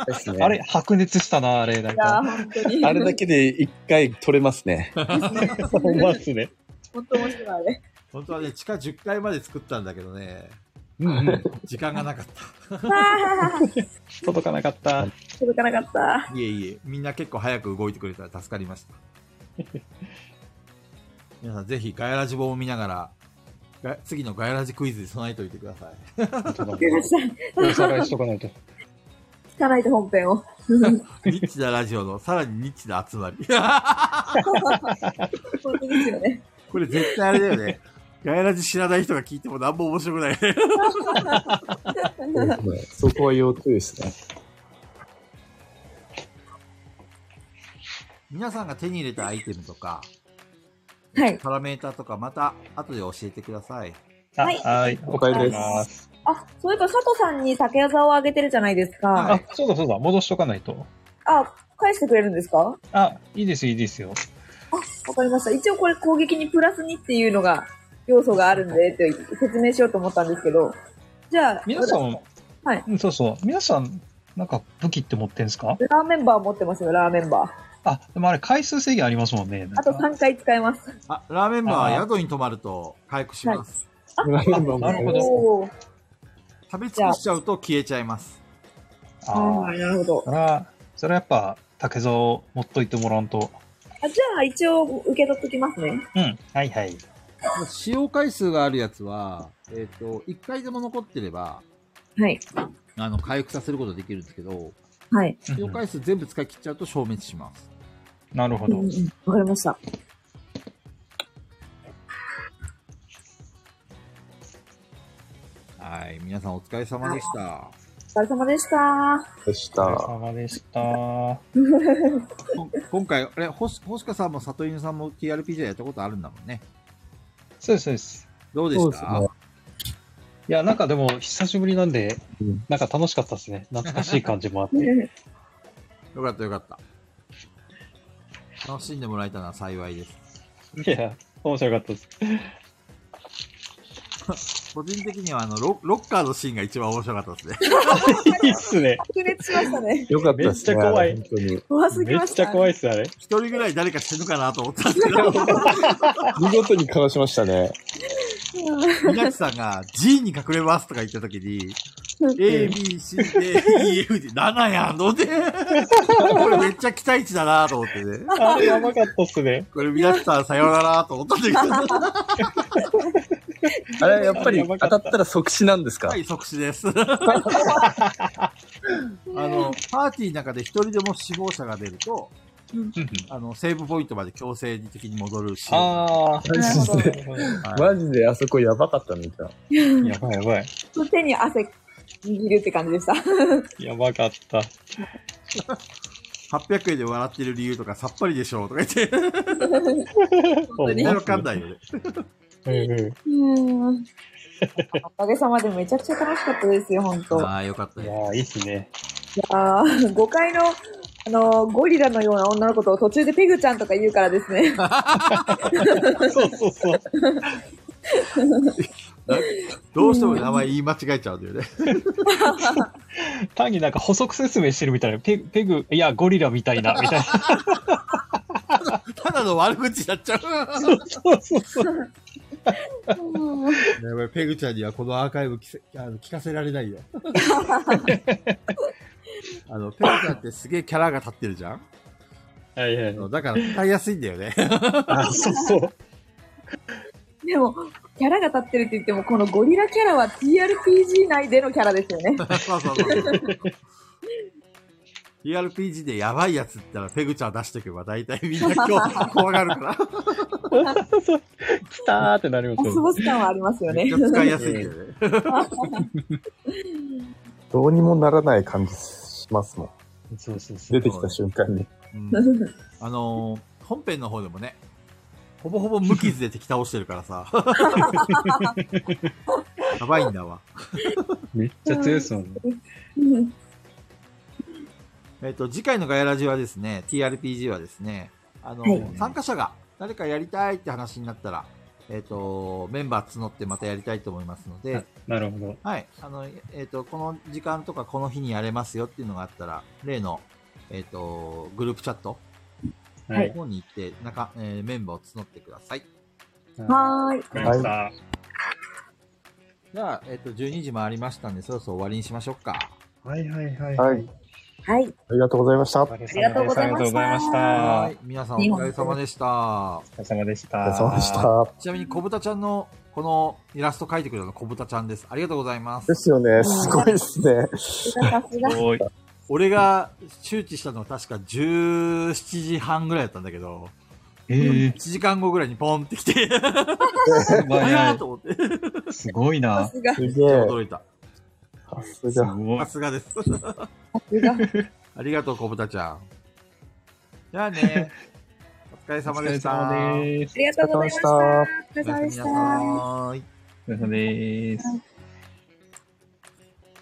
Speaker 5: ですね
Speaker 6: あれ、白熱したな、あれ。なん
Speaker 3: いや
Speaker 6: か。
Speaker 3: ー、本
Speaker 13: [LAUGHS]
Speaker 3: 当に。
Speaker 5: あれだけで一回取れますね。
Speaker 6: 思いますね。
Speaker 3: 本当面白いあれ。
Speaker 1: 本当はね、地下10階まで作ったんだけどね、
Speaker 6: うんうん。
Speaker 1: 時間がなかっ
Speaker 3: あー
Speaker 6: 届かなかった。
Speaker 3: 届かなかった。
Speaker 1: た。いえいえ、みんな結構早く動いてくれたら助かり [LAUGHS] ました。皆さんぜひガヤラジボを見ながら、が次のガヤラジクイズに備えておいてください。
Speaker 3: ごめんなさい。
Speaker 15: おさらいしとかないと。
Speaker 3: 聞かないと本編を。
Speaker 1: ニッチなラジオのさらにニッチな集まり。
Speaker 3: 本当ですよね。
Speaker 1: これ絶対あれだよ [LAUGHS] ね。ガヤラジ知らない人が聞いても何も面白くない。
Speaker 5: そこは要注意ですね。
Speaker 1: 皆さんが手に入れたアイテムとか、
Speaker 3: はい。
Speaker 1: パラメーターとかまた後で教えてください。
Speaker 15: あ
Speaker 3: はい
Speaker 15: はい。
Speaker 5: お帰りです。
Speaker 3: あ、そういえば佐藤さんに竹やざをあげてるじゃないですか。
Speaker 1: は
Speaker 15: あ、そうだそうだ。戻しとかないと。
Speaker 3: あ、返してくれるんですか
Speaker 15: あ、いいですよ、いいですよ。
Speaker 3: わかりました。一応これ攻撃にプラス2っていうのが、要素があるんで、って説明しようと思ったんですけど。じゃあ、
Speaker 15: 皆さん、
Speaker 3: はい
Speaker 15: うん。そうそう。皆さん、なんか武器って持ってんですか
Speaker 3: ラーメンバー持ってますよ、ラーメンバー。
Speaker 15: あ、でもあれ回数制限ありますもんね。
Speaker 3: あと3回使えます。
Speaker 1: あ、ラーメンバーは宿に泊まると回復します。
Speaker 15: なるほど。
Speaker 3: おー
Speaker 1: 食べ尽くしちゃうと消えちゃいます。
Speaker 15: あ
Speaker 3: あ
Speaker 15: ー
Speaker 3: ーなるほど。
Speaker 15: それは、それはやっぱ、竹蔵を持っといてもらうと。
Speaker 3: あじゃあ、一応受け取っときますね。
Speaker 15: うん。はいはい。
Speaker 1: 使用回数があるやつは、えっ、と、1回でも残ってれば、
Speaker 3: はい。
Speaker 1: あの、回復させることできるんですけど、
Speaker 3: はい。
Speaker 1: 使用回数全部使い切っちゃうと消滅します。
Speaker 15: なるほ
Speaker 3: うん
Speaker 15: ど
Speaker 3: うん。わかりました。
Speaker 1: はい。皆さんお疲れ様でした。
Speaker 3: お疲れ様でした。
Speaker 5: でし
Speaker 15: お疲れ
Speaker 5: た。
Speaker 15: 様でした。あ
Speaker 1: こん今回、あれ、ほし、ほしかさんも里犬さんも TRPG やったことあるんだもんね。
Speaker 15: そうです、そうです。
Speaker 1: どうでした
Speaker 2: そう
Speaker 15: いや、なんかでも、久しぶりなんで
Speaker 2: うん、
Speaker 15: なんか楽しかったですね。懐かしい感じもあって。
Speaker 1: よかったよかった。楽しんでもらえたのは幸いです。
Speaker 15: いや、面白かったです。
Speaker 1: 個人的にはあのロ、ロッカーのシーンが一番面白かったですね。
Speaker 15: いいっすね。
Speaker 3: 白熱しましたね。
Speaker 5: よかった
Speaker 15: めっ
Speaker 5: っすね
Speaker 15: ちゃ怖い
Speaker 5: 本当に。
Speaker 3: 怖すぎ
Speaker 15: めっ
Speaker 3: まし
Speaker 15: ち
Speaker 3: た。
Speaker 15: ゃ怖
Speaker 3: い。
Speaker 15: いっす、あれ。
Speaker 1: 一人ぐらい誰か死ぬかなと思ったんですけど、
Speaker 5: 見事にかわしましたね。
Speaker 1: 稲木さんが G に隠れますとか言った時に、A, B, C, D, E, F, G、7やんので、これめっちゃ期待値だなと思ってね。
Speaker 15: あれ、やばかったっすね。
Speaker 1: これ皆さんさようならと思ったんだけど、
Speaker 13: あれ、やっぱり当たったら即死なんですか
Speaker 1: はい、即死 [LAUGHS] です。あの、パーティーの中で一人でも死亡者が出ると、あの、セーブポイントまで強制的に戻るし、
Speaker 15: ああ。
Speaker 3: なるほど。
Speaker 5: マジであそこやばかったみたい。
Speaker 15: やばいやばい。
Speaker 3: 手に汗握るって感じでした。
Speaker 15: やばかった。
Speaker 1: 800円で笑ってる理由とかさっぱりでしょうとか言って、
Speaker 15: 本当
Speaker 1: みんなわかんないよね。
Speaker 15: うんう
Speaker 3: うん。おかげさまでめちゃくちゃ楽しかったですよ、本当。い
Speaker 1: ああ、よかった
Speaker 15: ん。い
Speaker 1: ね。
Speaker 15: やー、いいっすね。
Speaker 3: やー5階の、あのーゴリラのような女の子と途中でペグちゃんとか言うからですね。
Speaker 15: そうそうそう。
Speaker 1: どうしても名前言い間違えちゃうんだよね。
Speaker 15: 単になんか補足説明してるみたいな。ペグ、ペグ、いや、ゴリラみたいな、みたいな。
Speaker 1: ただの悪口やっちゃう。
Speaker 15: [LAUGHS] そうそうそう。
Speaker 1: やばい、ペグちゃんにはこのアーカイブ聞せあの聞かせられないよ。 [LAUGHS] あの、ペグちゃんってすげえキャラが立ってるじゃん
Speaker 15: はいは
Speaker 1: あ
Speaker 15: い
Speaker 1: のだから使いやすいんだよね。
Speaker 15: あ、そうそう。
Speaker 3: でも、キャラが立ってるって言っても、このゴリラキャラは TRPG 内でのキャラですよね。
Speaker 1: そうそうそうそう。TRPG でやばいやつって言ったらペグちゃん出しておけば大体みんな今日怖がるから。
Speaker 15: 来たーってなります
Speaker 3: ラス
Speaker 15: よ。
Speaker 3: ボス感はありますよ
Speaker 1: めっ
Speaker 3: ね
Speaker 1: ち。ゃ使いやすい
Speaker 5: [LAUGHS]
Speaker 1: んだよね。
Speaker 5: どうにもならない感じしますもん。
Speaker 15: そうそうそう。
Speaker 5: 出てきた瞬間に。
Speaker 1: うんあのー本編の方でもね、ほぼほぼ無傷で敵倒してるからさ。やばいんだわ。
Speaker 15: めっちゃ強いっすもんね。
Speaker 3: うん
Speaker 1: えっ、と、次回のガヤラジはですね、TRPG はですね、あの、
Speaker 3: はい
Speaker 1: 参加者が誰かやりたいって話になったら、えっ、と、メンバー募ってまたやりたいと思いますので、
Speaker 15: なるほど。
Speaker 1: はい。あの、えっ、と、この時間とかこの日にやれますよっていうのがあったら、例の、えっ、と、グループチャット
Speaker 15: は
Speaker 1: の
Speaker 15: い。
Speaker 1: 方に行って、中、えーメンバーを募ってください。
Speaker 3: はーい。
Speaker 15: はい。さ
Speaker 1: じゃあ、えっ、と、12時回りましたんで、そろそろ終わりにしましょうか。
Speaker 15: あはいはいはい。
Speaker 5: はい。
Speaker 3: はい。
Speaker 13: ありがとうございました。お
Speaker 6: あ
Speaker 13: 疲
Speaker 6: り
Speaker 3: ありがとうございました
Speaker 1: は。い。皆さんお疲れ様でした。
Speaker 6: お疲れ様でした。
Speaker 13: れ様でした。
Speaker 1: ちなみに、小豚ちゃんの、このイラスト描いてくれたの小豚ちゃんです。ありがとうございます
Speaker 13: で。すよね。すごいですね。
Speaker 3: さすが。
Speaker 6: おい
Speaker 1: 俺が周知したのは確か17時半ぐらいだったんだけど、
Speaker 6: え
Speaker 1: 1時間後ぐらいにポンって来て、
Speaker 6: ー、
Speaker 1: あれ
Speaker 6: 早い
Speaker 1: と思って、
Speaker 6: すごいな。
Speaker 3: さすが。
Speaker 13: すげえ。
Speaker 1: [LAUGHS] 驚いた。
Speaker 13: さす
Speaker 6: す
Speaker 13: が。
Speaker 6: ごい
Speaker 1: さ。すがです。
Speaker 3: すが
Speaker 1: [LAUGHS] ありがとう、小豚ちゃん。じゃあ
Speaker 3: [LAUGHS]
Speaker 1: ね、お疲れ様でした。
Speaker 6: お疲れ様です。
Speaker 3: ありがとうございました。お疲
Speaker 1: お
Speaker 3: れ様
Speaker 1: や
Speaker 3: ですし
Speaker 1: みな
Speaker 3: た。
Speaker 1: さーい。
Speaker 6: お疲れ様です。